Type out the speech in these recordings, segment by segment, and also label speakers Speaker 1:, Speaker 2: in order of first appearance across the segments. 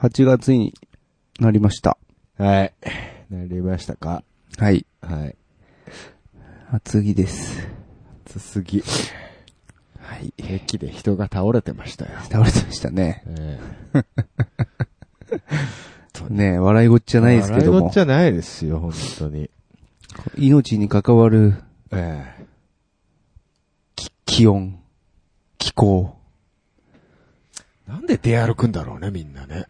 Speaker 1: 8月になりました。
Speaker 2: はい。なりましたか
Speaker 1: はい。
Speaker 2: はい。
Speaker 1: 厚木です。
Speaker 2: 暑すぎ。
Speaker 1: はい。
Speaker 2: 駅で人が倒れてましたよ。
Speaker 1: 倒れてましたね。
Speaker 2: え
Speaker 1: ねえ笑いごっちじゃ
Speaker 2: え
Speaker 1: ないですけど
Speaker 2: 笑い事
Speaker 1: も
Speaker 2: じ。ゃないですよ、本当に。
Speaker 1: 命に関わる
Speaker 2: ええ
Speaker 1: 気気温、気候。
Speaker 2: なんで出歩くんだろうね、みんなね。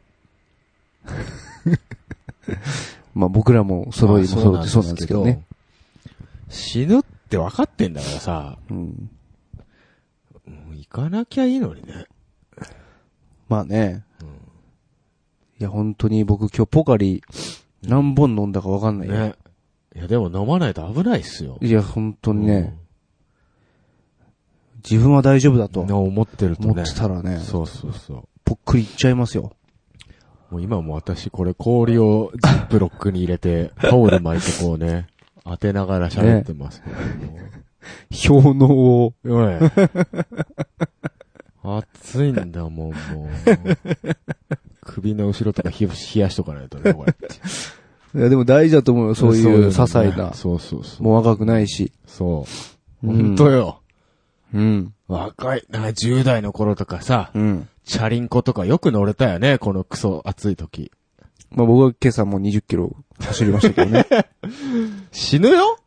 Speaker 1: まあ僕らも揃いも揃ってそうなんですけどね。。
Speaker 2: 死ぬって分かってんだからさ、
Speaker 1: うん。
Speaker 2: もう行かなきゃいいのにね。
Speaker 1: まあね。いや本当に僕今日ポカリ何本飲んだかわかんないよ。
Speaker 2: ね。いや、でも飲まないと危ないっすよ。
Speaker 1: いや本当に
Speaker 2: うん
Speaker 1: ね、自分は大丈夫だと
Speaker 2: ね思ってるとね。
Speaker 1: 思ってたらね、
Speaker 2: そうそうそう。
Speaker 1: ぽっくりいっちゃいますよ。
Speaker 2: もう今も私これ氷をジップロックに入れて、タオル巻いてこうね、当てながら喋ってますけども。
Speaker 1: 氷のを。
Speaker 2: おい。暑いんだもん、もう。首の後ろとかひ冷やしとかないとね、これ。
Speaker 1: いやでも大事だと思うよ、 そういう些細
Speaker 2: のね
Speaker 1: な。
Speaker 2: そうそうそう。
Speaker 1: もう若くないし。
Speaker 2: そう。
Speaker 1: うん
Speaker 2: 本当よ。
Speaker 1: うん。
Speaker 2: 若い。なんか10代の頃とかさ、
Speaker 1: うん。
Speaker 2: チャリンコとかよく乗れたよね、このクソ暑い時。
Speaker 1: まあ僕は今朝もう20キロ走りましたけどね。
Speaker 2: 死ぬよ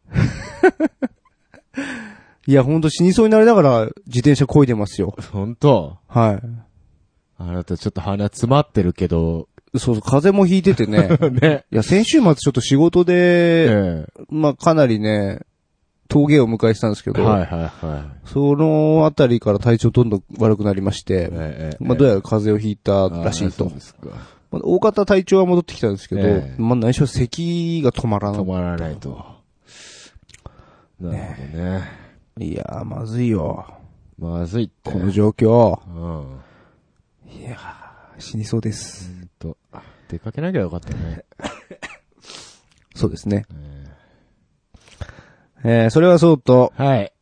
Speaker 1: いや、ほんと死にそうになりながら自転車漕いでますよ。
Speaker 2: 本当
Speaker 1: はい
Speaker 2: あなたちょっと鼻詰まってるけど、。
Speaker 1: そうそう、風邪もひいててね。
Speaker 2: ね。
Speaker 1: いや、先週末ちょっと仕事
Speaker 2: え
Speaker 1: で、
Speaker 2: え
Speaker 1: まあかなりね、峠を迎えてたんですけど、
Speaker 2: はいはいはい。
Speaker 1: そのあたりから体調どんどん悪くなりまして、
Speaker 2: え
Speaker 1: まあどう
Speaker 2: や
Speaker 1: やら風邪をひいたらしいと。
Speaker 2: ですか。
Speaker 1: まあ、大方体調は戻ってきたんですけど、
Speaker 2: ええ
Speaker 1: まあ内緒咳が止まらな
Speaker 2: 止まらないと。なるほどね。
Speaker 1: い。いやー、まずいよ。
Speaker 2: まずいって。
Speaker 1: この状況。
Speaker 2: うん。ほ
Speaker 1: いやー死にそうです。
Speaker 2: んと。出かけなきゃよかったね。
Speaker 1: そうですね。えー、それはそうと、
Speaker 2: はい。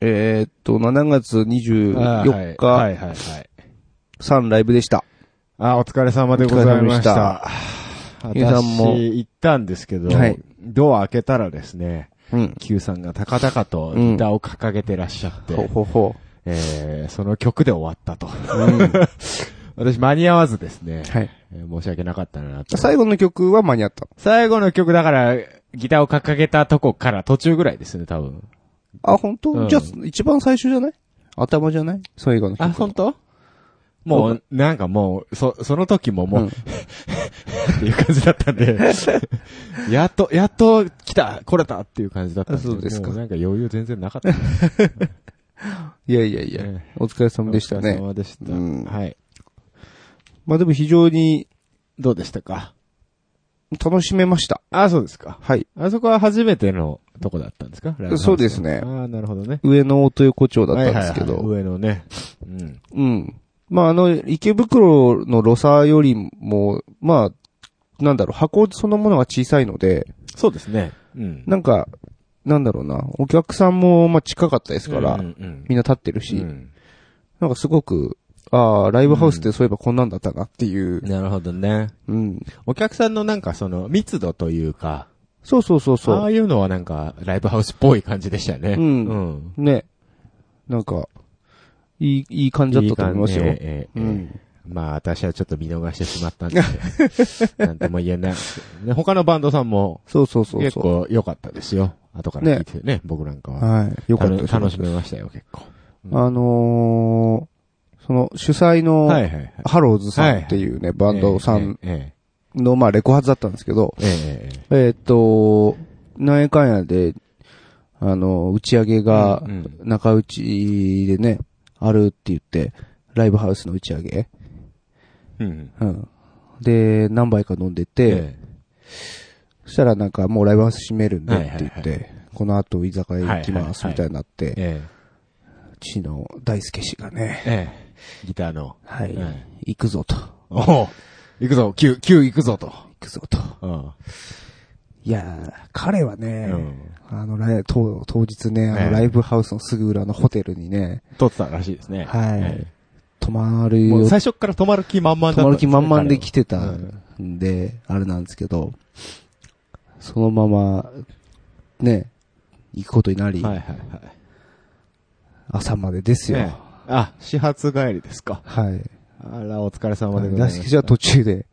Speaker 1: えー、っと、7月24日、
Speaker 2: はいはいはい。
Speaker 1: サンライブでした。
Speaker 2: あ、お疲れ様でございました。
Speaker 1: ゆうさんも
Speaker 2: 私、行ったんですけど
Speaker 1: はい、
Speaker 2: ドア開けたらですね、
Speaker 1: うん。
Speaker 2: Q さんが高々とギターを掲げてらっしゃって、
Speaker 1: ほほほ。
Speaker 2: えーその曲で終わったと。
Speaker 1: うん、は
Speaker 2: 私間に合わずですね、
Speaker 1: い。
Speaker 2: えー申し訳なかったなと。
Speaker 1: 最後の曲は間に合った。
Speaker 2: 最後の曲だから、ギターを掲げたとこから途中ぐらいですね、多分。
Speaker 1: あ、本当、
Speaker 2: うん
Speaker 1: じゃあ、一番最初じゃない頭じゃない最後の曲。
Speaker 2: 本当もう、なんかもう、そ、その時ももう、
Speaker 1: うん
Speaker 2: っていう感じだった んで、やっと、やっと来た、来れたっていう感じだったん
Speaker 1: あそうですか
Speaker 2: もなんか余裕全然なかったです
Speaker 1: いやいやいや、
Speaker 2: ね。
Speaker 1: お疲れ様でした
Speaker 2: お疲れ
Speaker 1: ね。
Speaker 2: 様でした。
Speaker 1: うん
Speaker 2: はい。
Speaker 1: まあでも非常に
Speaker 2: どうでしたか
Speaker 1: 楽しめました。
Speaker 2: あ、そうですか。
Speaker 1: はい。
Speaker 2: あそこは初めてのとこだったんですかライブハウス
Speaker 1: そうですね
Speaker 2: ああ、なるほどね。
Speaker 1: 上野と横丁だったんですけど。
Speaker 2: はいはいはい上のね。うん。
Speaker 1: うん。まああの、池袋のロサよりも、まあ、なんだろう、箱そのものが小さいので、
Speaker 2: そうですね。うん。
Speaker 1: なんか、なんだろうな、お客さんも、まあ近かったですから、
Speaker 2: うんうん
Speaker 1: みんな立ってるし、
Speaker 2: うん
Speaker 1: なんかすごく、ああ、ライブハウスってそういえばこんなんだったなっていう。
Speaker 2: なるほどね。
Speaker 1: うん。
Speaker 2: お客さんのなんかその密度というか、
Speaker 1: そうそうそう
Speaker 2: あ
Speaker 1: そ
Speaker 2: あいうのはなんかライブハウスっぽい感じでしたね。
Speaker 1: うん
Speaker 2: うん。
Speaker 1: う。ね。なんか、いい、いい感じだったと思いますよ。
Speaker 2: いい感じええええ
Speaker 1: うん。
Speaker 2: まあ私はちょっと見逃してし まったんで、なんとも言えないですけどね。他のバンドさんも
Speaker 1: そうそうそう
Speaker 2: 結
Speaker 1: そう。
Speaker 2: 構良かったですよ。後から聞いてね、僕なんかは。
Speaker 1: はい。よかったです
Speaker 2: 楽しめましたよ、結構。
Speaker 1: あのー、その主催の、
Speaker 2: はいはいはい。
Speaker 1: ハローズさんっていうね、バンドさん
Speaker 2: え
Speaker 1: の、まあ、レコ発だったんですけど、
Speaker 2: え、ええ、えええ
Speaker 1: えーっと、なんやかんやで、あの、打ち上げ
Speaker 2: え。
Speaker 1: が
Speaker 2: う、ん
Speaker 1: 中打ちでね、あるって言って、ライブハウスの打ち上げ。
Speaker 2: うん。
Speaker 1: うん。で、何杯か飲んで
Speaker 2: え
Speaker 1: て、そしたらなんかもうライブハウス閉めるんで
Speaker 2: は
Speaker 1: っ
Speaker 2: いはいはい
Speaker 1: て言って、この後居酒屋行きますみたいになって、
Speaker 2: え、え
Speaker 1: 父の大輔氏がね、
Speaker 2: え、ええ。ギターの。
Speaker 1: はい
Speaker 2: は、
Speaker 1: 行くぞと、行
Speaker 2: おう行くぞ、9、9行くぞと。
Speaker 1: くぞと。
Speaker 2: うん。
Speaker 1: いやー、彼はね、
Speaker 2: うん
Speaker 1: あの、ライ当当日ね、あ
Speaker 2: ええ
Speaker 1: のライブハウスのすぐ裏のホテルにね、
Speaker 2: 撮ってたらしいですね。
Speaker 1: はい
Speaker 2: え
Speaker 1: 止まる
Speaker 2: も
Speaker 1: よ
Speaker 2: う、最初から止まる気満々だった
Speaker 1: 止まる気満々で来
Speaker 2: て。
Speaker 1: てたんで、あれなんですけど、そのまま、ね、行くことになり、
Speaker 2: はいはいはい。
Speaker 1: 朝までですよ。
Speaker 2: ねあ、始発帰りですか。
Speaker 1: はい。
Speaker 2: あら、お疲れ様でござい
Speaker 1: 出
Speaker 2: ます。
Speaker 1: しじゃ途中で、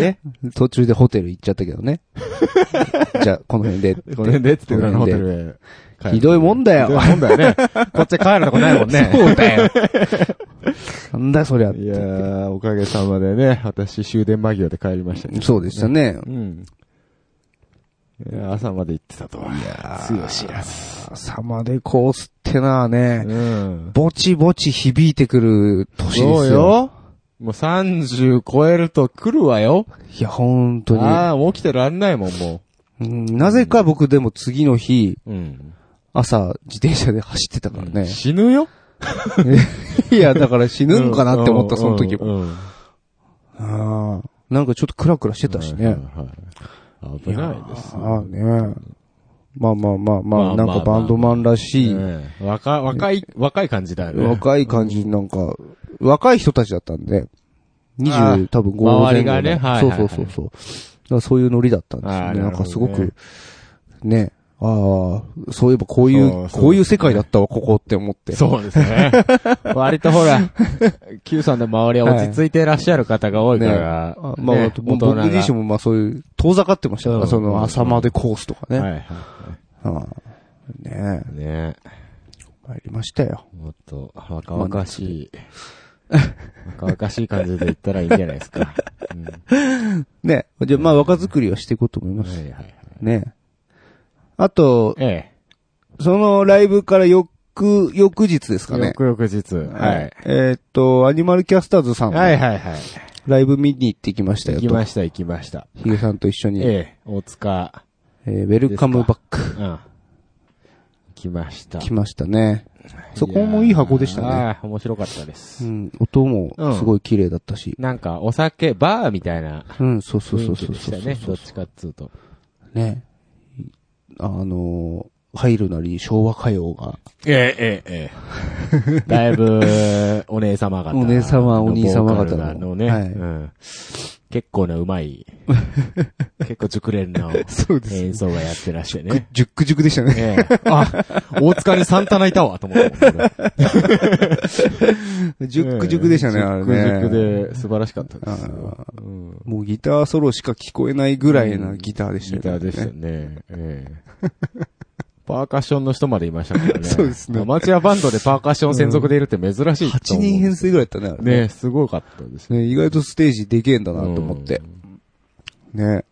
Speaker 2: え
Speaker 1: 途中でホテル行っちゃったけど ね。じゃあ、この辺でって。
Speaker 2: この辺でっつって裏のホテ
Speaker 1: この辺で
Speaker 2: ルへ帰る。
Speaker 1: ひどいもんだよ
Speaker 2: ひどいもんだよね。こっち帰るとこないもん ね。
Speaker 1: そうだよ。なんだそりゃって
Speaker 2: いやー、おかげさまでね、私終電間際で帰りましたけど
Speaker 1: そうでしたね。
Speaker 2: うん。いや朝まで行ってたとは。い
Speaker 1: やー
Speaker 2: つよ知らず。
Speaker 1: 朝までコースってなあね、
Speaker 2: うん。
Speaker 1: ぼちぼち響いてくる年ですよ。
Speaker 2: そうよ。もう30超えると来るわよ。
Speaker 1: いや、本当に。
Speaker 2: ああ、もう起きてらんないもん、も
Speaker 1: うんなぜか僕でも次の日、
Speaker 2: う。うん。
Speaker 1: 朝、自転車で走ってたからね。
Speaker 2: 死ぬよ。
Speaker 1: いや、だから死ぬんかなって思った、
Speaker 2: うん
Speaker 1: その時も。
Speaker 2: うんうん
Speaker 1: ああなんかちょっとクラクラしてたし
Speaker 2: はい
Speaker 1: ね。
Speaker 2: はいはい危ないです。
Speaker 1: ああね。まあまあまあ
Speaker 2: まあま
Speaker 1: ま
Speaker 2: あ
Speaker 1: あ、なんかバンドマンらしい、
Speaker 2: ねえ若、若い、若い感じだよね。
Speaker 1: 若い感じになんか、若い人たちだったんで、
Speaker 2: ああ
Speaker 1: 20多分5
Speaker 2: 周
Speaker 1: 前
Speaker 2: りが
Speaker 1: 後
Speaker 2: ね
Speaker 1: の
Speaker 2: はい
Speaker 1: そ
Speaker 2: は
Speaker 1: う
Speaker 2: いは
Speaker 1: そそ
Speaker 2: いう
Speaker 1: うそう。だからそういうノリだったんですよ
Speaker 2: ああ
Speaker 1: ね。な
Speaker 2: なんるほどね
Speaker 1: かすごく、ね。ああ、そういえばこうい
Speaker 2: そう
Speaker 1: う、
Speaker 2: そう
Speaker 1: こういう世界だったわ、ここって思って。
Speaker 2: そうです ね。割とほら、Q さんの周りは落ち着いていらっしゃる方が多いから、
Speaker 1: あまあ、
Speaker 2: ね
Speaker 1: 僕僕自身もまあそういう、遠ざかってましたから、
Speaker 2: うん
Speaker 1: その朝までコースとかね。
Speaker 2: はいはいは
Speaker 1: ああねえ
Speaker 2: い。ね
Speaker 1: 参りましたよ。
Speaker 2: もっと若々しい、若々しい感じで言ったらいいんじゃないですか。うん、は
Speaker 1: ねえじゃあまあ若作りはしていこうと思います。
Speaker 2: いはい。
Speaker 1: ねえあと、
Speaker 2: え
Speaker 1: そのライブから翌、翌日ですか
Speaker 2: え。
Speaker 1: ね。
Speaker 2: 翌々日。はい。。
Speaker 1: えーっと、アニマルキャスターズさんの
Speaker 2: はいはいはい。
Speaker 1: ライブ見に行ってきましたよ
Speaker 2: 行き
Speaker 1: と。
Speaker 2: ました行きました。
Speaker 1: ヒゲさんと一緒に。え
Speaker 2: ええ、大塚。
Speaker 1: ーウェルカムバック。
Speaker 2: うん。行きました。
Speaker 1: 来ましたね。そこもいい箱でしたね
Speaker 2: いやー。面白かったで
Speaker 1: う
Speaker 2: す。
Speaker 1: ん。音もすごい綺麗だったし。
Speaker 2: なんか、お酒、バーみたいな
Speaker 1: うん、そうそうそう
Speaker 2: 雰囲
Speaker 1: そ
Speaker 2: 気
Speaker 1: う
Speaker 2: でし
Speaker 1: そ
Speaker 2: た
Speaker 1: う。
Speaker 2: ね。どっちかっつうと。
Speaker 1: ね。あのー、入るなり昭和歌謡が、
Speaker 2: ええ、ええ、ええ。 だいぶ、お姉様方。
Speaker 1: お姉様お兄様方の
Speaker 2: ボーカルのね。
Speaker 1: はい
Speaker 2: うん結構なうまい、結構熟練の
Speaker 1: そうです
Speaker 2: 演奏がやってらっしゃいね。
Speaker 1: ジュックジュックでしたね。
Speaker 2: ええ。あ、大塚にサンタナいたわ、と思ったもんね。
Speaker 1: ジュックジュックでしたね、あれね。
Speaker 2: 熟熟で素晴らしかったですよ。
Speaker 1: あ
Speaker 2: うん
Speaker 1: もうギターソロしか聞こえないぐらいなギターでした
Speaker 2: ギ
Speaker 1: よ
Speaker 2: ターでした。ね。ええパーカッションの人までいましたからね。
Speaker 1: そうですね
Speaker 2: アマチュアバンドでパーカッション専属でいるって珍しいと
Speaker 1: 8
Speaker 2: 思う。
Speaker 1: 人編成ぐらいだったね、あれね
Speaker 2: ね、すごかったですね。
Speaker 1: ね。意外とステージでけえんだなと思って。ね。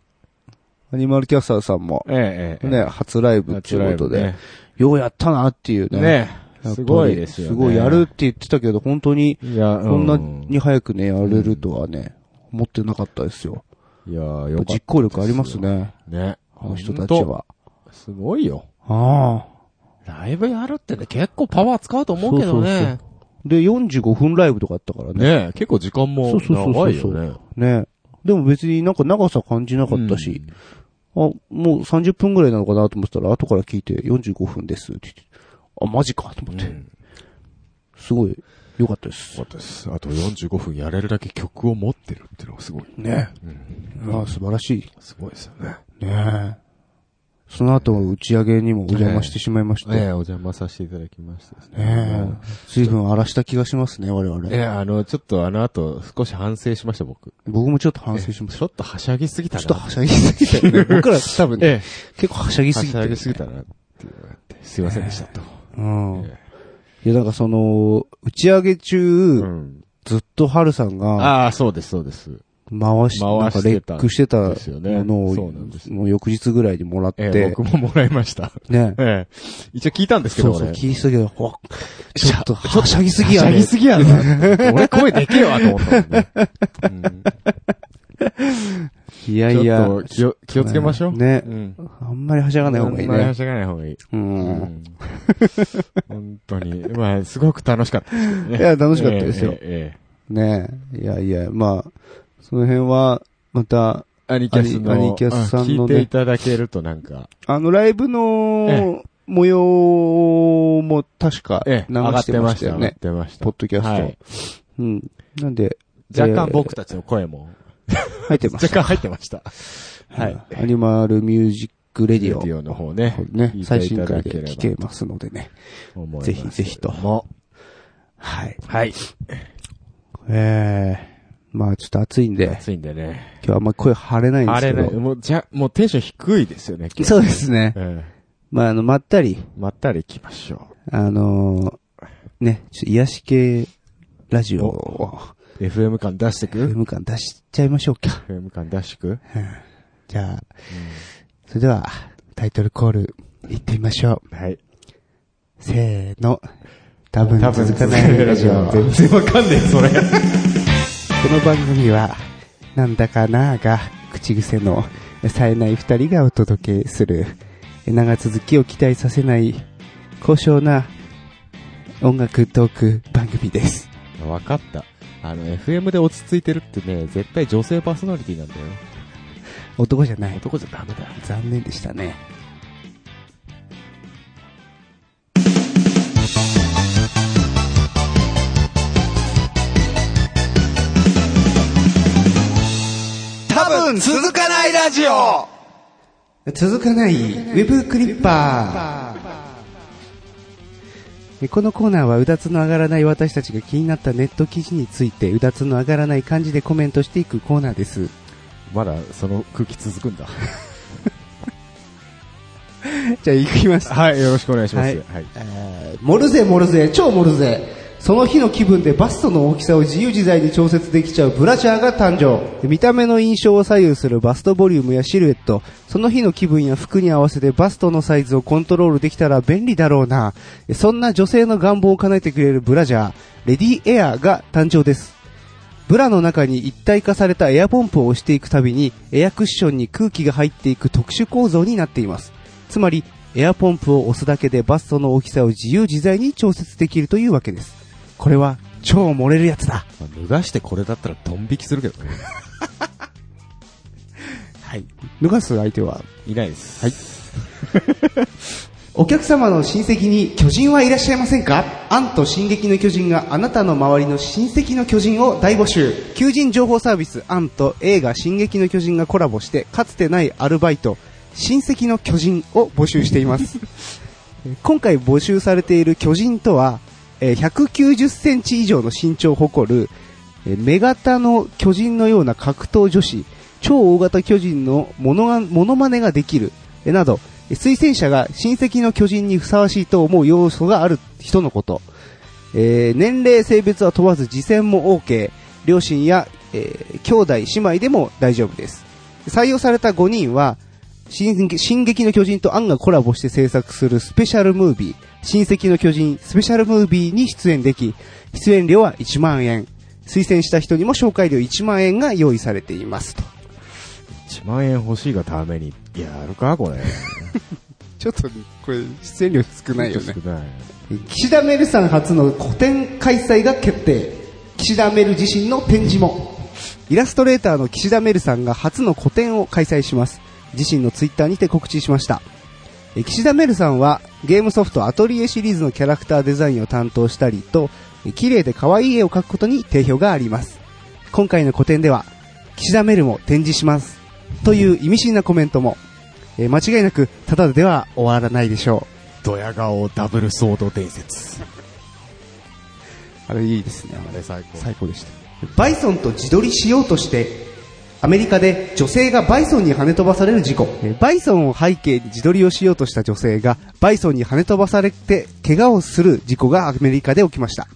Speaker 1: アニマルキャスターさんも
Speaker 2: う、ん。ええ、ええ。
Speaker 1: ね、初ライブっていうことで、ようやったなっていう
Speaker 2: ね。
Speaker 1: ね。
Speaker 2: ね
Speaker 1: やっぱり
Speaker 2: すごいですよね。
Speaker 1: すごいやるって言ってたけど、本当に、
Speaker 2: いや、う
Speaker 1: こんなに早くね、やれるとはね、思ってなかったですよ。
Speaker 2: いや、
Speaker 1: や
Speaker 2: よ
Speaker 1: っぱ
Speaker 2: かっ
Speaker 1: 実行力ありますね。
Speaker 2: た。ね。
Speaker 1: あの人たちは。
Speaker 2: ほんと。すごいよ。
Speaker 1: ああ。
Speaker 2: ライブやるってね、結構パワー使うと思うけど
Speaker 1: そうそ
Speaker 2: ね
Speaker 1: う。で、45分ライブとかあったからね。
Speaker 2: ね結構時間も
Speaker 1: そうそうそうそう
Speaker 2: 長いよね。
Speaker 1: ねでも別になんか長さ感じなかったし、あ、もう30分ぐらいなのかなと思ってたら、後から聞いて45分ですって言って、あ、マジかと思
Speaker 2: うん。
Speaker 1: っ
Speaker 2: う
Speaker 1: て。
Speaker 2: ん
Speaker 1: すごい、良かったです。
Speaker 2: そうです。あと45分やれるだけ曲を持ってるっていうのがすごい。
Speaker 1: ねああ素晴らしい。
Speaker 2: すごいですよね。
Speaker 1: ねえ。その後、打ち上げにもお邪魔してしまいまして。
Speaker 2: ええ、
Speaker 1: ね
Speaker 2: お邪魔させていただきましたです
Speaker 1: え。随分荒らした気がしますね、我々。
Speaker 2: ええ、あの、ちょっとあの後、少し反省しました、僕。
Speaker 1: 僕もちょっと反省しまし
Speaker 2: ちょっとはしゃぎすぎ
Speaker 1: た。
Speaker 2: た
Speaker 1: ち
Speaker 2: な。
Speaker 1: ょっとはしゃぎすぎたよ ね。僕ら多分、
Speaker 2: え
Speaker 1: 結構はしゃぎ
Speaker 2: え、
Speaker 1: す
Speaker 2: は
Speaker 1: ぎ
Speaker 2: してゃ
Speaker 1: る
Speaker 2: ぎすぎたな、っていうのがあって。すいませんでした、と。
Speaker 1: うん。いや、なんかその、打ち上げ中、
Speaker 2: ん。
Speaker 1: ずっと春さんが、
Speaker 2: ああ、そうです、そうです。
Speaker 1: 回し、なん
Speaker 2: 回
Speaker 1: か
Speaker 2: し
Speaker 1: レ
Speaker 2: て
Speaker 1: ッ
Speaker 2: た
Speaker 1: クしてたも
Speaker 2: ですよね
Speaker 1: の
Speaker 2: そうなんです
Speaker 1: を、もう翌日ぐらいにもらって、
Speaker 2: ええ、僕ももらいました。
Speaker 1: ね。
Speaker 2: ええ。一応聞いたんですけ
Speaker 1: そ
Speaker 2: ど、
Speaker 1: うそう、
Speaker 2: 俺
Speaker 1: 聞いてたけど、ほわちょっと、
Speaker 2: ちょっと
Speaker 1: はしゃぎすぎや
Speaker 2: は
Speaker 1: ね。
Speaker 2: しゃぎすぎやな。 俺声でけえわ、と思ったもんね。 うん
Speaker 1: いやいや
Speaker 2: ちょっ、と気を、気をつけましょう。
Speaker 1: ね
Speaker 2: うん。
Speaker 1: あんまりはしゃがない方がいい
Speaker 2: あんまりは
Speaker 1: ね。
Speaker 2: しゃがない方がいい。
Speaker 1: うん。
Speaker 2: 本当に。まあ、すごく楽しかったですけどね。
Speaker 1: いや楽しかったですよ
Speaker 2: ええ。え
Speaker 1: ねえ。いやいや、まあ、その辺は、また、
Speaker 2: えアニキャスの、
Speaker 1: アニアニキャスさんのね
Speaker 2: うん聞いていただけるとなんか、
Speaker 1: あの、ライブ
Speaker 2: え
Speaker 1: の、模様も確か流
Speaker 2: ええ、上がっ
Speaker 1: して
Speaker 2: て
Speaker 1: ま
Speaker 2: ま
Speaker 1: し
Speaker 2: したた
Speaker 1: よ
Speaker 2: 上がっ
Speaker 1: ね。
Speaker 2: てました
Speaker 1: ポ。ッドキャスト。
Speaker 2: はい。
Speaker 1: うん。なんで、
Speaker 2: 若干
Speaker 1: えー
Speaker 2: 僕たちの声も、
Speaker 1: 入ってます。
Speaker 2: 若干入ってました。
Speaker 1: は
Speaker 2: はいい。
Speaker 1: アニマルミュージックレディオ。
Speaker 2: オの方ね。
Speaker 1: ね、
Speaker 2: 聞
Speaker 1: 最
Speaker 2: いてい
Speaker 1: 新
Speaker 2: た
Speaker 1: 回
Speaker 2: だけれ
Speaker 1: で
Speaker 2: ば
Speaker 1: 聞けますのでね。
Speaker 2: 思います
Speaker 1: ぜひぜひと
Speaker 2: も
Speaker 1: はい。
Speaker 2: はい。
Speaker 1: ええまあちょっと暑いんで、
Speaker 2: 暑いんでね。
Speaker 1: 今日あんま声張れないんで
Speaker 2: あ
Speaker 1: すけ
Speaker 2: れ
Speaker 1: ど。
Speaker 2: ね、もう、じゃ、もうテンション低いですよね、今日。
Speaker 1: そうですね。
Speaker 2: え
Speaker 1: まああの、まったり、
Speaker 2: えまったり行きましょ
Speaker 1: あのーね、ちょっと癒し系ラジオを、
Speaker 2: う。FM 感出してく
Speaker 1: FM 感出しちゃいましょうか。
Speaker 2: ?FM 感出してく
Speaker 1: じゃあ、それでは、タイトルコール、行ってみましょう。
Speaker 2: はい。
Speaker 1: せーの。多分
Speaker 2: 多分
Speaker 1: 続かない ラジオ。こ
Speaker 2: 全然わかんねえ、それ。
Speaker 1: の番組は、なんだかなーが、口癖の、冴えない二人がお届けする、長続きを期待させない、高尚な、音楽トーク番組です。
Speaker 2: わかった。あの、FM で落ち着いてるってね、絶対女性パーソナリティなんだよ。
Speaker 1: 男じゃない。
Speaker 2: 男じゃダメだ。
Speaker 1: 残念でしたね。
Speaker 3: 多分続かないラジオ
Speaker 1: 続かないウェブクリッパーこのコーナーはうだつの上がらない私たちが気になったネット記事についてうだつの上がらない感じでコメントしていくコーナーです
Speaker 2: まだ、その空気続くんだ。
Speaker 1: じゃあ行きます
Speaker 2: はい、よろしくお願いします。
Speaker 1: は
Speaker 2: はい。
Speaker 1: えー盛るぜ盛るぜ超盛るぜその日の気分でバストの大きさを自由自在に調節できちゃうブラジャーが誕生見た目の印象を左右するバストボリュームやシルエットその日の気分や服に合わせてバストのサイズをコントロールできたら便利だろうなそんな女性の願望を叶えてくれるブラジャーレディエアが誕生ですブラの中に一体化されたエアポンプを押していくたびにエアクッションに空気が入っていく特殊構造になっていますつまり、エアポンプを押すだけでバストの大きさを自由自在に調節できるというわけです。これは、超漏れるやつだ。
Speaker 2: まあ脱がしてこれだったらドン引きするけどね。
Speaker 1: はい。脱がす相手は、
Speaker 2: いないです。はい。
Speaker 1: お客様の親戚に巨人はいらっしゃいませんかアンと進撃の巨人があなたの周りの親戚の巨人を大募集。求人情報サービスアンと映画進撃の巨人がコラボして、かつてないアルバイト、親戚の巨人を募集しています。 今回募集されている巨人とは、えー190センチ以上の身長を誇る、えー目型の巨人のような格闘女子、超大型巨人のモノがモノマネができる、えーなど、えー推薦者が親戚の巨人にふさわしいと思う要素がある人のこと。えー年齢、性別は問わず次戦も OK。両親や、えー兄弟、姉妹でも大丈夫です。採用された5人は、進撃進撃の巨人とアンがコラボして制作するスペシャルムービー、親戚の巨人スペシャルムービーに出演でき、出演料は1万円。推薦した人にも紹介料1万円が用意されていますと。
Speaker 2: 1万円欲しいがために、やるかこれ。
Speaker 1: ちょっと、これ、出演料少ないよね
Speaker 2: 少。ない。
Speaker 1: 岸田メルさん初の個展開催が決定岸田メル自身の展示もイラストレーターの岸田メルさんが初の個展を開催します自身のツイッターにて告知しましたえ岸田メルさんはゲームソフトアトリエシリーズのキャラクターデザインを担当したりとえ綺麗で可愛い絵を描くことに定評があります今回の個展では岸田メルも展示しますという意味深なコメントもえ間違いなくただでは終わらないでしょう
Speaker 2: ドヤ顔ダブルソード伝説。
Speaker 1: あれいいですね
Speaker 2: あれ最高。
Speaker 1: 最高でしたバイソンと自撮りしようとしてアメリカで女性がバイソンに跳ね飛ばされる事故えーバイソンを背景に自撮りをしようとした女性がバイソンに跳ね飛ばされて怪我をする事故がアメリカで起きました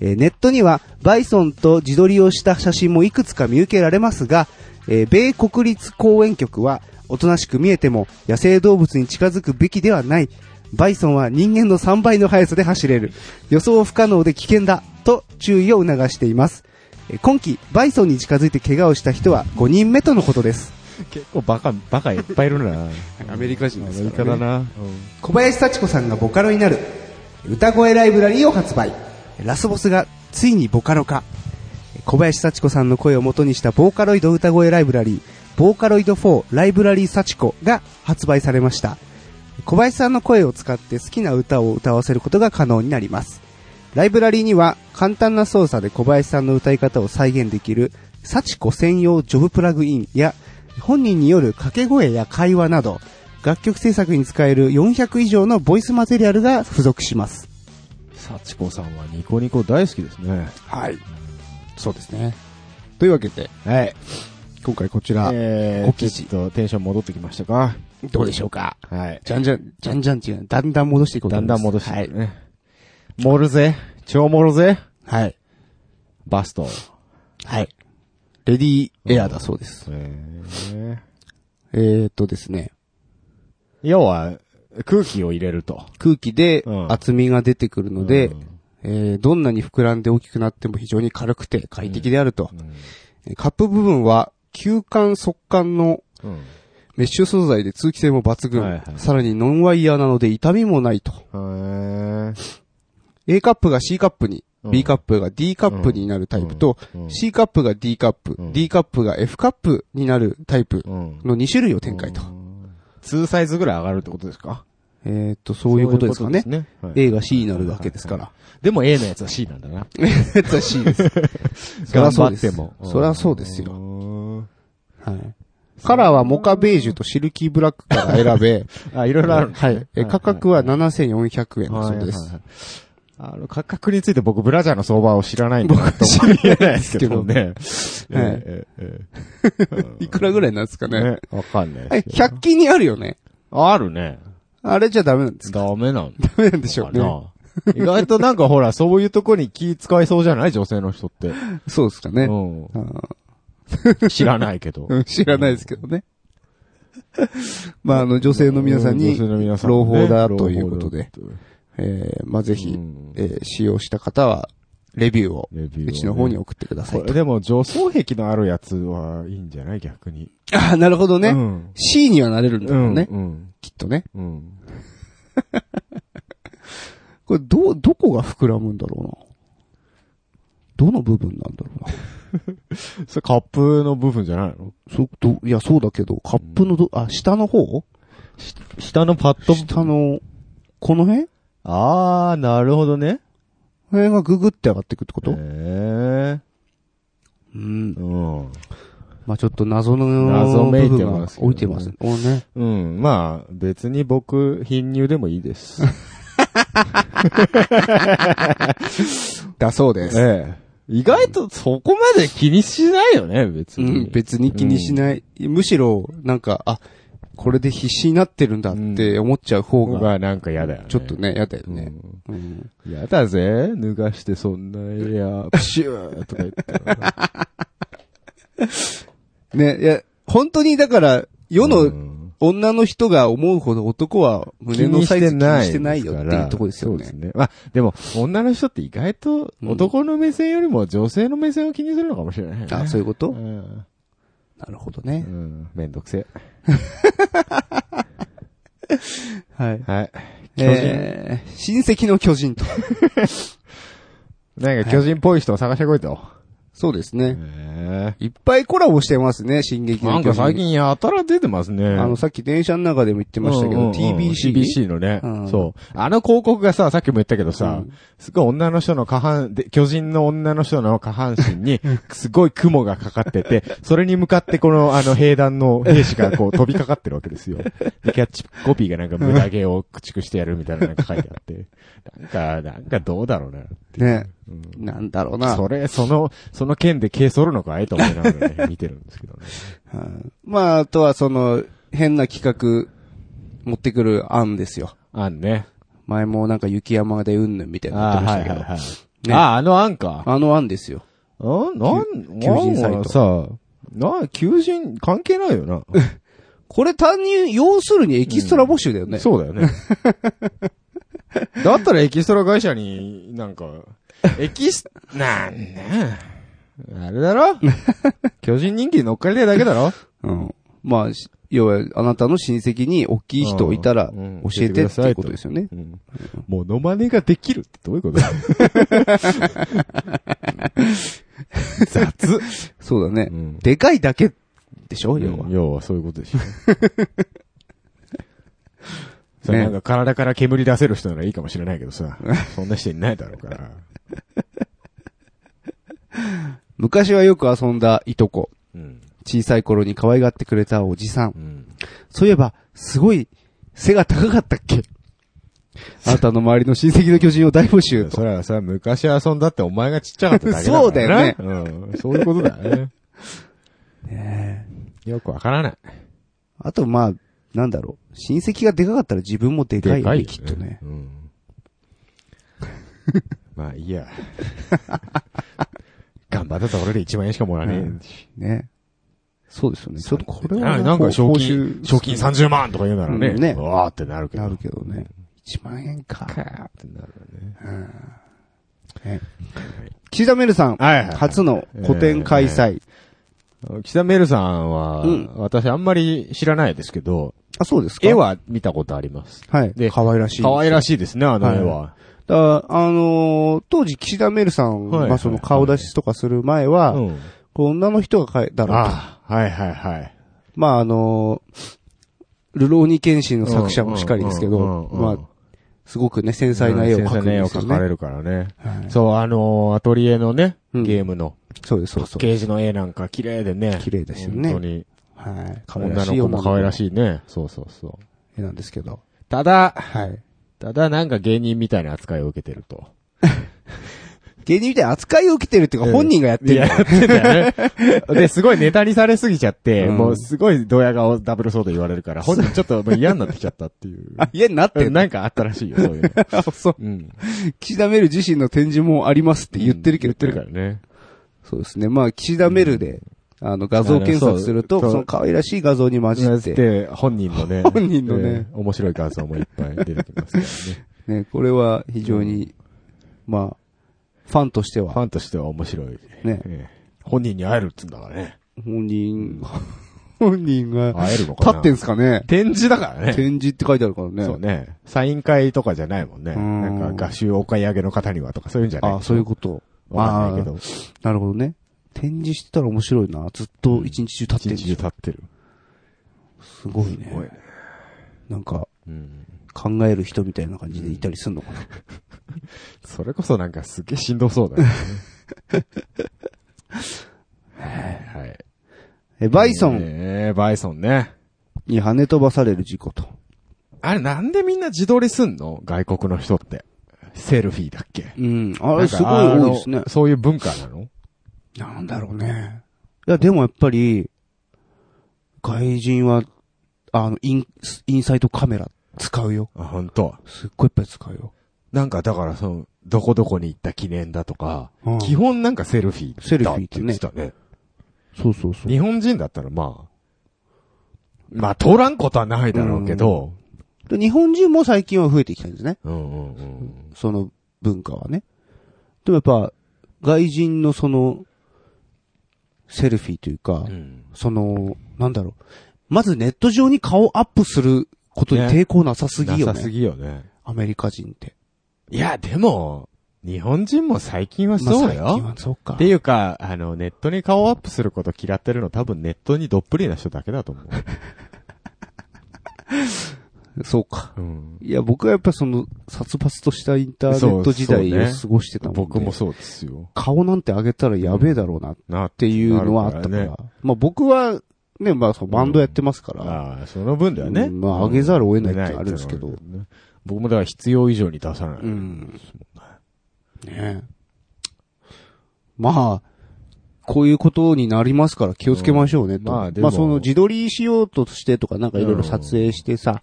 Speaker 1: えーネットにはバイソンと自撮りをした写真もいくつか見受けられますが、えー米国立公園局はおとなしく見えても野生動物に近づくべきではないバイソンは人間の3倍の速さで走れる予想不可能で危険だと注意を促していますえー今季バイソンに近づいて怪我をした人は5人目とのことです
Speaker 2: 結構バカ、バカいっぱいいるな。
Speaker 1: アメリカ人
Speaker 2: アメリカだな。うん
Speaker 1: 小林幸子さんがボカロになる歌声ライブラリーを発売ラスボスがついにボカロ化小林幸子さんの声を元にしたボーカロイド歌声ライブラリーボーカロイド4ライブラリー幸子が発売されました小林さんの声を使って好きな歌を歌わせることが可能になります。ライブラリには簡単な操作で小林さんの歌い方を再現できる、幸子専用ジョブプラグインや、本人による掛け声や会話など、楽曲制作に使える400以上のボイスマテリアルが付属します。
Speaker 2: 幸子さんはニコニコ大好きですね。
Speaker 1: はい。そうですね。
Speaker 2: というわけで、はい。
Speaker 1: 今回こちら、
Speaker 2: え
Speaker 1: ご
Speaker 2: ー、
Speaker 1: 記
Speaker 2: ち
Speaker 1: 事
Speaker 2: ょっとテンション戻ってきましたか
Speaker 1: どうでしょうか
Speaker 2: はい。
Speaker 1: じゃんじゃん、じゃんじゃん違う。だんだん戻していこうと
Speaker 2: だ
Speaker 1: 思いま
Speaker 2: んだん
Speaker 1: す
Speaker 2: 戻して、
Speaker 1: はい。
Speaker 2: ね。盛るぜ。超盛るぜ。
Speaker 1: はい。
Speaker 2: バスト。
Speaker 1: はい。レディーエアーだそうです。
Speaker 2: え
Speaker 1: えーっとですね。
Speaker 2: 要は、空気を入れると。
Speaker 1: 空気で
Speaker 2: うん
Speaker 1: 厚みが出てくるので、
Speaker 2: うん
Speaker 1: えーどんなに膨らんで大きくなっても非常に軽くて快適であると。えーカップ部分は、吸管速乾の
Speaker 2: うん。
Speaker 1: メッシュ素材で通気性も抜群。
Speaker 2: はいはい
Speaker 1: さらにノンワイヤーなので痛みもないと。
Speaker 2: へ
Speaker 1: A カップが C カップに、
Speaker 2: うん
Speaker 1: B カップが D カップになるタイプと、
Speaker 2: うんうん
Speaker 1: C カップが D カップ、
Speaker 2: うん
Speaker 1: D カップが F カップになるタイプ
Speaker 2: うん。
Speaker 1: の2種類を展開と。
Speaker 2: 2サイズぐらい上がるってことですか
Speaker 1: えーっと、そういうことですかね。
Speaker 2: そういうことですね
Speaker 1: A が C になるわけですから。
Speaker 2: でも A のやつは C なんだな。
Speaker 1: えっと C です。そらそうです
Speaker 2: 頑張っても。
Speaker 1: そらそうですよ
Speaker 2: よ。
Speaker 1: はい。カラーはモカベージュとシルキーブラックから選 べ、
Speaker 2: あ、いろいろあるんですね
Speaker 1: はい。え価格は7400円だそうで。
Speaker 2: はいはい
Speaker 1: す
Speaker 2: は。いあの、価格について僕、ブラジャーの相場を知らないんで、と知り得ないですけどね。
Speaker 1: はい
Speaker 2: えええ
Speaker 1: いくらぐらいなんですか
Speaker 2: え
Speaker 1: ね。
Speaker 2: ねわかんない
Speaker 1: え、
Speaker 2: ですよ。
Speaker 1: 100均にあるよね。
Speaker 2: あるね。
Speaker 1: あれじゃダメなんですか
Speaker 2: ダメなん
Speaker 1: ダメなんでしょ
Speaker 2: だ
Speaker 1: うね。
Speaker 2: な。意外となんかほら、そういうとこに気使いそうじゃない女性の人って。
Speaker 1: そうですかね。
Speaker 2: う。
Speaker 1: うん
Speaker 2: 知らないけど。
Speaker 1: ん知らないですけどね。 まあ、あの、女性の皆さん
Speaker 2: う
Speaker 1: に
Speaker 2: 女性、の皆さんね
Speaker 1: 朗報だということで。
Speaker 2: 朗報だ
Speaker 1: えーまあ、ぜ
Speaker 2: とい
Speaker 1: ひ
Speaker 2: うう、ん
Speaker 1: えー使用した方は、レビューを、
Speaker 2: レビューをね
Speaker 1: うちの方に送ってください。
Speaker 2: ことれでも、女装癖のあるやつはいいんじゃない逆に。
Speaker 1: あ、なるほどね。
Speaker 2: うん
Speaker 1: C にはなれるんだ
Speaker 2: う。
Speaker 1: ろうんね、
Speaker 2: うん。
Speaker 1: きっとね。
Speaker 2: うん。
Speaker 1: これ、どう、どこが膨らむんだろうな。どの部分なんだろうな。
Speaker 2: それカップの部分じゃないの
Speaker 1: そ、ど、いや、そうだけど、カップのど、あ、下の方
Speaker 2: 下のパッド。
Speaker 1: 下の、この辺こ
Speaker 2: あー、なるほどね。
Speaker 1: の辺がググって上がっていくってこと、
Speaker 2: へえ
Speaker 1: うん。
Speaker 2: うん。
Speaker 1: まあちょっと謎の
Speaker 2: 謎めいて
Speaker 1: 部分
Speaker 2: ま
Speaker 1: が
Speaker 2: すけどね
Speaker 1: 置いてますね。おね。
Speaker 2: うん。まあ、別に僕、貧乳でもい いです。
Speaker 1: だそうで。
Speaker 2: ええ。意外とそこまで気にしないよね、別
Speaker 1: う
Speaker 2: に。
Speaker 1: ん、別に気にしない。むしろ、なんか、あ、これで必死になってるんだって思っちゃう方
Speaker 2: 僕
Speaker 1: が、
Speaker 2: はなんか嫌だよね。
Speaker 1: ちょっとね、やだよ
Speaker 2: うん。
Speaker 1: ね。うん
Speaker 2: 嫌だぜ、脱がしてそんな、いや、プシュー とか言ったら。
Speaker 1: ね、いや、本当にだから、世
Speaker 2: う
Speaker 1: の
Speaker 2: ん
Speaker 1: 女の人が思うほど男は胸のサイズ気にしてないよ
Speaker 2: 気
Speaker 1: って
Speaker 2: にしてない
Speaker 1: いうとこですよ
Speaker 2: そうです
Speaker 1: ね。
Speaker 2: ね。まあ、でも、女の人って意外と、男の目線よりも女性の目線を気にするのかもしれないよね。
Speaker 1: あ、そういうこ
Speaker 2: う
Speaker 1: と
Speaker 2: ん。
Speaker 1: なるほど
Speaker 2: う
Speaker 1: ね。
Speaker 2: ん。めんどくせえ。
Speaker 1: はい。
Speaker 2: はい。巨人
Speaker 1: えー、親戚の巨人と。
Speaker 2: なんか巨人っぽい人を探してこいと。
Speaker 1: そうですね。
Speaker 2: へ
Speaker 1: いっぱいコラボしてますね、進撃
Speaker 2: え。な
Speaker 1: の
Speaker 2: ん
Speaker 1: 巨
Speaker 2: か
Speaker 1: 人。
Speaker 2: 最近やたら出てますね。
Speaker 1: あの、さっき電車の中でも言ってましたけ
Speaker 2: うんうん
Speaker 1: ど、
Speaker 2: うん
Speaker 1: TBC。
Speaker 2: TBC のね、
Speaker 1: うん
Speaker 2: そう。あの広告がさ、さっきも言ったけどさ、
Speaker 1: う
Speaker 2: すごい女の人の下半、で、巨人の女の人の下半身に、すごい雲がかかって て、それに向かってこの、あの、兵団の兵士がこう飛びかかってるわけです よ。で、キャッチコピーがなんか無駄毛を駆逐してやるみたいなのが書いてあって。なんか、なんかどうだろうな。
Speaker 1: ね。なんだろうな。
Speaker 2: それ、その、その件で毛剃るのかいと思いながらね、見てるんですけどね。
Speaker 1: うんまあ、あとはその、変な企画、持ってくる案ですよ。
Speaker 2: あんね。
Speaker 1: 前もなんか雪山でうんぬんみたいなの言ってましたけど。
Speaker 2: い
Speaker 1: ね
Speaker 2: あ、あの案か。
Speaker 1: あの案ですよ。
Speaker 2: あなん、
Speaker 1: 求人サイト
Speaker 2: なんかさ、な、求人関係ないよな。
Speaker 1: これ単に、要するにエキストラ募集だよね。
Speaker 2: そうだよ ね。だったらエキストラ会社に、なん か、エキス、なんね。あれだ ろ巨人人気に乗っかりたいだけだろ
Speaker 1: うん。まあ、し要は、あなたの親戚に大きい人いたら、
Speaker 2: うんうん
Speaker 1: 教えてっていうことですよね。
Speaker 2: うん。モノマネができるってどういうことだ雑。
Speaker 1: そうだね、
Speaker 2: うん
Speaker 1: でかいだけでしょ、要は。
Speaker 2: 要はそういうことでしょ。 それなんか体から煙出せる人ならいいかもしれないけどさ、そんな人いないだろうから。
Speaker 1: 昔はよく遊んだいとこ。
Speaker 2: うん。
Speaker 1: 小さい頃に可愛がってくれたおじさん
Speaker 2: う。ん。
Speaker 1: そういえば、すごい、背が高かったっけ あなたの周りの親戚の巨人を大募集と。
Speaker 2: それはさ、昔遊んだってお前がちっちゃかっただけだから
Speaker 1: そうだよね
Speaker 2: うん。そういうことだね。よくわからない。
Speaker 1: あと、まあ、なんだろう。親戚がでかかったら自分もでかいよね、きっとね。
Speaker 2: うん。まあ、いいや。 頑張ったところで1万円しかもらわねえし。
Speaker 1: ね。そうですよね。ちょっとこれは
Speaker 2: あなんか賞金、
Speaker 1: 報酬
Speaker 2: 賞金30万とか言うなら
Speaker 1: う
Speaker 2: ね。
Speaker 1: んね
Speaker 2: うわーってなるけど。
Speaker 1: なるけどね。1万円か。
Speaker 2: かーってなるよね。
Speaker 1: 岸田メルさん、
Speaker 2: はいはいはい
Speaker 1: 初の個展開催。
Speaker 2: 岸田メルさんは、
Speaker 1: うん
Speaker 2: 私あんまり知らないですけど、
Speaker 1: あ、そうですか
Speaker 2: 絵、は見たことあります。
Speaker 1: はい。
Speaker 2: で
Speaker 1: 可愛らしい。
Speaker 2: 可愛らしいですね、あの絵は。
Speaker 1: だからあのー当時岸田メルさん
Speaker 2: はい
Speaker 1: がその顔出しとかする前は、
Speaker 2: うん。
Speaker 1: こう女の人が描いたら、
Speaker 2: ああ、はいはいはい。
Speaker 1: まああのールローニケンシンの作者もしっかりですけ
Speaker 2: うん
Speaker 1: ど、
Speaker 2: うんうん
Speaker 1: まあ、すごくね、繊細な絵を描くん
Speaker 2: 繊細な絵
Speaker 1: で
Speaker 2: を
Speaker 1: すよ
Speaker 2: 描かれ
Speaker 1: ね。
Speaker 2: るからね。
Speaker 1: はい
Speaker 2: そう、あのーアトリエのね、
Speaker 1: うん
Speaker 2: ゲームの、
Speaker 1: そうです、そうです。
Speaker 2: ゲージの絵なんか綺麗でね。
Speaker 1: 綺麗ですよね
Speaker 2: 本当に。
Speaker 1: はい。可愛ら
Speaker 2: 女
Speaker 1: し
Speaker 2: の
Speaker 1: い
Speaker 2: 子も可愛ら
Speaker 1: い
Speaker 2: しいね。そうそうそう。
Speaker 1: 絵なんですけど。
Speaker 2: ただ、
Speaker 1: はい。
Speaker 2: ただなんか芸人みたいな扱いを受けてると。
Speaker 1: 芸人みたいな扱いを受けてるっていうか、本人がやって
Speaker 2: い
Speaker 1: る
Speaker 2: や、やってんだよ ね。で、すごいネタにされすぎちゃって、
Speaker 1: うん
Speaker 2: もうすごいドヤ顔ダブルソード言われるから、本人ちょっともう嫌になってきちゃったっていう
Speaker 1: 。あ、家になって
Speaker 2: うんん
Speaker 1: の
Speaker 2: なんかあったらしいよ、そういうの。
Speaker 1: あそう。
Speaker 2: うん。
Speaker 1: 岸田メル自身の展示もありますって言ってるけど、
Speaker 2: 言ってるからね。
Speaker 1: そうですね。まあ、岸田メルで、あの、画像検索すると、
Speaker 2: あのそう
Speaker 1: その可愛らしい画像に混じ
Speaker 2: 混
Speaker 1: っ、
Speaker 2: じってて、本人の ね。
Speaker 1: 本人のね
Speaker 2: えー面白い画像もいっぱい出てきますから ね。
Speaker 1: ね、これは非常に、まあ、ファンとして
Speaker 2: フ
Speaker 1: は、
Speaker 2: ァンとしては面白い。
Speaker 1: ね、
Speaker 2: えー本人に会えるっつうんだか らね。
Speaker 1: 本人、本人が、
Speaker 2: 会えるのか
Speaker 1: 立
Speaker 2: な
Speaker 1: ってんすかね。
Speaker 2: 展示だからね。
Speaker 1: 展示って書いてあるからね。
Speaker 2: そうね。サイン会とかじゃないもんね。
Speaker 1: うん
Speaker 2: なんか、画集お買い上げの方にはとか、そういうんじゃない
Speaker 1: あそういうこと。
Speaker 2: わかんないけ
Speaker 1: あ
Speaker 2: ど。
Speaker 1: ーなるほどね。展示してたら面白いな。ずっと一日中立
Speaker 2: 一
Speaker 1: ってん
Speaker 2: 日中
Speaker 1: じゃ
Speaker 2: 立ってる。
Speaker 1: ん。すごいね。
Speaker 2: すごいね
Speaker 1: なんか、
Speaker 2: うん。
Speaker 1: 考える人みたいな感じでいたりすんのかな。
Speaker 2: それこそなんかすげえしんどそうだよね。はい。
Speaker 1: え、 バイソン
Speaker 2: ええ、バイソンね。
Speaker 1: に跳ね飛ばされる事故と。
Speaker 2: あれなんでみんな自撮りすんの外国の人って。セルフィーだっけ
Speaker 1: うん。あ
Speaker 2: なん
Speaker 1: れ
Speaker 2: か
Speaker 1: すごい多いです
Speaker 2: あ
Speaker 1: ね
Speaker 2: の。そういう文化なの
Speaker 1: なんだろうね。いや、でもやっぱり、外人は、あの、イン、インサイトカメラ使うよ。
Speaker 2: あ、本当。
Speaker 1: すっごいいっぱい使うよ。
Speaker 2: なんかだからその、どこどこに行った記念だとか、
Speaker 1: うん
Speaker 2: 基本なんかセルフィーだ
Speaker 1: セルフィーってね
Speaker 2: 言ってたね。
Speaker 1: そうそうそう。
Speaker 2: 日本人だったらまあ、まあ通らんことはないだろうけど、
Speaker 1: で日本人も最近は増えてきたんですね。
Speaker 2: うんうんうん。
Speaker 1: その文化はね。でもやっぱ、外人のその、セルフィーというか、
Speaker 2: うん
Speaker 1: その、なんだろう。まずネット上に顔アップすることに
Speaker 2: ね
Speaker 1: 抵抗なさすぎよ
Speaker 2: な
Speaker 1: ね。
Speaker 2: さすぎよね。
Speaker 1: アメリカ人って。
Speaker 2: いや、でも、日本人も最近はそう
Speaker 1: まあ最近
Speaker 2: よ。
Speaker 1: はそうか。
Speaker 2: っていうか、あの、ネットに顔アップすること嫌ってるの多分ネットにどっぷりな人だけだと思う。
Speaker 1: そうか。
Speaker 2: うん。
Speaker 1: いや、僕はやっぱその、殺伐としたインターネット時代
Speaker 2: そう
Speaker 1: を
Speaker 2: そうね
Speaker 1: 過ごしてたもんで、
Speaker 2: 僕もそうですよ。
Speaker 1: 顔なんて上げたらやべえだろうなっ
Speaker 2: なって
Speaker 1: いうのはあったから。
Speaker 2: なるか
Speaker 1: まあ僕は、ね、まあそのバンドやってますから。
Speaker 2: ああ、その分ではね。
Speaker 1: うんまあ上げざるを得ないってあるんですけど
Speaker 2: 出ないっていうのはあるけどね僕もだから必要以上に出さない。
Speaker 1: うん。ねえまあ、こういうことになりますから気をつけましょうねと。
Speaker 2: うんま
Speaker 1: ま
Speaker 2: あ
Speaker 1: あ、
Speaker 2: でも
Speaker 1: その自撮りしようとしてとかなんかいろいろ撮影してさ、
Speaker 2: はい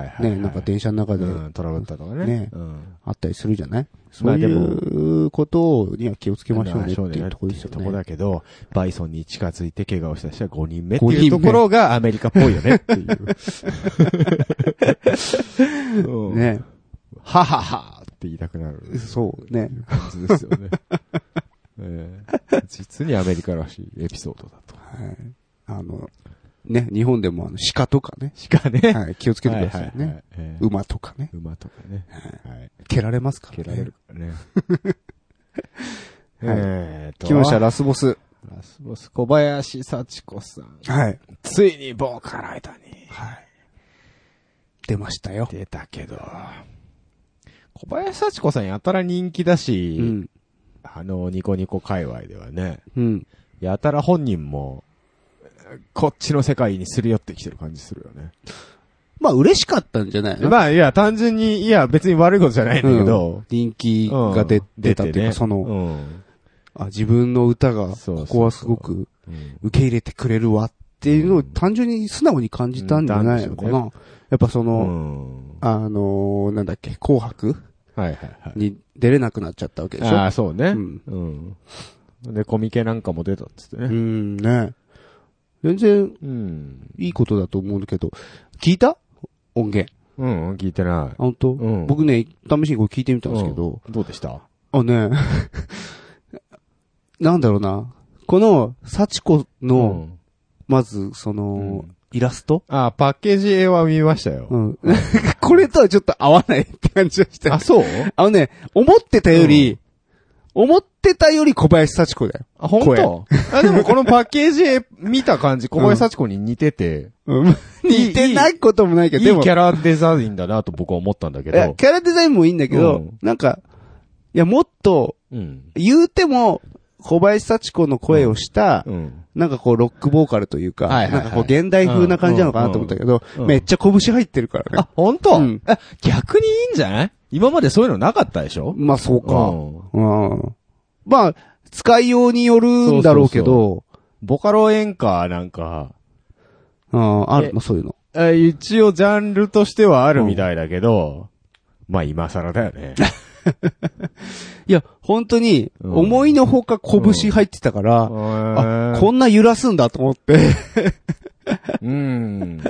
Speaker 2: はい、はい。
Speaker 1: ね、なんか電車の中で
Speaker 2: うん、トラブったとかね。
Speaker 1: ね
Speaker 2: うん。
Speaker 1: あったりするじゃないそ
Speaker 2: まあ
Speaker 1: うい
Speaker 2: でも
Speaker 1: うことには気をつけましょうねっていうところですよ
Speaker 2: とこ
Speaker 1: ね。
Speaker 2: だけど、バイソンに近づいて怪我をした人は5人目って
Speaker 1: 五人目
Speaker 2: いうところがアメリカっぽいよねって いう。うん
Speaker 1: ね。
Speaker 2: はははって言いたくなる
Speaker 1: そうね。
Speaker 2: 感じですよ ね。ええ実にアメリカらしいエピソードだと。
Speaker 1: はい。あの、ね、日本でもあの、鹿とかね。
Speaker 2: しかね。
Speaker 1: はい、気をつけてくださいね。
Speaker 2: はははええ
Speaker 1: 馬とかね。
Speaker 2: 馬とかね。はい。
Speaker 1: 蹴られますからね。
Speaker 2: 蹴られるから ね。
Speaker 1: はい
Speaker 2: えーっと。
Speaker 1: 来ました、ラスボス。
Speaker 2: ラスボス小林幸子さん。
Speaker 1: はい。
Speaker 2: ついにボーカライダーに。
Speaker 1: はい。ってましたよ。
Speaker 2: 出たけど。小林幸子さんやたら人気だし、
Speaker 1: うん。
Speaker 2: あの、ニコニコ界隈ではね、
Speaker 1: うん。
Speaker 2: やたら本人も、こっちの世界にすり寄ってきてる感じするよね。
Speaker 1: まあ、嬉しかったんじゃないの
Speaker 2: まあ、いや、単純に、いや、別に悪いことじゃないんだけ
Speaker 1: うん
Speaker 2: ど、
Speaker 1: 人気
Speaker 2: うん
Speaker 1: が出出たっていう
Speaker 2: ね
Speaker 1: か、その、
Speaker 2: うん
Speaker 1: あ、自分の歌が、
Speaker 2: そうそうそう
Speaker 1: ここはすごく
Speaker 2: うん
Speaker 1: 受け入れてくれるわっていうの
Speaker 2: う
Speaker 1: を
Speaker 2: ん
Speaker 1: 単純に素直に感じたんじゃないのかな。
Speaker 2: うん
Speaker 1: やっぱそうの、
Speaker 2: ん。
Speaker 1: あのーなんだっけ、紅白
Speaker 2: はいはいはい。
Speaker 1: に出れなくなっちゃったわけでしょ
Speaker 2: ああ、そうね。
Speaker 1: うん
Speaker 2: うん。で、コミケなんかも出たっつって
Speaker 1: う
Speaker 2: ね。
Speaker 1: ん、ね。全然
Speaker 2: うん。
Speaker 1: いいことだと思うんだけど、聞いた音源。
Speaker 2: うん、聞いてない。
Speaker 1: 本当、
Speaker 2: うん
Speaker 1: 僕ね、試しにこれ聞いてみたんですけど、
Speaker 2: うんどうでした
Speaker 1: あ、ね なんだろうな。この、幸子
Speaker 2: う
Speaker 1: の、
Speaker 2: ん
Speaker 1: まず、その、
Speaker 2: うん
Speaker 1: イラスト
Speaker 2: あ、パッケージ絵は見ましたよ。
Speaker 1: うん。なんか これとはちょっと合わないって感じがして。
Speaker 2: あ、
Speaker 1: あ
Speaker 2: そう
Speaker 1: のね、思ってたより、思ってたより小林幸子だよ。
Speaker 2: あ、本当あ、でもこのパッケージ絵見た感じ、小林幸子に似てて、
Speaker 1: うん。 似てないこともない
Speaker 2: い
Speaker 1: け
Speaker 2: い
Speaker 1: ど、
Speaker 2: キ
Speaker 1: でも、
Speaker 2: ャラデザインだなと僕は思ったんだけ
Speaker 1: いや
Speaker 2: ど。
Speaker 1: キャラデザインもいいんだけど、
Speaker 2: うん
Speaker 1: なんか、いや、もっと、
Speaker 2: うん。
Speaker 1: 言うても、小林幸子の声をした、
Speaker 2: うん。
Speaker 1: なんかこう、ロックボーカルというか、
Speaker 2: はいはいはい
Speaker 1: なんかこう、現代風な感じなのかなと思ったけど、
Speaker 2: うんうん
Speaker 1: めっちゃ拳入ってるからね。
Speaker 2: あ、本当
Speaker 1: うん
Speaker 2: あ逆にいいんじゃない今までそういうのなかったでしょ
Speaker 1: まあ、そう
Speaker 2: う
Speaker 1: か。
Speaker 2: ん
Speaker 1: うん。まあ、使いようによるんだろうけど、
Speaker 2: ボカロ演歌なんか、
Speaker 1: うん、ある
Speaker 2: え
Speaker 1: まあ、そういうの。
Speaker 2: あ一応ジャンルとしてはあるみたいだけど、まあ今更だよ ね。
Speaker 1: いや、本当に、
Speaker 2: うん
Speaker 1: 思いのほか拳入ってたから、あ、
Speaker 2: あ
Speaker 1: こんな揺らすんだと思って。
Speaker 2: うん。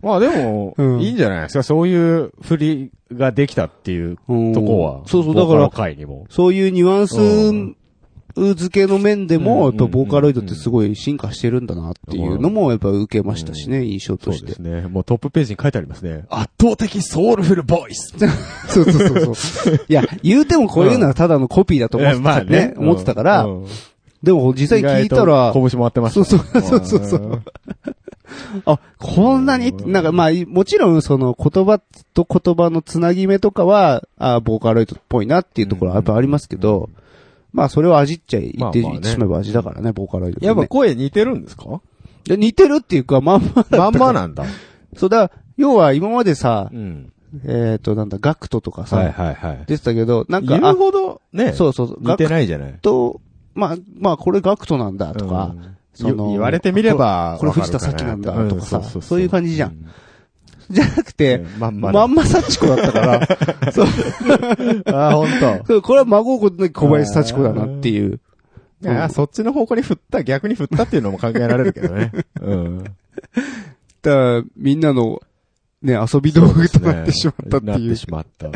Speaker 2: まあでも、
Speaker 1: うん
Speaker 2: いいんじゃないですか。そういう振りができたっていう
Speaker 1: うん
Speaker 2: とこは。
Speaker 1: そうそうだから
Speaker 2: ボカロ界にも。
Speaker 1: そういうニュアン
Speaker 2: う
Speaker 1: ス
Speaker 2: ん
Speaker 1: 付けの面でも、や
Speaker 2: う
Speaker 1: っ
Speaker 2: ん
Speaker 1: ぱボーカロイドってすごい進化してるんだなっていうのも、やっぱ受けましたしね、印象と
Speaker 2: そう
Speaker 1: し
Speaker 2: で
Speaker 1: て
Speaker 2: す。ね。もうトップページに書いてありますね。圧倒的ソウルフルボイス。
Speaker 1: そうそうそうそう。いや、言うてもこういうのはただのコピーだと思ってたね、思ってたから、でも実際聞いたら、
Speaker 2: 拳回ってましたね。
Speaker 1: そう そうそうそうそうんあ、こんなに、
Speaker 2: うん
Speaker 1: なんかまあ、いもちろんその言葉と言葉のつなぎ目とかは、あボーカロイドっぽいなっていうところはやっぱありますけど、まあそれを味っちゃい、言って,、
Speaker 2: まあま
Speaker 1: 言っ
Speaker 2: あね
Speaker 1: てしまえば味だからね、ボーカロイドってね、
Speaker 2: やっぱ声似てるんですか
Speaker 1: で似てるっていうか、まあまあ、
Speaker 2: まんまなんだ。
Speaker 1: そうだ、要は今までさ、
Speaker 2: うん。
Speaker 1: えっ、となんだ、ガクトとかさ、
Speaker 2: はいはいはい。
Speaker 1: 出てたけど、なんか、
Speaker 2: 言うほど、ね
Speaker 1: あ、そうそうそう、
Speaker 2: 似てないじゃない。
Speaker 1: ガクト、まあ、まあこれガクトなんだとか、
Speaker 2: うん
Speaker 1: その
Speaker 2: 言われてみれば、
Speaker 1: これこれ
Speaker 2: わかるか
Speaker 1: 藤田咲なんだ
Speaker 2: うん
Speaker 1: とかさ
Speaker 2: う
Speaker 1: そういう感じじゃん。じゃなく
Speaker 2: う
Speaker 1: て、
Speaker 2: んまんまだ。
Speaker 1: まんま幸子だったから、そう、
Speaker 2: あ、ほん と。
Speaker 1: そうこれは孫子の小林幸子だなっていう。
Speaker 2: いや、そっちの方向に振った、逆に振ったっていうのも考えられるけどね。 うん。
Speaker 1: だからみんなの、ね、遊び道具となってしまったって
Speaker 2: なっ
Speaker 1: いう
Speaker 2: て。しまった。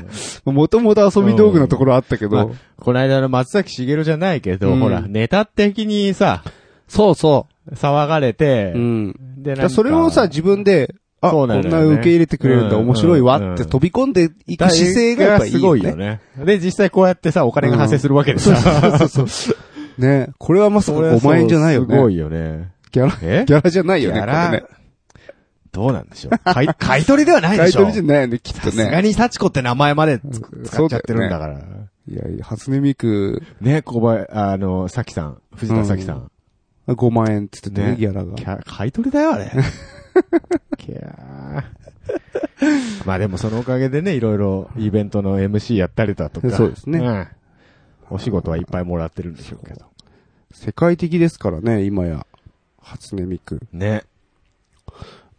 Speaker 1: もともと遊び道具のところあったけど。
Speaker 2: うんまこの間の松崎しげるじゃないけど、
Speaker 1: うん
Speaker 2: ほら、ネタ的にさ、
Speaker 1: そうそ
Speaker 2: 騒がれて、
Speaker 1: うん。
Speaker 2: で、
Speaker 1: だか
Speaker 2: なん
Speaker 1: ら
Speaker 2: か
Speaker 1: それをさ、自分で、あ、
Speaker 2: そ
Speaker 1: こ
Speaker 2: う
Speaker 1: ん
Speaker 2: なんだよね
Speaker 1: な受け入れてくれるんだ、
Speaker 2: うん
Speaker 1: 面白い
Speaker 2: うん
Speaker 1: わって飛び込んでいく姿勢がやっぱいい
Speaker 2: すごいよ
Speaker 1: ね。
Speaker 2: ね。で、実際こうやってさ、お金が発生するわけでさ。
Speaker 1: そうそうそう。ね、これはまさか
Speaker 2: それは
Speaker 1: 5
Speaker 2: そう
Speaker 1: 万円じゃないよね。
Speaker 2: すごいよね。
Speaker 1: ギャラ、
Speaker 2: え
Speaker 1: ギャラじゃないよね、
Speaker 2: ギャ
Speaker 1: こ
Speaker 2: ラ
Speaker 1: れね。
Speaker 2: どうなんでしょう。買い、 買い取りではないで
Speaker 1: 買い
Speaker 2: しょ。
Speaker 1: 取りじゃないよね、きっと
Speaker 2: さす
Speaker 1: ね
Speaker 2: が。に幸子って名前までつ
Speaker 1: うん
Speaker 2: 使っちゃってるんだから。
Speaker 1: いやいや、初音ミク
Speaker 2: ね、小林、あの、咲さん、藤田咲さん。
Speaker 1: 5万円って言ってたね、
Speaker 2: ね
Speaker 1: ギャラが。
Speaker 2: キャ買い取りだ よ、あれ。キャーまあでもそのおかげでね、いろいろイベントの MC やったりだとか。
Speaker 1: そうですね
Speaker 2: んお仕事はいっぱいもらってるんでしょうけど。
Speaker 1: 世界的ですからね、今や。初音ミク。
Speaker 2: ね。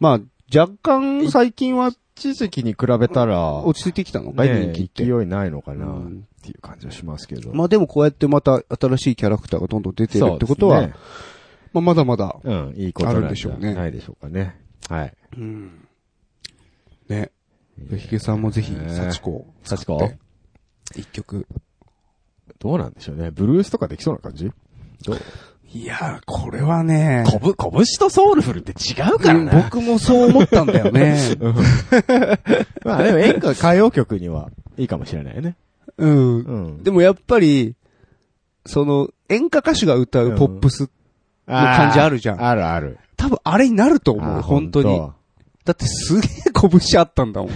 Speaker 1: まあ、若干最近は
Speaker 2: 一時期に比べたら、
Speaker 1: 落ち着いてきたのか、
Speaker 2: ね
Speaker 1: 人気って。
Speaker 2: 勢いないのかな、
Speaker 1: う
Speaker 2: っ
Speaker 1: ん
Speaker 2: ていう感じはしますけど。
Speaker 1: まあでもこうやってまた新しいキャラクターがどんどん出てる
Speaker 2: そう
Speaker 1: ってことは、
Speaker 2: ですね
Speaker 1: まあまだまだ。
Speaker 2: うん、いいこと
Speaker 1: あ
Speaker 2: な
Speaker 1: るん
Speaker 2: ん
Speaker 1: で
Speaker 2: じ
Speaker 1: しょ
Speaker 2: ゃ
Speaker 1: うね
Speaker 2: ないでしょうかね。はい。
Speaker 1: うん。ね。ヒゲさんもぜひ、
Speaker 2: ね
Speaker 1: 幸子を使って。
Speaker 2: 幸子
Speaker 1: 一曲。
Speaker 2: どうなんでしょうね。ブルースとかできそうな感じどう
Speaker 1: いやー、これはね、
Speaker 2: ぶ、拳とソウルフルって違う
Speaker 1: うん。僕もそう思ったんだよね。
Speaker 2: まあでも演歌歌謡曲にはいいかもしれないね。
Speaker 1: うん
Speaker 2: う。ん。
Speaker 1: でもやっぱり、その、演歌歌手が歌うポップス、
Speaker 2: ー
Speaker 1: 感じあるじゃん
Speaker 2: あるある。
Speaker 1: 多分あれになると思
Speaker 2: あ
Speaker 1: う、
Speaker 2: ー
Speaker 1: 本当に。。だってすげえ拳あったんだ もん。い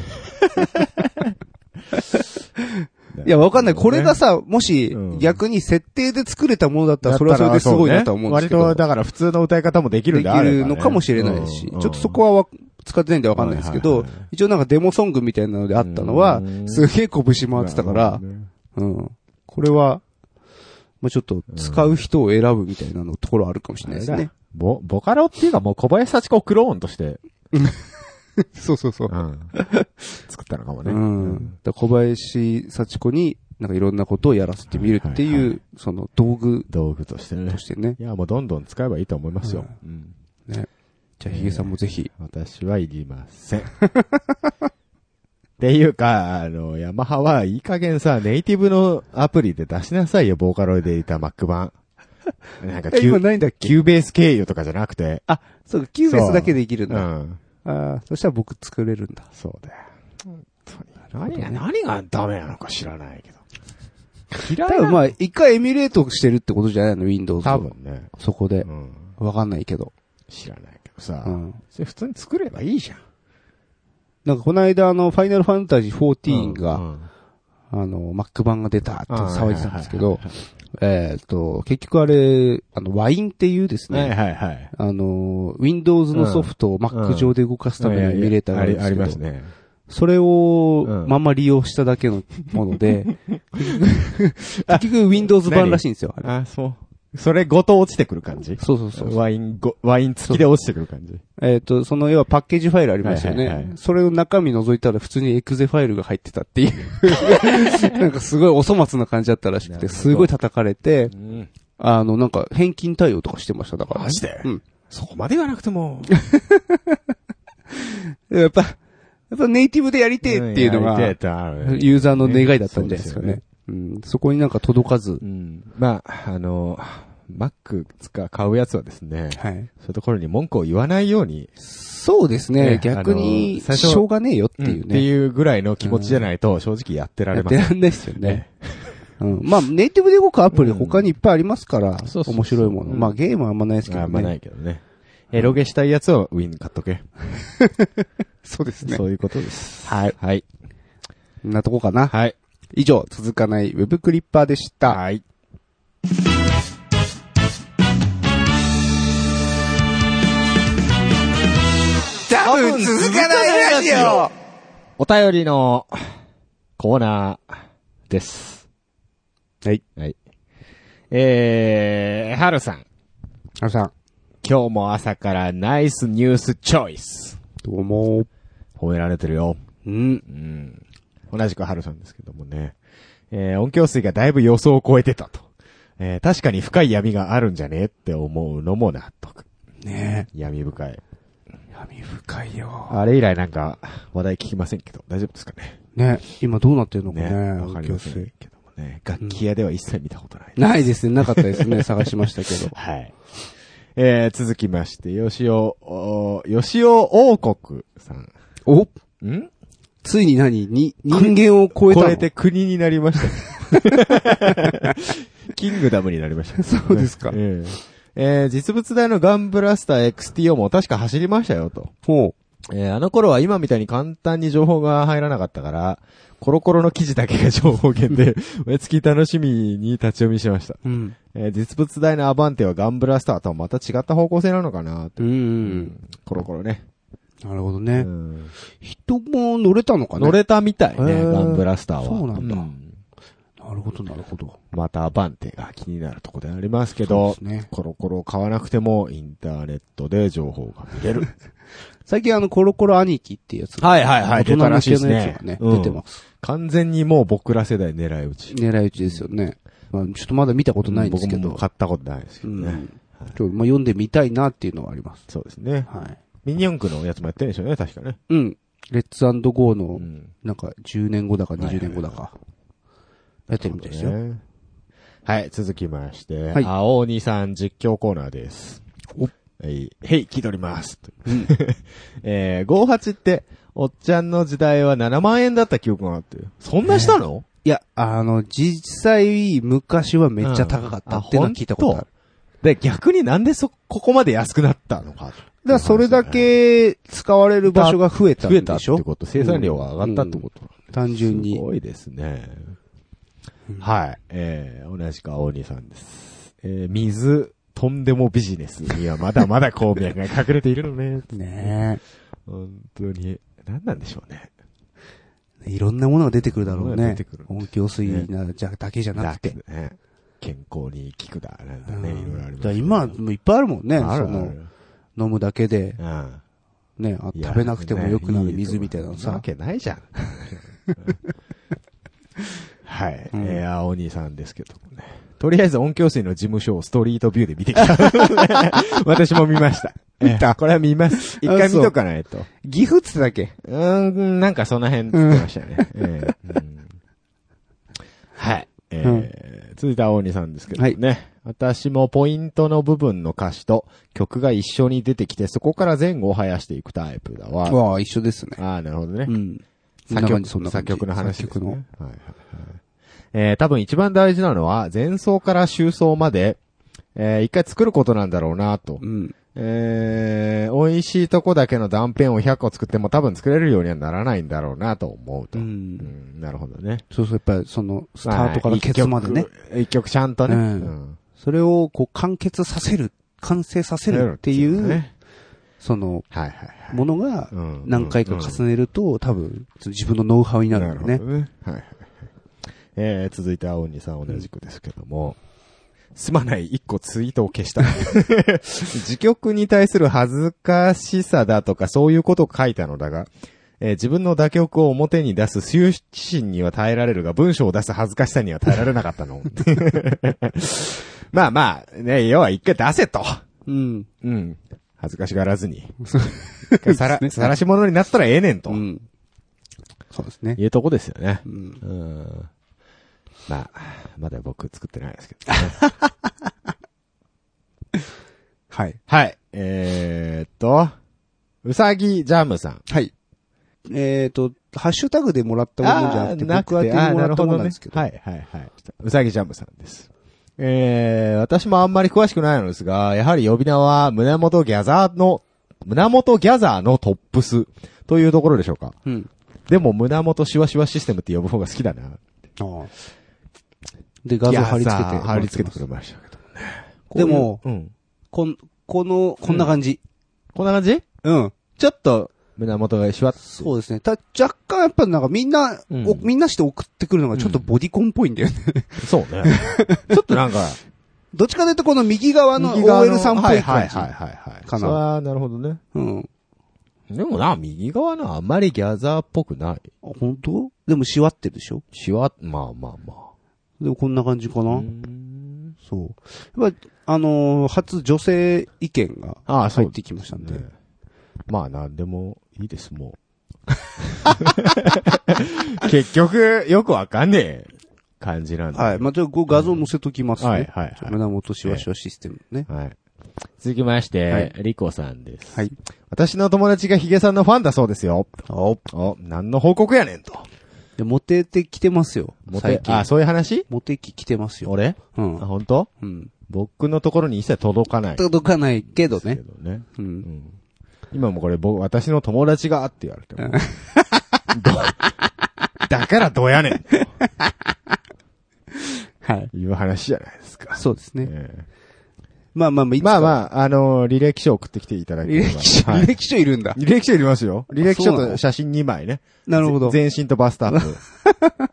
Speaker 1: や、わかんない。これがさ、もし
Speaker 2: うん
Speaker 1: 逆に設定で作れたものだった
Speaker 2: だ
Speaker 1: ら、
Speaker 2: った
Speaker 1: そ
Speaker 2: ら、
Speaker 1: れはそれですごいなとは思うんですけ
Speaker 2: そね
Speaker 1: ど
Speaker 2: 割と、。だから普通の歌い方もできるん
Speaker 1: で
Speaker 2: であ
Speaker 1: き
Speaker 2: ればね
Speaker 1: るのかもしれないし、ちょっとそこはわ使ってないんでわかんないですけ
Speaker 2: はい
Speaker 1: ど
Speaker 2: はいはい、
Speaker 1: 一応なんかデモソングみたいなのであったの
Speaker 2: う
Speaker 1: は
Speaker 2: ん、
Speaker 1: すげえ拳回ってたから、うん。これは、まあちょっと使う人を選ぶみたいなのところあるかもしれないですね。
Speaker 2: ボ、ボカロっていうかもう小林幸子をクローンとして、
Speaker 1: そうそうそう
Speaker 2: う。ん 作ったのかも
Speaker 1: う
Speaker 2: ね。
Speaker 1: ん。だから小林幸子に、なんかいろんなことをやらせてみるって、
Speaker 2: はいはいいう
Speaker 1: その道具
Speaker 2: 道具としてね
Speaker 1: と。してね。
Speaker 2: いや、もうどんどん使えばいいと思いますよ。うん
Speaker 1: じゃあヒゲさんもぜひ。
Speaker 2: 私はいりません。っていうか、あの、ヤマハはいい加減さ、ネイティブのアプリで出しなさいよ、ボーカロイドでいた Mac 版。なんか
Speaker 1: え、
Speaker 2: キ
Speaker 1: 今
Speaker 2: ュ、
Speaker 1: ないんだっ
Speaker 2: キ
Speaker 1: け
Speaker 2: ューベース経由とかじゃなくて。
Speaker 1: あ、そうか、キューベースだけできるん
Speaker 2: う
Speaker 1: だ。
Speaker 2: ん。
Speaker 1: ああ、そしたら僕作れるんだ。
Speaker 2: そうだよ。何が、何がダメなのか知らないけど。嫌
Speaker 1: 多
Speaker 2: いな
Speaker 1: 分まあ、一回エミュレートしてるってことじゃないの ?Windows を。
Speaker 2: 多分ね。
Speaker 1: そこで
Speaker 2: う。ん。
Speaker 1: わかんないけど。
Speaker 2: 知らないけどさ
Speaker 1: う。ん。
Speaker 2: それ普通に作ればいいじゃん。
Speaker 1: なんかこの間、あの、ファイナルファンタジー14が、
Speaker 2: うん、
Speaker 1: あの、Mac 版が出たって騒いでたんですけ
Speaker 2: は
Speaker 1: ど
Speaker 2: いはい、
Speaker 1: えっと、結局あれ、あの、ワインっていうです
Speaker 2: はい
Speaker 1: ね、
Speaker 2: はいはい。
Speaker 1: あの、Windows のソフトを Mac 上で動かすためのエミュレーターがあるんです
Speaker 2: あ
Speaker 1: け
Speaker 2: り
Speaker 1: ど
Speaker 2: ます、ね。
Speaker 1: それを
Speaker 2: う、ん
Speaker 1: まんま利用しただけのもので、 結局結局 Windows 版らしいんですよ、あれ。
Speaker 2: あ、そう。それごと落ちてくる感じ
Speaker 1: そうそうそう。
Speaker 2: ワインご、ワイン付きで落ちてくる感じ。
Speaker 1: えっ、と、その要はパッケージファイルありますよね。
Speaker 2: はいはいはい
Speaker 1: それの中身覗いたら普通にエクゼファイルが入ってたって いう。なんかすごいお粗末な感じだったらしく
Speaker 2: なる
Speaker 1: て、
Speaker 2: ほど
Speaker 1: すごい叩かれて、
Speaker 2: うん。
Speaker 1: あの、なんか返金対応とかしてました、だから。
Speaker 2: で
Speaker 1: うん。
Speaker 2: そこまで言わなくても。
Speaker 1: やっぱ、やっぱネイティブでやりてえっていうのが、
Speaker 2: ユ
Speaker 1: ユーザーの願いだったんじゃないですかね。。うん、そこになんか届かず
Speaker 2: う。ん。まあ、あの、Mac つか買うやつはですね、
Speaker 1: はい。
Speaker 2: そういうところに文句を言わないように、
Speaker 1: そうですね。
Speaker 2: ね
Speaker 1: 逆に、
Speaker 2: あの最初
Speaker 1: しょうがねえよってい
Speaker 2: ん
Speaker 1: うね。
Speaker 2: っていうぐらいの気持ちじゃないと、正直やってら
Speaker 1: や
Speaker 2: れ
Speaker 1: っ
Speaker 2: ま
Speaker 1: て
Speaker 2: せん。
Speaker 1: らんないですよね。うん。まあ、ネイティブで動くアプリ他にいっぱいありますから、
Speaker 2: そうそうそう
Speaker 1: 面白いもの。
Speaker 2: うん
Speaker 1: まあ、ゲームはあんまないですけどね。
Speaker 2: あんまないけどね。エロゲしたいやつをウィン買っとけ。
Speaker 1: そうですね
Speaker 2: そ。ういうことです。はい。はい。
Speaker 1: こんなとこかな。
Speaker 2: はい。
Speaker 1: 以上、続かないウェブクリッパーでした。
Speaker 2: はい。
Speaker 3: 多分続かないラジオ
Speaker 2: お便りのコーナーです。
Speaker 1: はい。
Speaker 2: はい。えー、はるさん。
Speaker 1: あさん。
Speaker 2: 今日も朝からナイスニュースチョイス。
Speaker 1: どうも
Speaker 2: 褒められてるよ。
Speaker 1: うん。
Speaker 2: うん。同じく春さんですけどもね。えー音響水がだいぶ予想を超えてたと。えー確かに深い闇があるんじゃねって思うのも納得。
Speaker 1: ね
Speaker 2: 闇深い。
Speaker 1: え。闇深いよ。
Speaker 2: あれ以来なんか、話題聞きませんけど、大丈夫ですかね。
Speaker 1: ね今どうなってるのかね。
Speaker 2: ね。わかりませ
Speaker 1: 音響
Speaker 2: ん
Speaker 1: 水
Speaker 2: けどもね。楽器屋では一切見たことない。
Speaker 1: ないですね。なかったです ね。探しましたけど。
Speaker 2: はい。えー、続きまして、吉尾、お吉尾王国さん。
Speaker 1: お
Speaker 2: ん
Speaker 1: ついに何に、人間を超えたの
Speaker 2: 超えて国になりました。 キングダムになりました。
Speaker 1: そうですか
Speaker 2: えええー実物大のガンブラスター XTO も確か走りましたよと。
Speaker 1: ほ
Speaker 2: えーあの頃は今みたいに簡単に情報が入らなかったから、コロコロの記事だけが情報源 で、毎月楽しみに立ち読みしました。
Speaker 1: う。うん。
Speaker 2: えー実物大のアバンテはガンブラスターとはまた違った方向性なのかな
Speaker 1: うん、うん。
Speaker 2: コロコロね。
Speaker 1: なるほど
Speaker 2: う
Speaker 1: ね。
Speaker 2: ん
Speaker 1: 人も乗れたのかね
Speaker 2: 乗れたみたい
Speaker 1: へ
Speaker 2: ね、
Speaker 1: ー
Speaker 2: ガンブラスターは。
Speaker 1: そうなんだ
Speaker 2: ん
Speaker 1: なるほど、なるほど。
Speaker 2: またアバンテが気になるところでありますけど、
Speaker 1: そうですね
Speaker 2: コロコロ買わなくてもインターネットで情報が見れる。
Speaker 1: 最近あの、コロコロ兄貴っていうやつが
Speaker 2: はいはいはい
Speaker 1: 大人向けの
Speaker 2: 出たらしい
Speaker 1: や
Speaker 2: で
Speaker 1: つが
Speaker 2: すね
Speaker 1: ね、
Speaker 2: うん
Speaker 1: 出てます。
Speaker 2: 完全にもう僕ら世代狙い撃ち。
Speaker 1: 狙い撃ちですよね。まあ、ちょっとまだ見たことないんですけ
Speaker 2: 僕
Speaker 1: ど。
Speaker 2: も買ったことないですけ
Speaker 1: う
Speaker 2: ど
Speaker 1: ん。
Speaker 2: ね。
Speaker 1: ちょっとまあ、読んでみたいなっていうのはあります。
Speaker 2: そうですね。
Speaker 1: はい。
Speaker 2: ミニ四駆のやつもやってるんでしょうね、確かね。
Speaker 1: うん。レッツゴーの
Speaker 2: う、ん。
Speaker 1: なんか、10年後だか20年後だか。やってるみたいですよ。
Speaker 2: ねはい、続きまして、
Speaker 1: い
Speaker 2: 青鬼さん実況コーナーです。
Speaker 1: お
Speaker 2: はい、へい、聞いております。 えー、58って、おっちゃんの時代は7万円だった記憶があって。そんなしたの、
Speaker 1: いや、あの、実際、昔はめっちゃ高かったっていうのは聞いたことある。
Speaker 2: で、逆になんでそ、ここまで安くなったのか。
Speaker 1: らそれだけ使われる場所が増えたん
Speaker 2: 増えた
Speaker 1: で
Speaker 2: っ
Speaker 1: しょ
Speaker 2: てこと、生産量が上がったってことなんです、
Speaker 1: 単純に
Speaker 2: すごいですね。はい。えー、同じく青鬼さんです。えー、水、とんでもビジネスにはまだまだ鉱脈が隠れているの ね。
Speaker 1: ね
Speaker 2: 本当に。何なんでしょうね。
Speaker 1: え。いろんなものが出てくるだろう
Speaker 2: いろんなもの
Speaker 1: ね
Speaker 2: が出てくる。
Speaker 1: 音響水なじゃだけじゃなくて。
Speaker 2: だね。健康に効くだ、なんだ
Speaker 1: う
Speaker 2: ね、いろいろあり
Speaker 1: ん
Speaker 2: ま
Speaker 1: だ
Speaker 2: す
Speaker 1: から今、
Speaker 2: けど
Speaker 1: もういっぱいあるもんね。
Speaker 2: ある
Speaker 1: そ
Speaker 2: あ
Speaker 1: の
Speaker 2: る。
Speaker 1: 飲むだけで、
Speaker 2: うん。
Speaker 1: ね、あ
Speaker 2: いや
Speaker 1: 食べなくても良くなる水みたいなのさ
Speaker 2: そんなわ。けな いじゃん。はい。
Speaker 1: うん
Speaker 2: えー、青兄さんですけどもね。とりあえず音響水の事務所をストリートビューで見て きた。私も見ました。見たこれは見ます。一回見とかないと。う
Speaker 1: 岐阜っつってたっけ
Speaker 2: ーん、なんかその辺って言ってましたね。えーうんはい。えー続いて青鬼さんですけどね。私もポイントの部分の歌詞と曲が一緒に出てきて、そこから前後を生やしていくタイプだわ。
Speaker 1: わあ、一緒ですね。
Speaker 2: ああ、なるほどね。
Speaker 1: うん。そんな
Speaker 2: 作
Speaker 1: 感
Speaker 2: 曲、
Speaker 1: じ、そんな感
Speaker 2: 作
Speaker 1: じ。
Speaker 2: 曲の話です
Speaker 1: 作曲
Speaker 2: ね。
Speaker 1: の
Speaker 2: はい。はいはいえー多分一番大事なのは、前奏から終奏まで、えー一回作ることなんだろうなと。
Speaker 1: うん。
Speaker 2: えー美味しいとこだけの断片を100個作っても多分作れるようにはならないんだろうなと思うと。
Speaker 1: う。
Speaker 2: うんんなるほどね。
Speaker 1: そうそう、やっぱりその、スタートからケツまでね
Speaker 2: 一。曲。一曲ちゃんとね。
Speaker 1: うん
Speaker 2: うん
Speaker 1: それをこう完結させる、完成させるっていう、
Speaker 2: ね
Speaker 1: その、
Speaker 2: はいはいはい。
Speaker 1: ものが
Speaker 2: うん
Speaker 1: 何回か重ねると、多分、自分のノウハウになるよね
Speaker 2: ほ。どね。はいはいはい。えー、続いて青鬼さん同じくですけども、すまない一個ツイートを消 した。自曲に対する恥ずかしさだとかそういうことを書いたのだが、えー自分の妥協を表に出す羞恥心には耐えられるが、文章を出す恥ずかしさには耐えられなか ったの。まあまあ、ね、要は一回出せと。
Speaker 1: うん。
Speaker 2: うん。恥ずかしが らずに。
Speaker 1: ね
Speaker 2: さら、さらし者になったらええねんと。
Speaker 1: うん。そうですね。
Speaker 2: いうとこですよね。
Speaker 1: うん。
Speaker 2: うんまあ、まだ僕作ってないですけど、ね。
Speaker 1: はい。
Speaker 2: はい。えー、っと、うさぎジャムさん。
Speaker 1: はい。えっと、ハッシュタグでもらったものじゃなくて、僕宛てにもらったものなんですけど。
Speaker 2: あーなるほどねはい、はい、はい。うさぎジャムさんです。えー、私もあんまり詳しくないのですが、やはり呼び名は胸元ギャザーの、胸元ギャザーのトップスというところでしょうか。
Speaker 1: うん。
Speaker 2: でも胸元シワシワシステムって呼ぶ方が好きだな。
Speaker 1: ああで、画像貼り付け
Speaker 2: ギャ
Speaker 1: て。
Speaker 2: ザー貼り付けてくれましたけどね。
Speaker 1: でも
Speaker 2: こういううん。
Speaker 1: こん、この、こんな感じ。
Speaker 2: こんな感じ
Speaker 1: うん。ちょっと、
Speaker 2: 胸元がシワッ
Speaker 1: そうですね。た、若干やっぱなんかみんな、
Speaker 2: うん
Speaker 1: おみんなして送ってくるのがちょっとボディコンっぽいんだよね。
Speaker 2: そう ね。ちょっとなんか、
Speaker 1: どっちかというとこの右側の
Speaker 2: 右側
Speaker 1: OL さんっぽい
Speaker 2: は
Speaker 1: 感
Speaker 2: い
Speaker 1: じ。
Speaker 2: はいはいはいはい。
Speaker 1: かな
Speaker 2: それはなるほどね。
Speaker 1: うん。
Speaker 2: でもな、右側のあんまりギャザーっぽくない。
Speaker 1: あ本当でもしわってるでしょ
Speaker 2: シワ、まあまあま
Speaker 1: でもこんな感じかな、
Speaker 2: あ。うーん
Speaker 1: そう。やっぱ、あのー初女性意見が
Speaker 2: ああ、そ
Speaker 1: 入っ
Speaker 2: う
Speaker 1: てきましたんで。
Speaker 2: ね。まあなんでもいいです、 もう。結局、よくわかんねえ感じなんで。
Speaker 1: はい。まあ、じゃあ、こう画像載せときますね。
Speaker 2: はいはいはい
Speaker 1: 胸元しわしわシステムね。
Speaker 2: はい。続きまして、
Speaker 1: はい
Speaker 2: リコさんです。
Speaker 1: はい。
Speaker 2: 私の友達がヒゲさんのファンだそうですよ。お、お、何の報告やねんと。
Speaker 1: で、モテてきてますよ。
Speaker 2: モテ
Speaker 1: 最、近。
Speaker 2: あ、そういう話
Speaker 1: モテ期来てますよ。
Speaker 2: 俺
Speaker 1: う
Speaker 2: あ、
Speaker 1: ん。
Speaker 2: 本当？
Speaker 1: うん。
Speaker 2: 僕のところに一切届かない。
Speaker 1: 届かないけど
Speaker 2: け
Speaker 1: ね。
Speaker 2: どね。
Speaker 1: う。
Speaker 2: うんん。今もこれ、僕、私の友達がって言われても。 どだからどうやねんと
Speaker 1: はい。
Speaker 2: いう話じゃないですか。
Speaker 1: そうですね。
Speaker 2: ええ
Speaker 1: まあまあまあ、いつか
Speaker 2: まあまあ、あのー、履歴書送ってきていただけ
Speaker 1: 履
Speaker 2: れば。
Speaker 1: 歴書、
Speaker 2: はい
Speaker 1: 履歴書いるんだ。
Speaker 2: 履歴書いりますよ。履歴
Speaker 1: そ
Speaker 2: 書
Speaker 1: うな
Speaker 2: と
Speaker 1: の
Speaker 2: 写真2枚ね。
Speaker 1: なるほど。
Speaker 2: 全身とバ スタープ。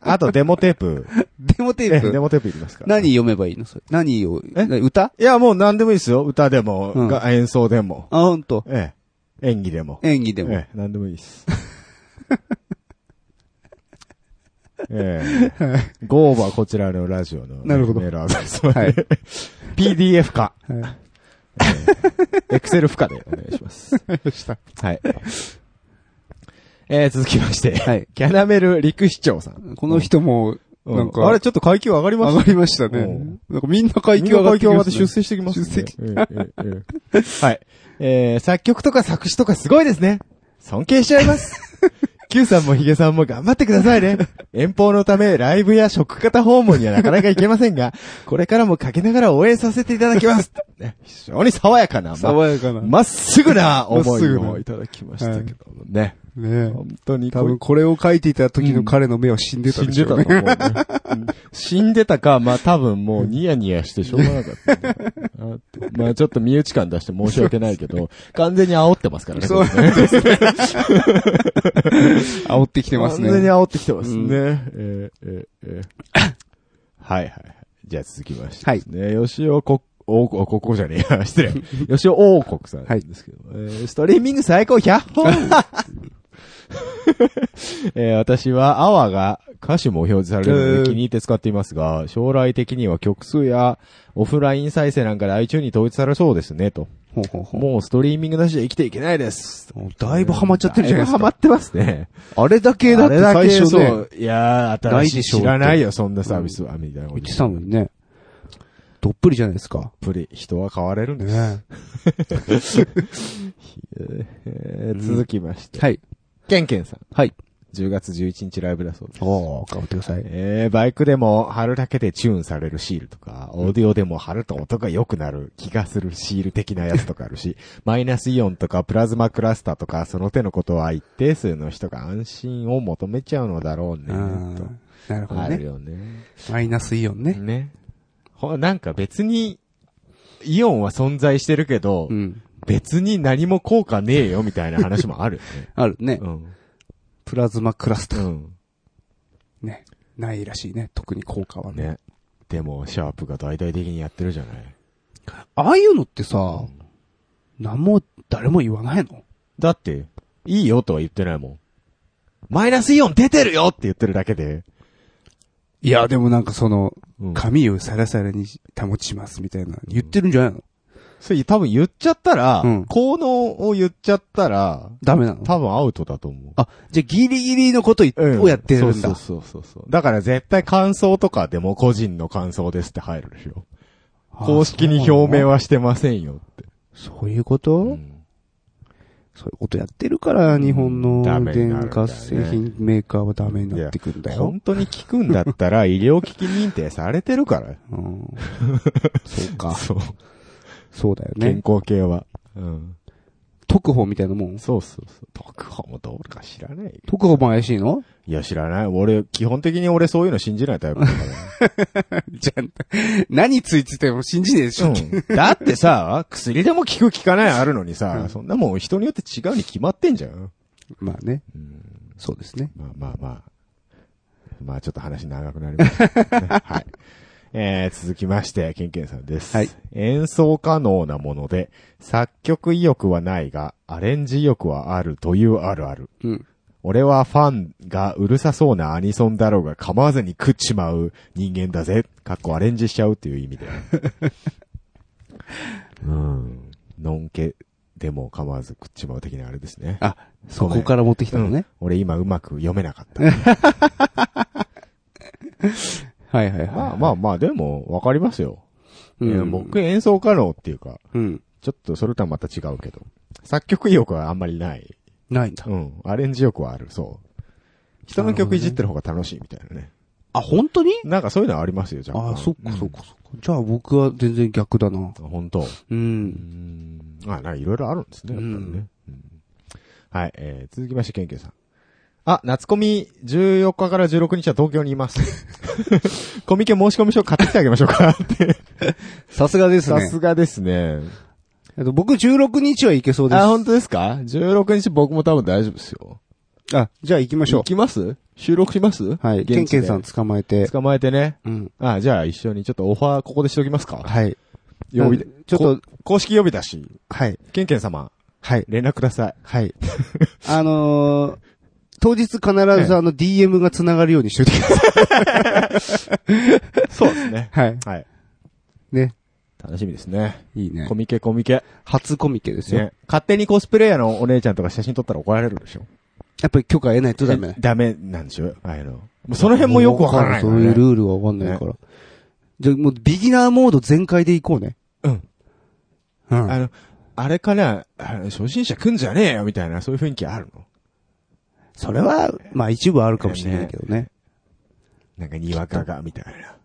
Speaker 2: あと、デモテープ。
Speaker 1: デモテ
Speaker 2: ええ
Speaker 1: ー
Speaker 2: デ
Speaker 1: プ。
Speaker 2: モテープいりますから。
Speaker 1: 何読めばいいのそれ。何を、
Speaker 2: え
Speaker 1: な歌
Speaker 2: いや、もう何でもいいですよ。歌でも、
Speaker 1: うん
Speaker 2: が演奏でも。
Speaker 1: あ、ほんと。
Speaker 2: ええ。演技でも。
Speaker 1: 演技でも。
Speaker 2: ええ、何でもい いです。ええ。ご応募はこちらのラジオの。
Speaker 1: なるほど
Speaker 2: メールアドレスまで
Speaker 1: はい
Speaker 2: PDF か。
Speaker 1: は
Speaker 2: エクセル負荷でお願いし ます。はい。えー、続きまして。
Speaker 1: はい
Speaker 2: キャナメル陸市長さん。
Speaker 1: い。この人も、なん
Speaker 2: う
Speaker 1: か、
Speaker 2: あれ、ちょっと階級上がりま
Speaker 1: 上
Speaker 2: し
Speaker 1: が
Speaker 2: た
Speaker 1: りました
Speaker 2: う
Speaker 1: ね
Speaker 2: ん。
Speaker 1: なんかみんな階級上がってき
Speaker 2: みんな階級上が
Speaker 1: ま
Speaker 2: っ
Speaker 1: す
Speaker 2: て
Speaker 1: ね
Speaker 2: 出世してきますね。
Speaker 1: 出世き
Speaker 2: ええええええはい。えー、作曲とか作詞とかすごいですね。尊敬しちゃいます。 Q さんもヒゲさんも頑張ってください ね。遠方のため、ライブや食方訪問にはなかなか行けませんが、これからもかけながら応援させていただきます。ね非常に爽やかな、ま
Speaker 1: 爽やかな。
Speaker 2: まっすぐな思い
Speaker 1: まっすぐ
Speaker 2: を
Speaker 1: ない
Speaker 2: ただきましたけどもね。
Speaker 1: ね
Speaker 2: 本当にこ
Speaker 1: 多
Speaker 2: う
Speaker 1: 分これを書いていた時の彼の目は死んでた
Speaker 2: 死ん
Speaker 1: でし
Speaker 2: で
Speaker 1: ょ
Speaker 2: たと
Speaker 1: う
Speaker 2: 思
Speaker 1: ね。
Speaker 2: うね。うん 死んでたか、まあ多分もうニヤニヤしてしょうがなかったね、 あまあちょっと身内感出して申し訳ないけど、完全に煽ってますからね。
Speaker 1: そう
Speaker 2: これね
Speaker 1: 煽ってきてます
Speaker 2: 完全に
Speaker 1: ね。
Speaker 2: 煽ってきてますね。
Speaker 1: うん
Speaker 2: えーえーえーはいはいはい。じゃあ続きましてですね。吉尾国、王国、国王じゃねえや。失礼。吉尾王国さんですけど、えーストリーミング最高100本 えー私は、アワが歌詞も表示されるので気に入って使っていますが、将来的には曲数やオフライン再生なんかで iTunes に統一されそうですね、と。
Speaker 1: ほうほうほう
Speaker 2: もうストリーミングなしで生きていけないです。
Speaker 1: もうだいぶハマっちゃってるじゃないですか
Speaker 2: だぶハマってますね。
Speaker 1: あれだけだって
Speaker 2: あ
Speaker 1: 最
Speaker 2: れだけ
Speaker 1: 初
Speaker 2: そ
Speaker 1: ね、
Speaker 2: う。いやー、
Speaker 1: ない
Speaker 2: 新しい。
Speaker 1: でしょうっ
Speaker 2: 知
Speaker 1: て
Speaker 2: らないよ、そんなサービスは、みたいなこ
Speaker 1: 言っ
Speaker 2: と。
Speaker 1: てたのにね。どっぷりじゃないですか。
Speaker 2: プリ、人は変われるんです。
Speaker 1: ね
Speaker 2: えー続きまして。
Speaker 1: はい。
Speaker 2: ケンケンさん。
Speaker 1: はい。
Speaker 2: 10月11日ライブだそうです。
Speaker 1: おー、頑張ってください。
Speaker 2: えー、バイクでも貼るだけでチューンされるシールとか、オーディオでも貼ると音が良くなる気がするシール的なやつとかあるし、マイナスイオンとかプラズマクラスターとか、その手のことは一定数の人が安心を求めちゃうのだろうね
Speaker 1: う、ん。なる
Speaker 2: と。
Speaker 1: ほど
Speaker 2: ある
Speaker 1: ね。
Speaker 2: よね。
Speaker 1: マイナスイオンね。
Speaker 2: ね。ほ、なんか別に、イオンは存在してるけど、
Speaker 1: うん。
Speaker 2: 別に何も効果ねえよみたいな話もあるよね。
Speaker 1: あるね
Speaker 2: う。ん。
Speaker 1: プラズマクラスタ
Speaker 2: う
Speaker 1: ー。
Speaker 2: ん。
Speaker 1: ね。ないらしいね。特に効果はね。
Speaker 2: ね。でも、シャープが大々的にやってるじゃない。
Speaker 1: ああいうのってさ、何も、誰も言わないの
Speaker 2: だって、いいよとは言ってないもん。マイナスイオン出てるよって言ってるだけで。
Speaker 1: いや、でもなんかその、
Speaker 2: うん。
Speaker 1: 髪をサラサラに保ちますみたいな。言ってるんじゃないの
Speaker 2: それ多分言っちゃったら、
Speaker 1: うん
Speaker 2: 効能を言っちゃったら、
Speaker 1: ダメなの
Speaker 2: 多分アウトだと思う。
Speaker 1: あ、じゃあギリギリのこといをやってるん
Speaker 2: そう
Speaker 1: だ。
Speaker 2: そうそうそう。だから絶対感想とかでも個人の感想ですって入るでしょ。
Speaker 1: あ
Speaker 2: 公式に表明。はしてませんよって。
Speaker 1: そうそういうこと、
Speaker 2: うん
Speaker 1: そういうことやってるから、日本の
Speaker 2: ダメにな
Speaker 1: 電
Speaker 2: るんだ
Speaker 1: 化
Speaker 2: よね
Speaker 1: 製品メーカーはダメになってくるんだよ
Speaker 2: 本。当に聞くんだった ら医療機器認定されてるから。
Speaker 1: うん、そうか。
Speaker 2: そう。
Speaker 1: そうだよね
Speaker 2: 健。康系は。うん。
Speaker 1: 特報みたいなもん。
Speaker 2: そうそうそう。特報もどうか知らないよ。
Speaker 1: 特報も怪しいの
Speaker 2: いや、知らない。俺、基本的に俺そういうの信じないタイプだか
Speaker 1: じゃあ、何ついてても信じねえでし
Speaker 2: ら。
Speaker 1: ょ、
Speaker 2: うん。だってさ、薬でも効く効かないあるのにさ、そんなもん人によって違うに決まってんじゃん。
Speaker 1: まあね。
Speaker 2: うん
Speaker 1: そうですね。
Speaker 2: まあまあまあ。まあちょっと話長くなりましたけどね、 はい。えー、続きまして、ケンケンさんです。
Speaker 1: はい
Speaker 2: 演奏可能なもので、作曲意欲はないが、アレンジ意欲はあるというあるある。
Speaker 1: うん。
Speaker 2: 俺はファンがうるさそうなアニソンだろうが構わずに食っちまう人間だぜ。かっこアレンジしちゃうっていう意 味で。うん。のんけでも構わず食っちまう的なあれですね。
Speaker 1: あ、そこから持ってきたのね。
Speaker 2: 俺今うまく読めなかった。
Speaker 1: はいはいはい。
Speaker 2: まあまあまあ、でも、わかりますよ。
Speaker 1: う
Speaker 2: いや
Speaker 1: ん、
Speaker 2: 僕演奏可能っていうか、
Speaker 1: うん。
Speaker 2: ちょっとそれとはまた違うけど。作曲意欲はあんまりない。
Speaker 1: ないんだ。
Speaker 2: うん。アレンジ欲はある、そう。人の曲いじってる方が楽しいみたいなね。
Speaker 1: あ、本当に
Speaker 2: なんかそういうのありますよ、じゃ
Speaker 1: あ、そっかそっ
Speaker 2: か。
Speaker 1: かそっか。じゃあ僕は全然逆だな。
Speaker 2: うん本当。
Speaker 1: う。
Speaker 2: うんん。あ、なんかいろいろあるんですね、やっぱりね。うんはい、えー続きまして、ケンケンさん。あ、夏コミ14日から16日は東京にい ます。コミケ申し込み書買ってきてあげましょうかって。
Speaker 1: さすがです
Speaker 2: さ
Speaker 1: ね
Speaker 2: す。がですね。
Speaker 1: えっと僕16日はいけそうです。
Speaker 2: あ、本当ですか ?16 日僕も多分大丈夫ですよ。
Speaker 1: あ、じゃあ行きましょ
Speaker 2: 行きます収録します
Speaker 1: う。はい。ケンケンさん
Speaker 2: つ
Speaker 1: 捕まえて。
Speaker 2: 捕まえてね。
Speaker 1: うん。
Speaker 2: あ、じゃあ一緒にちょっとオファーここでしときますか。
Speaker 1: はい。
Speaker 2: 曜日で
Speaker 1: なんでちょっと、
Speaker 2: こ公式呼びだし、
Speaker 1: はい。
Speaker 2: ケンケン様、
Speaker 1: はい。
Speaker 2: 連絡ください。
Speaker 1: はい。あのー、当日必
Speaker 2: ええ
Speaker 1: ずあの DM が繋がるようにしといてください。。
Speaker 2: そうですね
Speaker 1: はい。
Speaker 2: はい。
Speaker 1: ね。
Speaker 2: 楽しみですね。
Speaker 1: いいね
Speaker 2: コ。ミケコミケ。
Speaker 1: 初コミケですよ。
Speaker 2: ね。勝手にコスプレイヤーのお姉ちゃんとか写真撮ったら怒られるでしょ。
Speaker 1: やっぱり許可得ないとダメ。
Speaker 2: ダメなんでしょああいうの。もうその辺もよくわからない
Speaker 1: そ
Speaker 2: から
Speaker 1: う
Speaker 2: ね
Speaker 1: いうルールはわかんないから。じゃあもうビギナーモード全開で行こうね。
Speaker 2: うん。
Speaker 1: うん
Speaker 2: あの、あれかなあの初心者来んじゃねえよみたいな、そういう雰囲気あるの
Speaker 1: それは、まあ一部あるかもしれないけどね。
Speaker 2: なんかにわかが、みたいな。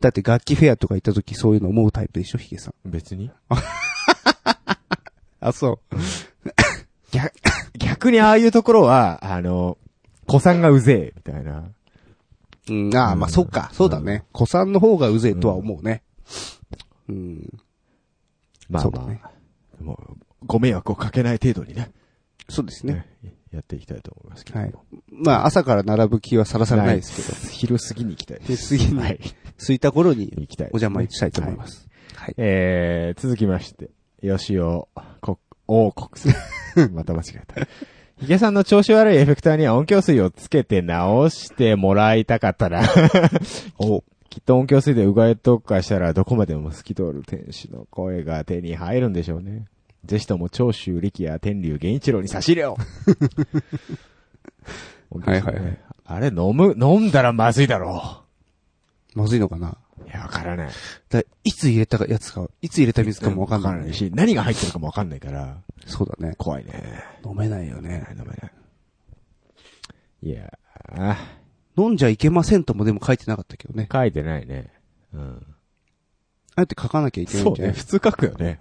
Speaker 1: だって楽器フェアとか行った時そういうの思うタイプでしょ、ヒゲさん。
Speaker 2: 別に
Speaker 1: あ、そう。
Speaker 2: 逆、逆にああいうところは、あの、子さんがうぜえ、みたいな。
Speaker 1: うん、ああ、まあ、そっか、そうだね。子さんの方がうぜえとは思うね。うん、
Speaker 2: まあまあ、
Speaker 1: そうだね
Speaker 2: もう、ご迷惑をかけない程度にね、
Speaker 1: そうですね。
Speaker 2: ねやっていきたいと思いますけど。
Speaker 1: はい。まあ、朝から並ぶ気はさらさらないですけど。
Speaker 2: ど。昼過ぎに行きたいで
Speaker 1: 昼
Speaker 2: す。
Speaker 1: 過ぎに
Speaker 2: はい。
Speaker 1: 空いた頃に
Speaker 2: 行きたいですね
Speaker 1: お邪魔したいと思います。はい。
Speaker 2: えー、続きまして、吉尾、こ、王国さ ん。また間違えた。ヒゲさんの調子悪いエフェクターには音響水をつけて直してもらいたかっ たな。おきっと音響水でうがいとかしたらどこまでも透き通る天使の声が手に入るんでしょうね。ぜひとも長州力や天竜源一郎に差し入れを
Speaker 1: はいはいはい
Speaker 2: あれ飲む、飲んだらまずいだろ
Speaker 1: まずいのかな
Speaker 2: う。いや、わからない。
Speaker 1: だいつ入れたやつか、いつ入れた水かもわかんない。
Speaker 2: ないし、何が入ってるかもわかんないから、
Speaker 1: そうだね。
Speaker 2: 怖いね。
Speaker 1: 飲めないよね。
Speaker 2: 飲めない。いやー、
Speaker 1: 飲んじゃいけませんともでも書いてなかったけどね。
Speaker 2: 書いてないね。うん。
Speaker 1: ああやって書かなきゃいけない
Speaker 2: そ
Speaker 1: ん
Speaker 2: う
Speaker 1: じゃな
Speaker 2: ね、
Speaker 1: い
Speaker 2: 普通書くよ ね。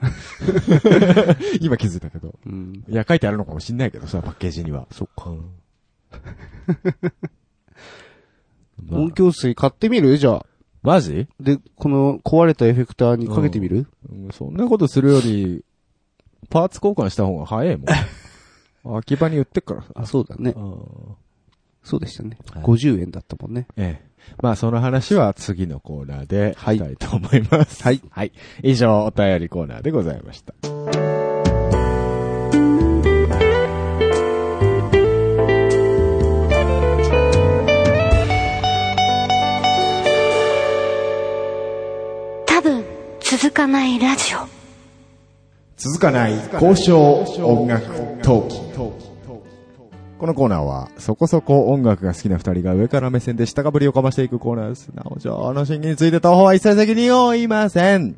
Speaker 2: 今気づいたけど。
Speaker 1: うん。
Speaker 2: いや、書いてあるのかもしんないけどさ、パッケージには。そっか。まあ
Speaker 1: 音響水買ってみるじゃあ。
Speaker 2: マジ
Speaker 1: で、この壊れたエフェクターにかけてみる、
Speaker 2: うんそんなことするより、パーツ交換した方が早い もん。秋葉に売ってっからさ。
Speaker 1: あ、そうだね。
Speaker 2: うん
Speaker 1: そうでしたね。
Speaker 2: はい
Speaker 1: 50円だったもんね。
Speaker 2: ええ。まあ、その話は次のコーナーでしたいと思います。
Speaker 1: はい。
Speaker 2: はい。以上、お便りコーナーでございました。
Speaker 4: 多分続かないラジオ
Speaker 2: 続かない交渉音楽トーク。このコーナーは、そこそこ音楽が好きな二人が上から目線で下かぶりをかましていくコーナーです。なお、じゃあ、あの審議について東方は一切責任を負いません。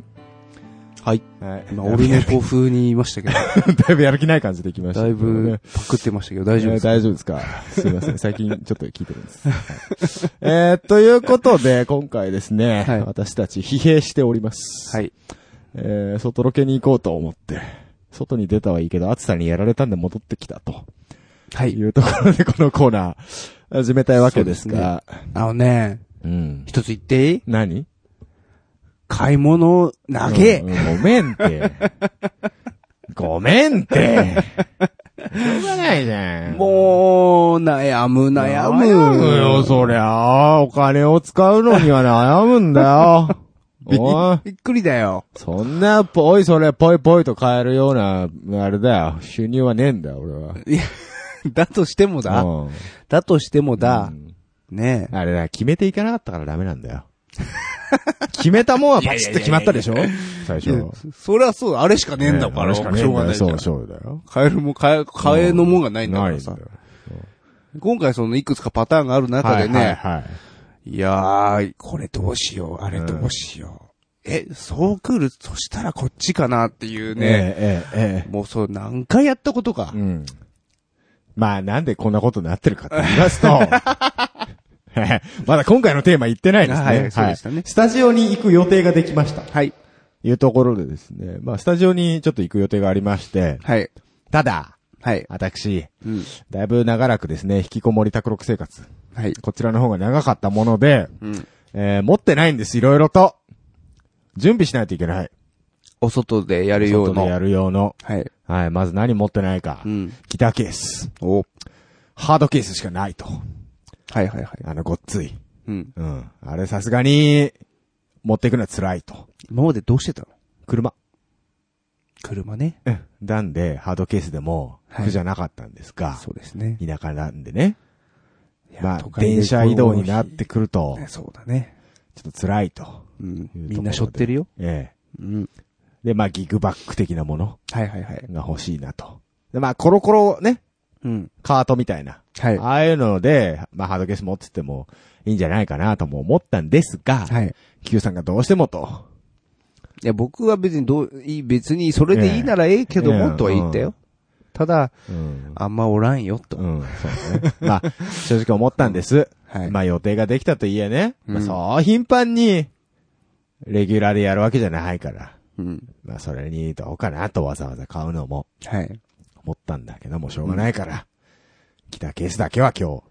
Speaker 1: はい。
Speaker 2: はい
Speaker 1: 今、オル ネコ風に言いましたけど、
Speaker 2: だいぶやる気ない感じできました
Speaker 1: だ
Speaker 2: け
Speaker 1: い
Speaker 2: ど ね。
Speaker 1: ぶパクってましたけど、大丈夫ですか、
Speaker 2: えー大丈夫ですかすいません。最近ちょっと聞いてるんです。はいえー、ということで、今回ですね、
Speaker 1: はい
Speaker 2: 私たち疲弊しております。
Speaker 1: はい。
Speaker 2: えー、外ロケに行こうと思って、外に出たはいいけど、暑さにやられたんで戻ってきたと
Speaker 1: はいい。
Speaker 2: うところで、このコーナー、始めたいわけですが、
Speaker 1: あのね、
Speaker 2: うん。
Speaker 1: 一つ言っていい
Speaker 2: 何
Speaker 1: 買い物、投げ、
Speaker 2: うんうんごめんって。ごめんって。しょうがないじゃん。
Speaker 1: もう、悩む、悩む。
Speaker 2: 悩むよ、そりゃあ。お金を使うのには悩むんだよ。
Speaker 1: び
Speaker 2: おい。
Speaker 1: びっくりだよ。
Speaker 2: そんな、ぽい、それ、ぽいぽいと買えるような、あれだよ。収入はねえんだよ、俺は。
Speaker 1: いや、だとしてもだ。
Speaker 2: うん
Speaker 1: だとしてもだ
Speaker 2: う。ん
Speaker 1: ねえ。
Speaker 2: あれだ、決めていかなかったからダメなんだよ。決めたもんはパチッと決まったでしょ最初。
Speaker 1: そりゃそうだ、あれしかねえんだから、
Speaker 2: ね
Speaker 1: し
Speaker 2: あれしかね
Speaker 1: ょうんが
Speaker 2: えだ
Speaker 1: な
Speaker 2: よ。
Speaker 1: いじゃ
Speaker 2: そ
Speaker 1: ん
Speaker 2: う、。そうだよ。
Speaker 1: 買えるもん、買え、買えのもんがないんだか
Speaker 2: ない
Speaker 1: ら
Speaker 2: んだ
Speaker 1: さ
Speaker 2: よ。。
Speaker 1: 今回そのいくつかパターンがある中で
Speaker 2: はい
Speaker 1: ね、
Speaker 2: はい。
Speaker 1: いやー、これどうしよう、あれどうしよう。え、そう来る、そしたらこっちかなっていうね。
Speaker 2: ええ、ええ。
Speaker 1: もうそう、何回やったことか
Speaker 2: う。ん。まあ、なんでこんなことになってるかって言いますと、 まだ今回のテーマ言ってないですね。
Speaker 1: はいはいそうでしたね
Speaker 2: はいスタジオに行く予定ができました。
Speaker 1: はい。
Speaker 2: いうところでですね、まあ、スタジオにちょっと行く予定がありまして、
Speaker 1: はい。
Speaker 2: ただ、
Speaker 1: はい。
Speaker 2: 私、
Speaker 1: うん。
Speaker 2: だいぶ長らくですね、引きこもり宅録生活。
Speaker 1: はい。
Speaker 2: こちらの方が長かったもので、
Speaker 1: うん。
Speaker 2: えー、持ってないんです、いろいろと。準備しないといけない。
Speaker 1: お外でやるよ
Speaker 2: 外
Speaker 1: う
Speaker 2: で
Speaker 1: な。
Speaker 2: やる用の。
Speaker 1: はい。
Speaker 2: はい、まず何持ってないか。
Speaker 1: うん。
Speaker 2: ギターケース。
Speaker 1: お。
Speaker 2: ハードケースしかないと。
Speaker 1: はいはいはい。
Speaker 2: あの、ごっつい。
Speaker 1: うん。
Speaker 2: うん。あれさすがに、持っていくのは辛いと。
Speaker 1: 今までどうしてたの
Speaker 2: 車。
Speaker 1: 車ね。
Speaker 2: うん。なんで、ハードケースでも、
Speaker 1: はい
Speaker 2: 苦じゃなかったんですが、
Speaker 1: そうですね。
Speaker 2: 田舎なんでね。まあ
Speaker 1: 都、会で
Speaker 2: 電車移動になってくると、
Speaker 1: ねそうだね。
Speaker 2: ちょっと辛いと
Speaker 1: うん。
Speaker 2: いうところで
Speaker 1: みんな背負ってるよ。
Speaker 2: ええ。
Speaker 1: うん。
Speaker 2: で、まあ、ギグバッグ的なもの
Speaker 1: はいはいはい。
Speaker 2: が欲しいなと。で、まあ、コロコロね、
Speaker 1: うん。
Speaker 2: カートみたいな。
Speaker 1: はい。
Speaker 2: ああいうので、まあ、ハードケース持っててもいいんじゃないかなとも思ったんですが、
Speaker 1: はい。い
Speaker 2: Q さんがどうしてもと。
Speaker 1: や、僕は別にどう、いい、別にそれでいいならええけど
Speaker 2: ええ
Speaker 1: も、とは言ったよ。ただ、
Speaker 2: うん。
Speaker 1: あんまおらんよ、と。
Speaker 2: うん、そうね。まあ、正直思ったんです。
Speaker 1: はい
Speaker 2: まあ予定ができたといえね、ま
Speaker 1: う
Speaker 2: あ
Speaker 1: ん
Speaker 2: そう頻繁に、レギュラーでやるわけじゃないから。
Speaker 1: うん。
Speaker 2: まあそれにどうかなとわざわざ買うのも
Speaker 1: はい。
Speaker 2: 思ったんだけどもしょうがないから、来たケースだけは今日、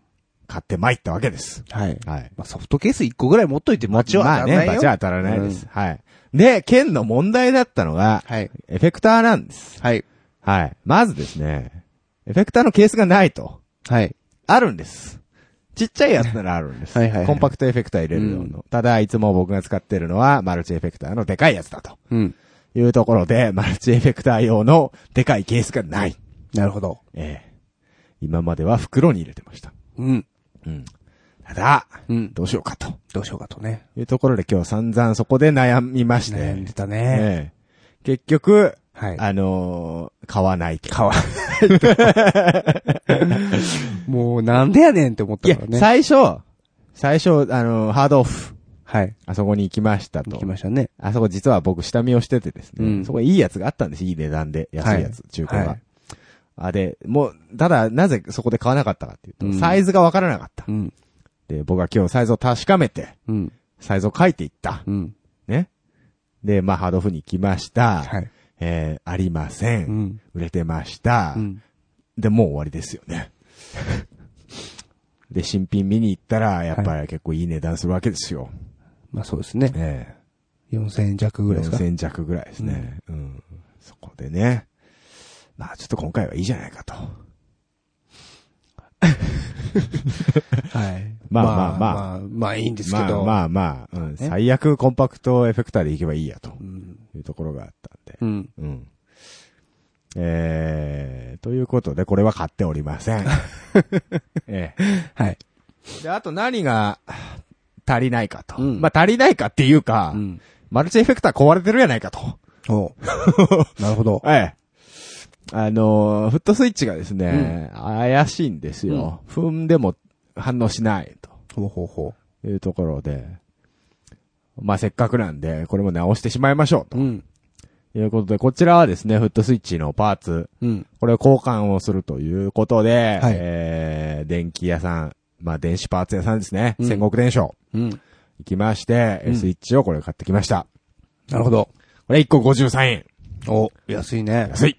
Speaker 2: 買って参ったわけです。
Speaker 1: はい。
Speaker 2: はい。
Speaker 1: まあ、ソフトケース1個ぐらい持っといて、バチは
Speaker 2: まあ
Speaker 1: 当たら
Speaker 2: ね、
Speaker 1: ないよ。
Speaker 2: バチは当たらないです。はい。で、剣の問題だったのが、
Speaker 1: はい。
Speaker 2: エフェクターなんです。
Speaker 1: はい。
Speaker 2: はい。まずですね、エフェクターのケースがないと。
Speaker 1: はい。
Speaker 2: あるんです。ちっちゃいやつならあるんです。
Speaker 1: はいはいはい
Speaker 2: コンパクトエフェクター入れるような。ただ、いつも僕が使ってるのは、マルチエフェクターのでかいやつだと。
Speaker 1: うん。
Speaker 2: いうところで、マルチエフェクター用のでかいケースがない。
Speaker 1: なるほど。
Speaker 2: ええ今までは袋に入れてました。
Speaker 1: うん。
Speaker 2: うん。ただ、
Speaker 1: うん。
Speaker 2: どうしようかと。
Speaker 1: どうしようかとね。
Speaker 2: いうところで今日散々そこで悩みまして。
Speaker 1: 悩んでたね。
Speaker 2: ええ結局、
Speaker 1: はい
Speaker 2: あのー買わない。買わ
Speaker 1: もうなんでやねんって思っ
Speaker 2: い
Speaker 1: た
Speaker 2: や
Speaker 1: から、ね。
Speaker 2: 最初、最初、あのーハードオフ。
Speaker 1: はい。
Speaker 2: あそこに行きましたと。
Speaker 1: 行きましたね。
Speaker 2: あそこ実は僕下見をしててですね、
Speaker 1: うん
Speaker 2: そこいいやつがあったんです。いい値段で。安いやつ、
Speaker 1: はい
Speaker 2: 中古が。
Speaker 1: はい
Speaker 2: あ、で、もう、ただ、なぜそこで買わなかったかっていうと、
Speaker 1: うん
Speaker 2: サイズがわからなかった。
Speaker 1: うん。
Speaker 2: で、僕は今日サイズを確かめて、
Speaker 1: うん。
Speaker 2: サイズを書いていった。
Speaker 1: うん。
Speaker 2: ね。で、まあ、ハードオフに行きました。
Speaker 1: はい。
Speaker 2: えー、ありません。
Speaker 1: うん
Speaker 2: 売れてました。
Speaker 1: うん。
Speaker 2: で、もう終わりですよ ね。で、新品見に行ったら、やっぱり結構いい値段するわけですよ。
Speaker 1: まあそうですね。
Speaker 2: ええ
Speaker 1: 4000円弱ぐらいですか。
Speaker 2: 4000弱ぐらいですね、うん。そこでね。まあちょっと今回はいいじゃないかと。
Speaker 1: はい。
Speaker 2: まあまあまあ
Speaker 1: まあ、まあいいんですけ
Speaker 2: まあ
Speaker 1: ど。
Speaker 2: ま
Speaker 1: あ。
Speaker 2: あまあ、うん、
Speaker 1: ね
Speaker 2: 最悪コンパクトエフェクターでいけばいいやと
Speaker 1: うん。
Speaker 2: いうところがあったんで
Speaker 1: う。ん。
Speaker 2: うん。えー、ということでこれは買っておりませ ん。え
Speaker 1: はい。
Speaker 2: え。で、あと何が足りないかと。
Speaker 1: うん
Speaker 2: まあ足りないかっていうか、
Speaker 1: うん。
Speaker 2: マルチエフェクター壊れてるやないかと。
Speaker 1: おう なるほど。
Speaker 2: ええ。あのーフットスイッチがですね、怪しいんですよ、踏んでも反応しない
Speaker 1: ほうほうほ
Speaker 2: というところで、まあ、せっかくなんで、これも直してしまいましょう
Speaker 1: う。うん。
Speaker 2: ということで、こちらはですね、フットスイッチのパーツ、
Speaker 1: うん。
Speaker 2: これを交換をするということで、
Speaker 1: はい
Speaker 2: えー、電気屋さん、まあ、電子パーツ屋さんですね、
Speaker 1: うん
Speaker 2: 戦国電商
Speaker 1: うん。
Speaker 2: 行きまして、
Speaker 1: うん
Speaker 2: スイッチをこれ買ってきました。
Speaker 1: なるほど。
Speaker 2: これ1個53円。
Speaker 1: お、安いね。
Speaker 2: 安い。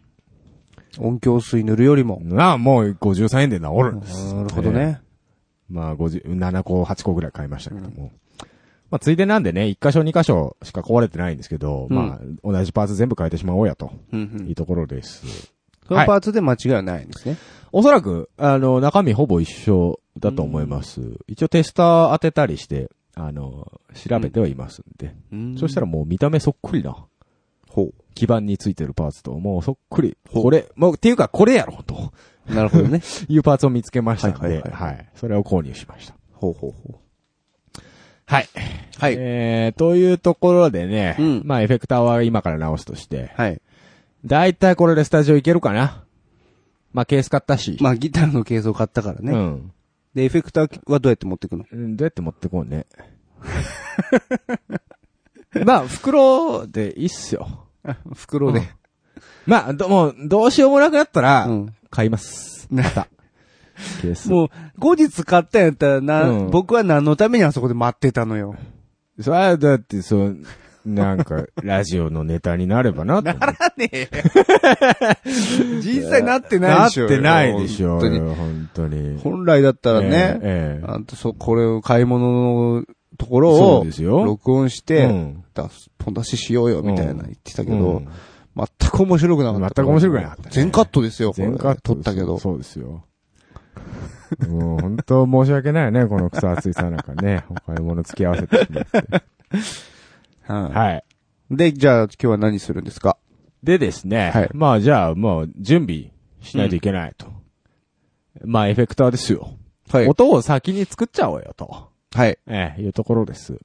Speaker 1: 音響水塗るよりも。
Speaker 2: なあ、もう53円で治るんです。
Speaker 1: なるほどね。
Speaker 2: まあ、50 7個、8個ぐらい買いましたけども。まあ、ついでなんでね、1箇所、2箇所しか壊れてないんですけど、
Speaker 1: うん
Speaker 2: まあ、同じパーツ全部変えてしまおうやと、
Speaker 1: うんう
Speaker 2: い
Speaker 1: ん
Speaker 2: う。ところです。
Speaker 1: そのパーツで間違いはないんですね。
Speaker 2: おそらく、あの、中身ほぼ一緒だと思います。一応テスター当てたりして、あの、調べてはいますんで。そした
Speaker 1: ら、
Speaker 2: らもう見た目そっくりな。
Speaker 1: ほ
Speaker 2: 基板についてるパーツと、もうそっくり。これ、もう、っていうかこれやろ、と
Speaker 1: う。なるほどね。
Speaker 2: いうパーツを見つけましたので、
Speaker 1: はいはいはい
Speaker 2: はい。それを購入しました。
Speaker 1: ほうほうほ
Speaker 2: はい。
Speaker 1: う。はい。
Speaker 2: えー、というところでね、
Speaker 1: うん
Speaker 2: まあエフェクターは今から直すとして、
Speaker 1: はい。
Speaker 2: だいたいこれでスタジオ行けるかなまあケース買ったし。
Speaker 1: まあ、ギターのケースを買ったからね。
Speaker 2: うん
Speaker 1: で、エフェクターはどうやって持っていくの
Speaker 2: うん。どうやって持ってこうね。 まあ袋でいいっすよ。
Speaker 1: 袋で。
Speaker 2: まあ、ど、もう、どうしようもなくなったら
Speaker 1: う、ん。
Speaker 2: 買います。
Speaker 1: な
Speaker 2: ケース。
Speaker 1: もう、後日買ったんやったら、な、
Speaker 2: うん
Speaker 1: 僕は何のためにあそこで待ってたのよ。
Speaker 2: それはだって、そう、な んか、ラジオのネタになればなと思って。
Speaker 1: ねえ。実際なってない
Speaker 2: な
Speaker 1: で
Speaker 2: っ
Speaker 1: しょ。
Speaker 2: てないでしょ
Speaker 1: 本当に。
Speaker 2: う。本当に。
Speaker 1: 本来だったらね、
Speaker 2: ええええ
Speaker 1: あんたそう、これを買い物のところ
Speaker 2: そう
Speaker 1: を
Speaker 2: ですよ
Speaker 1: 録音し
Speaker 2: う
Speaker 1: て、
Speaker 2: ん
Speaker 1: 出す、ポン出ししようよみたいな言ってたけ
Speaker 2: う
Speaker 1: ど
Speaker 2: ん、
Speaker 1: 全く面白くなかった。
Speaker 2: 全く面白くなかったね
Speaker 1: 全カットですよ、これ
Speaker 2: 全カット
Speaker 1: 撮ったけど。
Speaker 2: そうですよ。もう本当申し訳ないね、 この草厚いさなんかね。お買い物付き合わせてしまって。
Speaker 1: は
Speaker 2: はい。
Speaker 1: い。で、じゃあ今日は何するんですか
Speaker 2: でですね、
Speaker 1: はい
Speaker 2: まあじゃあ、まあ準備しないといけないと。まあエフェクターですよ、
Speaker 1: はい。
Speaker 2: 音を先に作っちゃおうよと。
Speaker 1: はい。
Speaker 2: ええ、いうところです。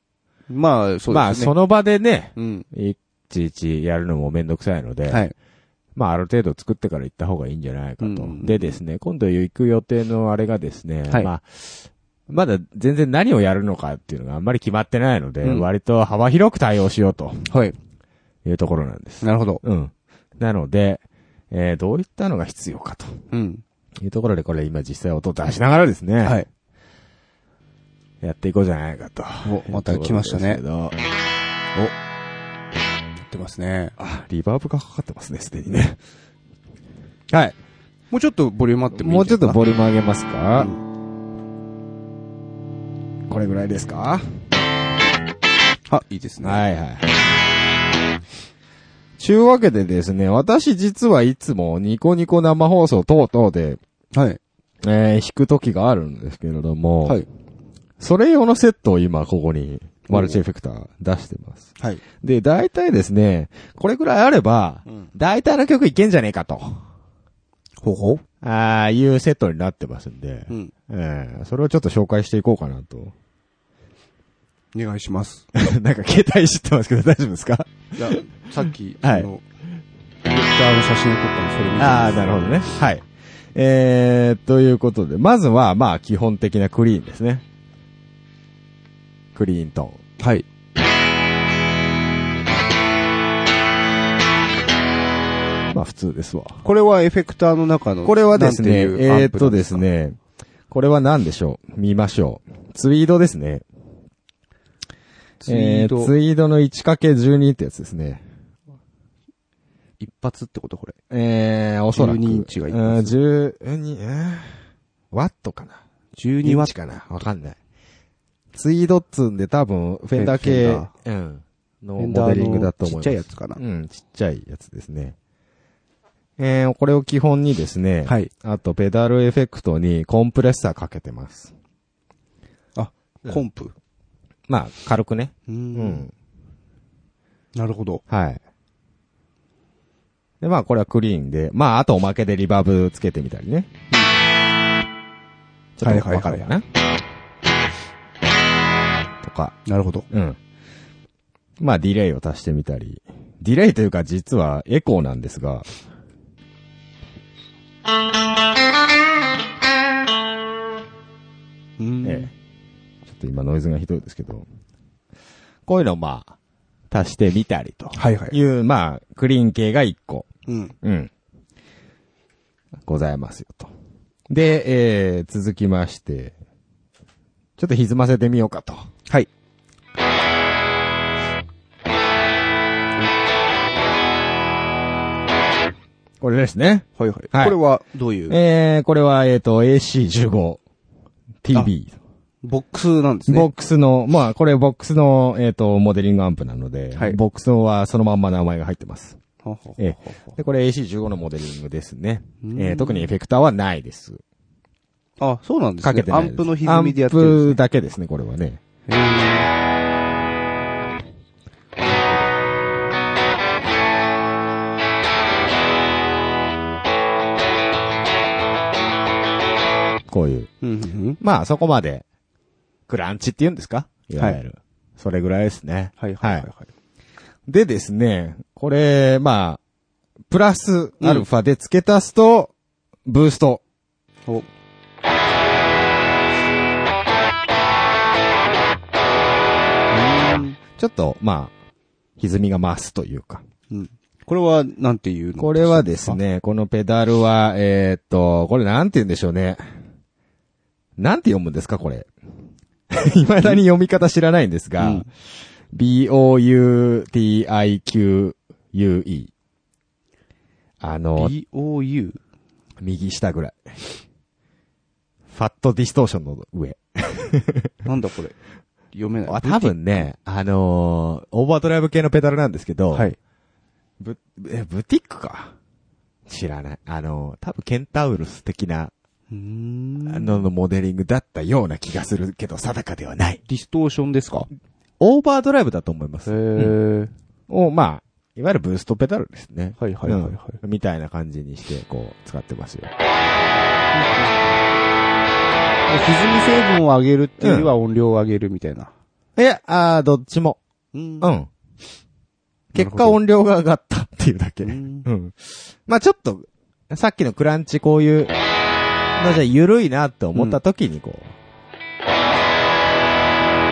Speaker 1: まあ、そうですね。
Speaker 2: まあその場でね、
Speaker 1: うん。
Speaker 2: いちいちやるのもめんどくさいので、
Speaker 1: はい。
Speaker 2: まあある程度作ってから行った方がいいんじゃないかと。
Speaker 1: うん
Speaker 2: でですね、今度行く予定のあれがですね、
Speaker 1: はい
Speaker 2: まあ、まだ全然何をやるのかっていうのがあんまり決まってないので、
Speaker 1: うん
Speaker 2: 割と幅広く対応しようと
Speaker 1: はい。
Speaker 2: いうところなんです。
Speaker 1: なるほど。
Speaker 2: うん。なので、えー、どういったのが必要かと
Speaker 1: うん。
Speaker 2: いうところで、これ今実際音を出しながらですね、
Speaker 1: はい。
Speaker 2: やっていこうじゃないかと。
Speaker 1: おまた来ましたね
Speaker 2: いうところですけど
Speaker 1: やってますね。
Speaker 2: あ、リバーブがかかってますね、すでにね。
Speaker 1: はい。もうちょっとボリュームあってもいい
Speaker 2: もうちょっとボ
Speaker 1: リ
Speaker 2: リューム上げますか、
Speaker 1: う
Speaker 2: これぐらいですか
Speaker 1: あ、いいですね。
Speaker 2: はいはい。ちゅうわけでですね、私実はいつもニコニコ生放送等々で、
Speaker 1: はい。
Speaker 2: えー、弾く時があるんですけれども、
Speaker 1: はい。
Speaker 2: それ用のセットを今ここに、マルチエフェクター出してます。
Speaker 1: はい。
Speaker 2: で、大体ですね、これぐらいあれば、
Speaker 1: うん
Speaker 2: 大体の曲いけんじゃねえかと、
Speaker 1: ほほ
Speaker 2: ああいうセットになってますんで、
Speaker 1: うん。
Speaker 2: えーそれをちょっと紹介していこうかなと。
Speaker 1: お願いします。
Speaker 2: なんか携帯知ってますけど大丈夫ですか
Speaker 1: いや、 さっき、
Speaker 2: はい
Speaker 1: あの、ディレクターの写真を撮ったの、それ見て
Speaker 2: ああ、なるほどね。はい。えー、ということで、まずは、まあ、基本的なクリーンですね。クリーント
Speaker 1: ど。はい。
Speaker 2: ーン。まあ、普通ですわ。
Speaker 1: これはエフェクターの中の、
Speaker 2: これはですね、え
Speaker 1: なんていうア
Speaker 2: ー、
Speaker 1: ン
Speaker 2: っ
Speaker 1: プ
Speaker 2: と
Speaker 1: なん
Speaker 2: です。ね、これは何でしょう見ましょう。ツイードですね。
Speaker 1: ツイー
Speaker 2: えー
Speaker 1: ド、
Speaker 2: ツイードの 1×12 ってやつですね。
Speaker 1: 一発ってことこれ。
Speaker 2: えー、おそらく。
Speaker 1: 12インチがいい
Speaker 2: うん12、えーワットかな
Speaker 1: 12
Speaker 2: 12
Speaker 1: ワ
Speaker 2: ワ
Speaker 1: ッ
Speaker 2: ッ
Speaker 1: ト。
Speaker 2: かなわかんない。ツイードっつうんで多分、フェンダー系、
Speaker 1: フェン
Speaker 2: うん、の
Speaker 1: フェン
Speaker 2: モ
Speaker 1: ダーの
Speaker 2: デリングだと思います。
Speaker 1: ちっちゃいやつかな
Speaker 2: うん、ちっちゃいやつですね。えー、これを基本にですね、
Speaker 1: はい。
Speaker 2: あと、ペダルエフェクトにコンプレッサーかけてます。
Speaker 1: あ、コンプ。
Speaker 2: まあ、軽くね。
Speaker 1: う
Speaker 2: うん。
Speaker 1: ん。なるほど。
Speaker 2: はい。で、まあ、これはクリーンで、まあ、あとおまけでリバーブつけてみたりね。ちょっとわかるかな。とか。
Speaker 1: なるほど。
Speaker 2: うん。まあ、ディレイを足してみたり。ディレイというか、実はエコーなんですが。
Speaker 1: うん
Speaker 2: ええ。ちょっと今ノイズがひどいですけど。こういうのをまあ、足してみたりと。
Speaker 1: はいはい。
Speaker 2: いう、まあ、クリーン系が1個。
Speaker 1: うん。
Speaker 2: うん。ございますよと。で、えー、続きまして、ちょっと歪ませてみようかと。
Speaker 1: はい。
Speaker 2: これですね。
Speaker 1: はいはい。
Speaker 2: はい
Speaker 1: これは、どういう
Speaker 2: えー、これは、えっ、と、AC15。TB。
Speaker 1: ボックスなんですね。
Speaker 2: ボックスの、まあ、これボックスの、えっ、と、モデリングアンプなので、
Speaker 1: はい
Speaker 2: ボックスのはそのまんま名前が入ってます。
Speaker 1: ははは
Speaker 2: ええ。で、これ AC15 のモデリングですね。え
Speaker 1: うん
Speaker 2: ー特にエフェクターはないです。
Speaker 1: あ、そうなんです
Speaker 2: か
Speaker 1: ね
Speaker 2: け。てな
Speaker 1: ア
Speaker 2: いです。
Speaker 1: ンプの歪みでやってる
Speaker 2: アン
Speaker 1: ん
Speaker 2: プ
Speaker 1: ですね。
Speaker 2: だけですね、これはね。
Speaker 1: へ
Speaker 2: こういう。
Speaker 1: ーうんうんうん。
Speaker 2: まあ、そこまで、クランチって言うんですかいわゆる。それぐらいですね。
Speaker 1: はいはいはいはい。
Speaker 2: でですね、これ、まあ、プラスアルファで付け足すと、ブースト。
Speaker 1: お
Speaker 2: ちょっと、まあ、歪みが増すというか。
Speaker 1: うんこれは、なんていうの
Speaker 2: これはです。ね、このペダルは、えーっと、これなんて言うんでしょうね。なんて読むんですか、これ。 未だに読み方知らないんですが、
Speaker 1: うん
Speaker 2: b-o-u-t-i-q-u-e。あの、
Speaker 1: BOU。
Speaker 2: 右下ぐらい。ファットディストーションの上。
Speaker 1: なんだこれ。読めない。
Speaker 2: あ多分ね、あのーオーバードライブ系のペダルなんですけど、
Speaker 1: はい。
Speaker 2: ブ、え、ブティックか知らない。あのー多分ケンタウルス的な
Speaker 1: うーん
Speaker 2: あののモデリングだったような気がするけど、定かではない。
Speaker 1: ディストーションですか
Speaker 2: オーバードライブだと思いま
Speaker 1: へ
Speaker 2: す。
Speaker 1: ー。
Speaker 2: を、まあ、いわゆるブーストペダルですね。
Speaker 1: はいはいはいはい
Speaker 2: うんみたいな感じにして、こう、使ってますよ。
Speaker 1: 歪み成分を上げるっていうよりは音量を上げるみたいな。
Speaker 2: いや、あーどっちも。
Speaker 1: うん
Speaker 2: う
Speaker 1: あ
Speaker 2: ん。結果音量が上がったっていうだけ。
Speaker 1: うん
Speaker 2: うん。まあちょっと、さっきのクランチこういう、のじゃ緩いなって思った時にこ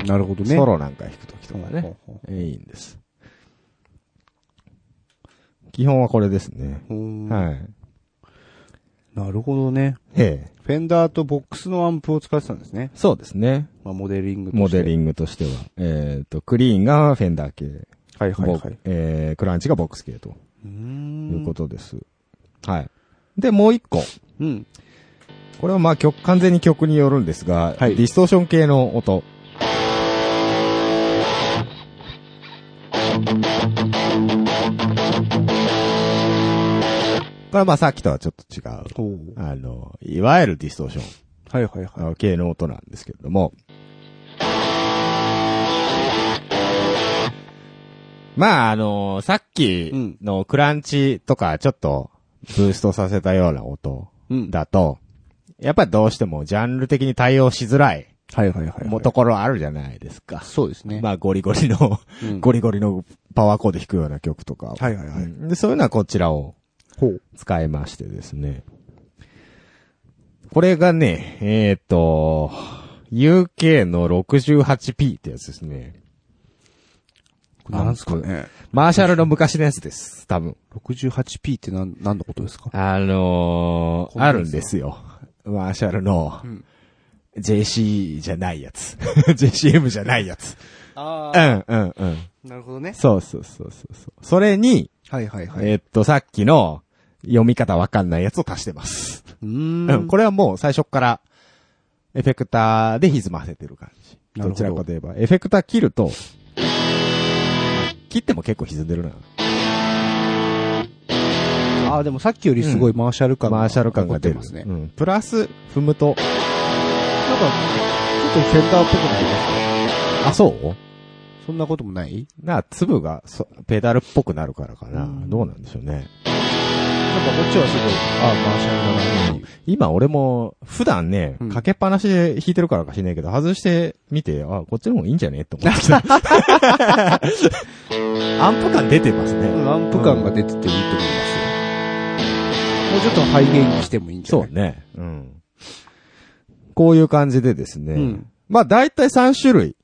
Speaker 1: なるほど
Speaker 2: う、
Speaker 1: ね。
Speaker 2: ソロなんか弾く時とかね。
Speaker 1: ほうほうほ
Speaker 2: いいんです。基本はこれですね。
Speaker 1: うん
Speaker 2: はい。
Speaker 1: なるほどね。
Speaker 2: ええ。
Speaker 1: フェンダーとボックスのアンプを使ってたんですね。
Speaker 2: そうですね。
Speaker 1: まあ、モデリングとして。
Speaker 2: モデリ
Speaker 1: ン
Speaker 2: ングとしては。えっ、と、クリーンがフェンダー系。
Speaker 1: グ。はいはい
Speaker 2: ボ
Speaker 1: はい。
Speaker 2: えークランチがボックス系と
Speaker 1: うー
Speaker 2: い
Speaker 1: ん
Speaker 2: うことです。はい。で、もう一個。
Speaker 1: うん。
Speaker 2: これはまあ曲、完全に曲によるんですが、
Speaker 1: はい
Speaker 2: ディストーション系の音。これはまあさっきとはちょっと違う。
Speaker 1: ほう。
Speaker 2: あの、いわゆるディストーション。
Speaker 1: はいはいはい。
Speaker 2: あの系の音なんですけれども。まあ、あのさっきのクランチとかちょっとブーストさせたような音
Speaker 1: うん。
Speaker 2: だと、やっぱどうしてもジャンル的に対応しづらい
Speaker 1: はいはいはいはい。
Speaker 2: もうところあるじゃないですか。
Speaker 1: そうですね。
Speaker 2: まあゴリゴリの、
Speaker 1: うん
Speaker 2: ゴリゴリのパワーコード弾くような曲とかを。
Speaker 1: はいはいはい
Speaker 2: うんでそういうのはこちらを
Speaker 1: ほう。
Speaker 2: 使いましてですね。これがね、えっ、と、UK の 68P ってやつですね。
Speaker 1: なんすかね。
Speaker 2: マーシャルの昔のやつです、多分。
Speaker 1: 68P ってなん、何のことですか
Speaker 2: あのー、
Speaker 1: んな
Speaker 2: あ
Speaker 1: やつ
Speaker 2: るんですよ。マーシャルの、JC じゃないやつ。JCM じゃないやつ。
Speaker 1: あ
Speaker 2: う。ん、うん、うん。
Speaker 1: なるほどね。
Speaker 2: そうそうそうそうそう。それに、
Speaker 1: はいはいはい。
Speaker 2: えっと、さっきの読み方わかんないやつを足してます。
Speaker 1: う
Speaker 2: う
Speaker 1: ー
Speaker 2: ん、これはもう最初から、エフェクターで歪ませてる感じ。
Speaker 1: なるほど
Speaker 2: どちらかといえば、エフェクター切ると、切っても結構歪んでるな。
Speaker 1: ああ、でもさっきよりすごいマーシャル感が、
Speaker 2: マーシャル感が出
Speaker 1: 出
Speaker 2: る。
Speaker 1: ますね。
Speaker 2: うん。プラス、踏むと、
Speaker 1: なんか、ちょっとフェンダーっぽくないですか
Speaker 2: あ、そう
Speaker 1: そんなこともない
Speaker 2: な、粒がそ、ペダルっぽくなるからかな。
Speaker 1: うん
Speaker 2: どうなんでしょうね。
Speaker 1: なんかこっちはすごい、ああ、マーシャルだなっていう。
Speaker 2: 今俺も、普段ね
Speaker 1: うん、
Speaker 2: かけっぱなしで弾いてるからかしんないけど、外してみて、あ、こっちの方がいいんじゃねって思って きた。アンプ感出てますね。
Speaker 1: うん、アンプ感が出てていいと思いますよ。もうちょっとハイゲインにしてもいいんじゃ
Speaker 2: そ
Speaker 1: な
Speaker 2: う
Speaker 1: い
Speaker 2: ね。うん。こういう感じでですね。
Speaker 1: うん
Speaker 2: まあ大体3種類。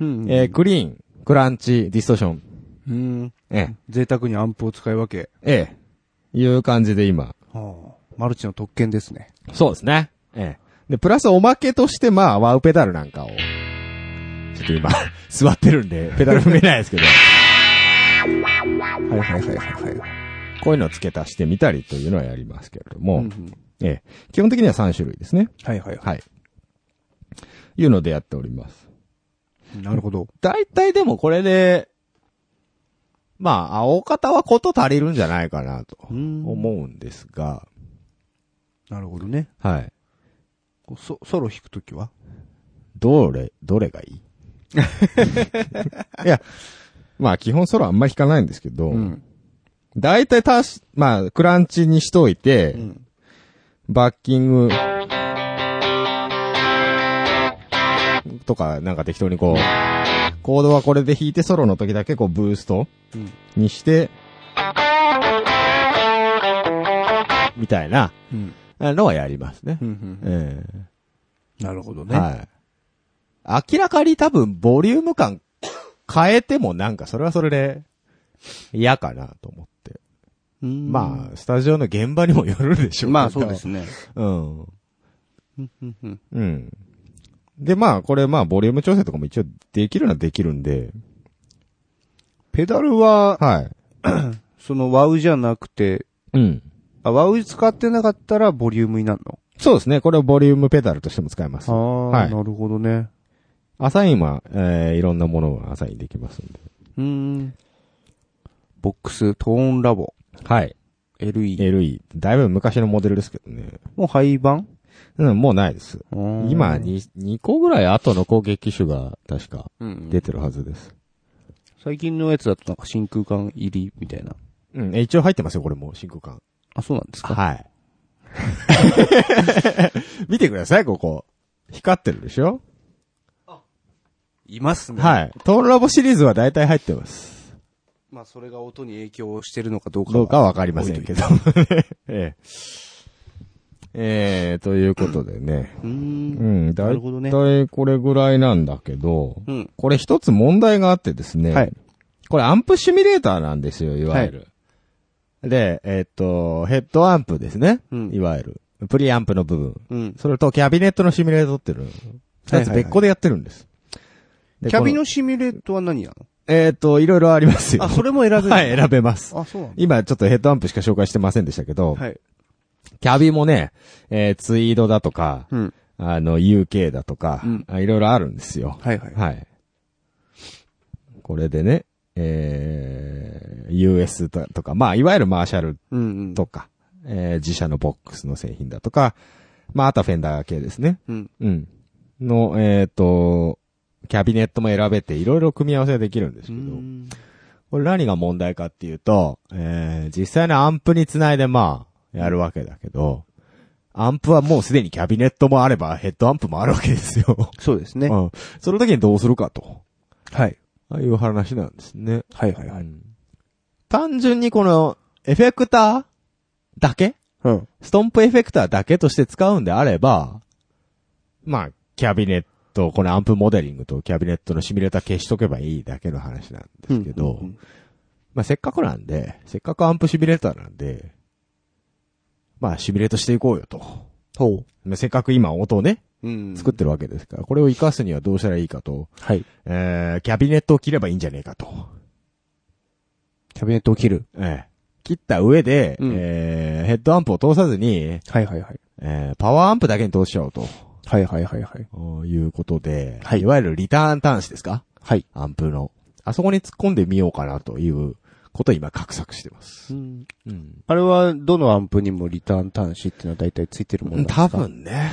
Speaker 1: う。うん、うん。
Speaker 2: えークリーン、クランチ、ディストーション。
Speaker 1: うん。
Speaker 2: ええ
Speaker 1: 贅沢にアンプを使い分け。
Speaker 2: ええいう感じで今。
Speaker 1: はあ、マルチの特権ですね。
Speaker 2: そうですね。ええで、プラスおまけとして、まあ、ワウペダルなんかを。ちょっと今、 座ってるんで、ペダル踏めないですけど、
Speaker 1: はいはいはいはいはい。
Speaker 2: こういうのを付け足してみたりというのはやりますけれども、
Speaker 1: うんうん
Speaker 2: ええ基本的には3種類ですね。
Speaker 1: はいはいは
Speaker 2: はい。いうのでやっております。
Speaker 1: い。なるほど。
Speaker 2: 大体でもこれで、まあ、青方はこと足りるんじゃないかなと
Speaker 1: うん
Speaker 2: 思うんですが、
Speaker 1: なるほどね。
Speaker 2: はい。
Speaker 1: こうソソロ弾くときは
Speaker 2: どれ、どれが いいいや、まあ基本ソロあんま弾かないんですけど、
Speaker 1: ん。
Speaker 2: 大体たし、まあクランチにしといて、
Speaker 1: ん
Speaker 2: バッキング、とかなんか適当にこう、コードはこれで弾いてソロの時だけこうブースト
Speaker 1: うん
Speaker 2: にして、みたいな
Speaker 1: うん。
Speaker 2: のはやりますね。
Speaker 1: うんうん。
Speaker 2: ええ
Speaker 1: なるほどね。
Speaker 2: はい。明らかに多分、ボリューム感変えてもなんか、それはそれで嫌かなと思って。
Speaker 1: うん
Speaker 2: まあ、スタジオの現場にもよるでしょうけど
Speaker 1: まあそうで。すね。
Speaker 2: うん。
Speaker 1: うんうんうん
Speaker 2: うん。で、まあ、これ、まあ、ボリューム調整とかも一応できるのはできるんで、
Speaker 1: ペダルは、
Speaker 2: はい。
Speaker 1: そのワウじゃなくて、
Speaker 2: うん。
Speaker 1: あ、ワウ使ってなかったらボリュームになるの
Speaker 2: そうですね。これをボリュームペダルとしても使えます。
Speaker 1: ああ、
Speaker 2: はい
Speaker 1: なるほどね。
Speaker 2: アサインは、えー、いろんなものがアサインできますんで。
Speaker 1: うん。ボックス、トーンラボ、
Speaker 2: はい。
Speaker 1: LE。
Speaker 2: LE。だいぶ昔のモデルですけどね。
Speaker 1: もう廃盤
Speaker 2: うん、もうないです。今、
Speaker 1: 今、
Speaker 2: に2個ぐらい後の攻撃手が確か
Speaker 1: うん
Speaker 2: 出てるはずです。
Speaker 1: 最近のやつだとなんか真空管入りみたいな。
Speaker 2: うん、え一応入ってますよ、これも、真空管。
Speaker 1: あ、そうなんですか
Speaker 2: はい。 見てください、ここ。光ってるでしょ
Speaker 1: いますね。
Speaker 2: はい。トーンラボシリーズは大体入ってます。
Speaker 1: まあ、それが音に影響してるのかどうかは
Speaker 2: どうかはわかりませんけど。ええ。 ええ、ということでね。
Speaker 1: うー。
Speaker 2: うんん、
Speaker 1: な
Speaker 2: だ
Speaker 1: る
Speaker 2: い
Speaker 1: ほどね
Speaker 2: たいこれぐらいなんだけど、
Speaker 1: うん。
Speaker 2: これ一つ問題があってですね。
Speaker 1: はい。
Speaker 2: これアンプシミュレーターなんですよ、いわゆる。で、えっと、ヘッドアンプですね。
Speaker 1: うん
Speaker 2: いわゆる。プリアンプの部分。
Speaker 1: うん。
Speaker 2: それと、キャビネットのシミュレートっていうの。二つ別個でやってるんです。
Speaker 1: キャビ
Speaker 2: の
Speaker 1: のシミュレートは何なの
Speaker 2: えっと、いろいろありますよ。
Speaker 1: あ、それも選べる。
Speaker 2: はい、選べます。
Speaker 1: あ、そうなんだ。
Speaker 2: 今、ちょっとヘッドアンプしか紹介してませんでしたけど、
Speaker 1: はい。
Speaker 2: キャビもね、えーツイードだとか、
Speaker 1: うん。
Speaker 2: あの、UK だとか
Speaker 1: うん、
Speaker 2: あいろいろあるんですよ。
Speaker 1: はいはい。
Speaker 2: はい。これでね、えー、US だとか、まあ、いわゆるマーシャル
Speaker 1: うんうん。
Speaker 2: とか、えー自社のボックスの製品だとか、まあ、あとはフェンダー系ですね。
Speaker 1: うん。
Speaker 2: うん。の、えっ、と、キャビネットも選べて、いろいろ組み合わせができるんですけど、
Speaker 1: うん
Speaker 2: これ何が問題かっていうと、えー、実際のアンプにつないでまあ、やるわけだけど、アンプはもうすでにキャビネットもあればヘッドアンプもあるわけですよ。
Speaker 1: そうですね
Speaker 2: う。ん。その時にどうするかと。
Speaker 1: はい。
Speaker 2: ああいう話なんですね。
Speaker 1: はいはいはい。
Speaker 2: うん単純にこの、エフェクターだけ
Speaker 1: うん。
Speaker 2: ストンプエフェクターだけとして使うんであれば、まあ、キャビネット、このアンプモデリングとキャビネットのシミュレーター消しとけばいいだけの話なんですけど、
Speaker 1: うんうんうん
Speaker 2: まあ、せっかくなんで、せっかくアンプシミュレーターなんで、まあ、シミュレートしていこうよと。
Speaker 1: ほ
Speaker 2: まあせっかく今音をね、
Speaker 1: う。うん
Speaker 2: 作ってるわけですから、これを活かすにはどうしたらいいかと、
Speaker 1: はい。
Speaker 2: えー、キャビネットを切ればいいんじゃねえかと。
Speaker 1: キャビネットを切る。
Speaker 2: ええ切った上で、
Speaker 1: うん
Speaker 2: えー、ヘッドアンプを通さずに、
Speaker 1: はいはいはい。
Speaker 2: えー、パワーアンプだけに通しちゃおうと。
Speaker 1: はいはいはいはい。
Speaker 2: いうことで、
Speaker 1: はい
Speaker 2: い。わゆるリターン端子ですか
Speaker 1: はい。
Speaker 2: アンプの。あそこに突っ込んでみようかなということを今画策してます。
Speaker 1: うん。
Speaker 2: うん。
Speaker 1: あれは、どのアンプにもリターン端子っていうのは大体ついてるものなんですか
Speaker 2: 多。分ね。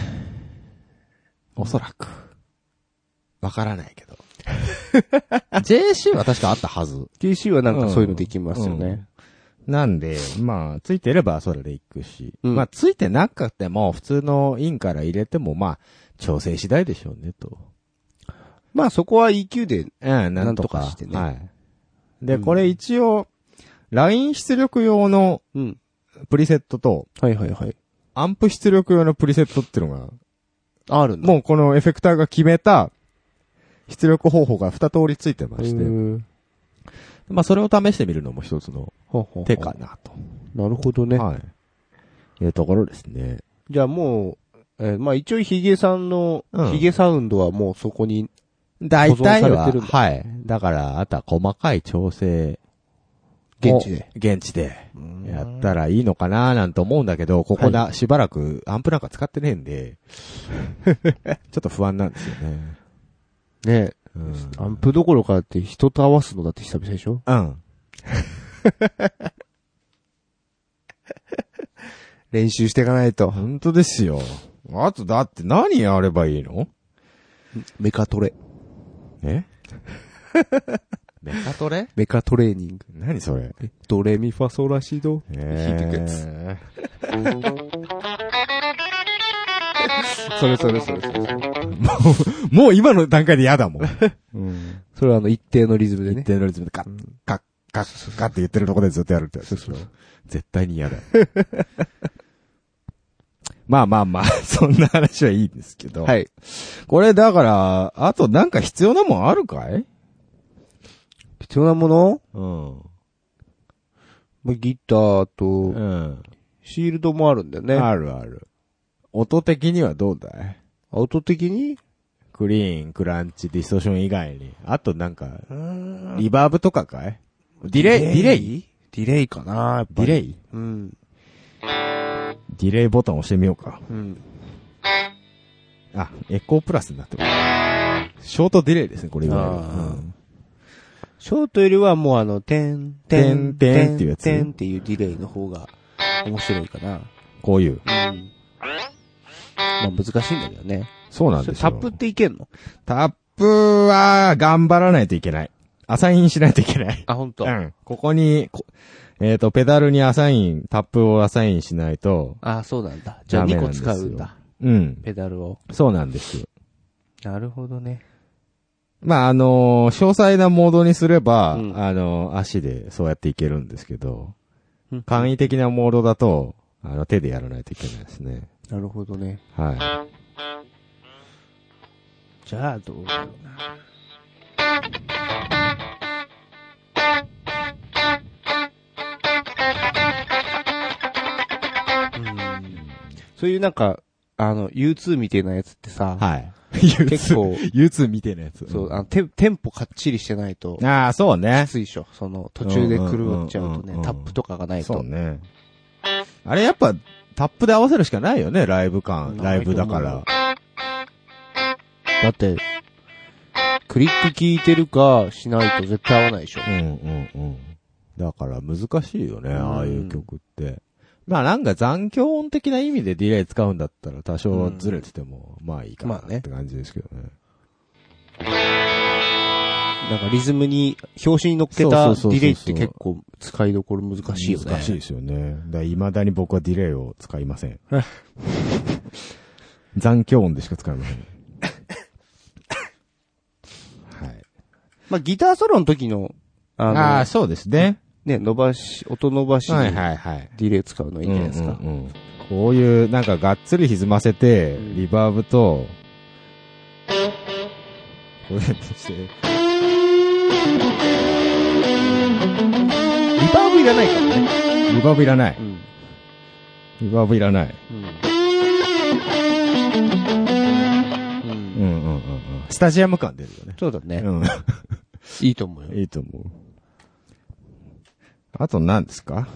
Speaker 2: おそらく。わからな いけど。JC は確かあったはず。
Speaker 1: TC はなんかそういうのできますよ
Speaker 2: う
Speaker 1: ね
Speaker 2: ん。なんで、まあ、ついてればそれでいくし。
Speaker 1: うん
Speaker 2: まあ、ついてなくても、普通のインから入れても、まあ、調整次第でしょうね、と。
Speaker 1: まあそこは EQ で、
Speaker 2: うん、
Speaker 1: な
Speaker 2: なんん
Speaker 1: と
Speaker 2: と
Speaker 1: か
Speaker 2: か。
Speaker 1: してね
Speaker 2: はい。で、
Speaker 1: うん
Speaker 2: これ一応、LINE 出力用の
Speaker 1: うん。
Speaker 2: プリセットと、
Speaker 1: はいはいはい。
Speaker 2: アンプ出力用のプリセットっていうのが、
Speaker 1: あるんだ。
Speaker 2: もうこのエフェクターが決めた出力方法が二通りついてま
Speaker 1: う
Speaker 2: して、
Speaker 1: ーん
Speaker 2: まあそれを試してみるのも一つの
Speaker 1: ほうほうほう
Speaker 2: 手かなと。
Speaker 1: なるほどね。
Speaker 2: はい。いうところですね。
Speaker 1: じゃあもう、えーまあ一応ヒゲさんの、
Speaker 2: うん
Speaker 1: ヒゲサウンドはもうそこに、
Speaker 2: 大体
Speaker 1: 保存さ
Speaker 2: は、
Speaker 1: れてるんだ
Speaker 2: はい。だから、あとは細かい調整を。
Speaker 1: 現地で。
Speaker 2: 現地で。やったらいいのかななんて思うんだけど、ここだ、しばらくアンプなんか使ってねえんで、 ちょっと不安なんですよね。
Speaker 1: ね
Speaker 2: うん。
Speaker 1: アンプどころかって人と合わすのだって久々でしょ
Speaker 2: うん。
Speaker 1: 練習していかないと。
Speaker 2: 本当ですよ。あとだって何やればいいの
Speaker 1: メカトレ。
Speaker 2: え メカトレ
Speaker 1: メカトレーニング。
Speaker 2: 何それ
Speaker 1: ドレミファソラシド。弾
Speaker 2: え
Speaker 1: いてくやつ
Speaker 2: ー
Speaker 1: それそれそれそれ。
Speaker 2: もう 今の段階で嫌だもん。
Speaker 1: それはあの一定のリズムでね。
Speaker 2: 電動リズムでガッ、ガッ、ガッ、ガッって言ってるとこでずっとやるってやつでしょ。絶対に嫌だ。 まあまあまあ、そんな話はいいんですけど。
Speaker 1: はい。
Speaker 2: これだから、あとなんか必要なもんあるかい
Speaker 1: 必要なもの
Speaker 2: うん。
Speaker 1: まあギター
Speaker 2: う
Speaker 1: と、
Speaker 2: ん。
Speaker 1: シールドもあるんだよね。
Speaker 2: あるある。音的にはどうだい
Speaker 1: 音的に
Speaker 2: クリーン、クランチ、ディストーション以外に。あとなんか、リバーブとかかいディレイ、ディレイ
Speaker 1: ディレイかなやっ
Speaker 2: ディレイ
Speaker 1: うん。
Speaker 2: ディレイボタン押してみようか。
Speaker 1: うん。
Speaker 2: あ、エコープラスになってます。ショートディレイですね、これいわゆる
Speaker 1: あーショートよりはもうあの、てん、てん、
Speaker 2: てんっていうやつ
Speaker 1: てんっていうディレイの方が面白いかな。
Speaker 2: こういう。
Speaker 1: うん。まあ難しいんだけどね。
Speaker 2: そうなん
Speaker 1: そ
Speaker 2: で
Speaker 1: れ
Speaker 2: すよ。
Speaker 1: タップっていけんの
Speaker 2: タップは、頑張らないといけない。アサインしないといけない。
Speaker 1: あ、ほんと
Speaker 2: うん。ここに、こえっ、と、ペダルにアサイン、タップをアサインしないと、
Speaker 1: あ、そうなんだ。じゃあ
Speaker 2: ダメ
Speaker 1: 2
Speaker 2: な
Speaker 1: 個
Speaker 2: んですよ
Speaker 1: 使うんだ。
Speaker 2: うん。
Speaker 1: ペダルを。
Speaker 2: そうなんですよ。
Speaker 1: なるほどね。
Speaker 2: まあ、あのー詳細なモードにすれば、
Speaker 1: うん
Speaker 2: あのー足でそうやっていけるんですけど
Speaker 1: うん、
Speaker 2: 簡易的なモードだと、あの、手でやらないといけないですね。
Speaker 1: なるほどね。
Speaker 2: は
Speaker 1: じゃあどうだろうな。
Speaker 4: 「
Speaker 1: そういうなんか、あの、U2 みたいなやつってさ、
Speaker 2: はい。
Speaker 1: 結 構
Speaker 2: U2 みてえなやつ。
Speaker 1: そう、あの、テンテンポかっちりしてないと、
Speaker 2: ああ、そうね
Speaker 1: き。ついでしょ。その、途中で狂っちゃうと
Speaker 2: うんうんうんう
Speaker 1: ね
Speaker 2: ん、
Speaker 1: タップとかがない
Speaker 2: そう
Speaker 1: と。
Speaker 2: ね。あれやっぱ、タップで合わせるしかないよね、ライブ感。ライブだから。
Speaker 1: だって、クリック聞いてるかしないと絶対合わないでしょ。
Speaker 2: うんうんうん。だから難しいよね、
Speaker 1: ん
Speaker 2: ああいう曲って。まあなんか残響音的な意味でディレイ使うんだったら多少ずれてても、まあいいかな
Speaker 1: まあね
Speaker 2: って感じですけどね。
Speaker 1: なんかリズムに、表紙に乗っけた
Speaker 2: そ
Speaker 1: デ
Speaker 2: うそうそうそう
Speaker 1: ィレイって結構使いどころ難しいよね。
Speaker 2: 難しいですよね。だから未だに僕はディレイを使いま せん。残響音でしか使いません。はい。
Speaker 1: まあ、ギターソロの時の、あの、
Speaker 2: ああ、そうですね。
Speaker 1: ね、伸ばし、音伸ばしに
Speaker 2: はい
Speaker 1: デ
Speaker 2: はいはい。
Speaker 1: ィレイ使うのいいんじゃないですか。
Speaker 2: うんうんうんこういう、なんかがっつり歪ませて、
Speaker 1: ん
Speaker 2: リバーブと、こうやってして、
Speaker 1: リバーブいらないからね。
Speaker 2: リバーブいらない。
Speaker 1: ん。
Speaker 2: リバーブいらない。
Speaker 1: うん。
Speaker 2: うんうんうんうん。スタジアム感出るよね。
Speaker 1: そうだね。
Speaker 2: う
Speaker 1: い いと思うよ
Speaker 2: ん。。いいと思う。あと何ですか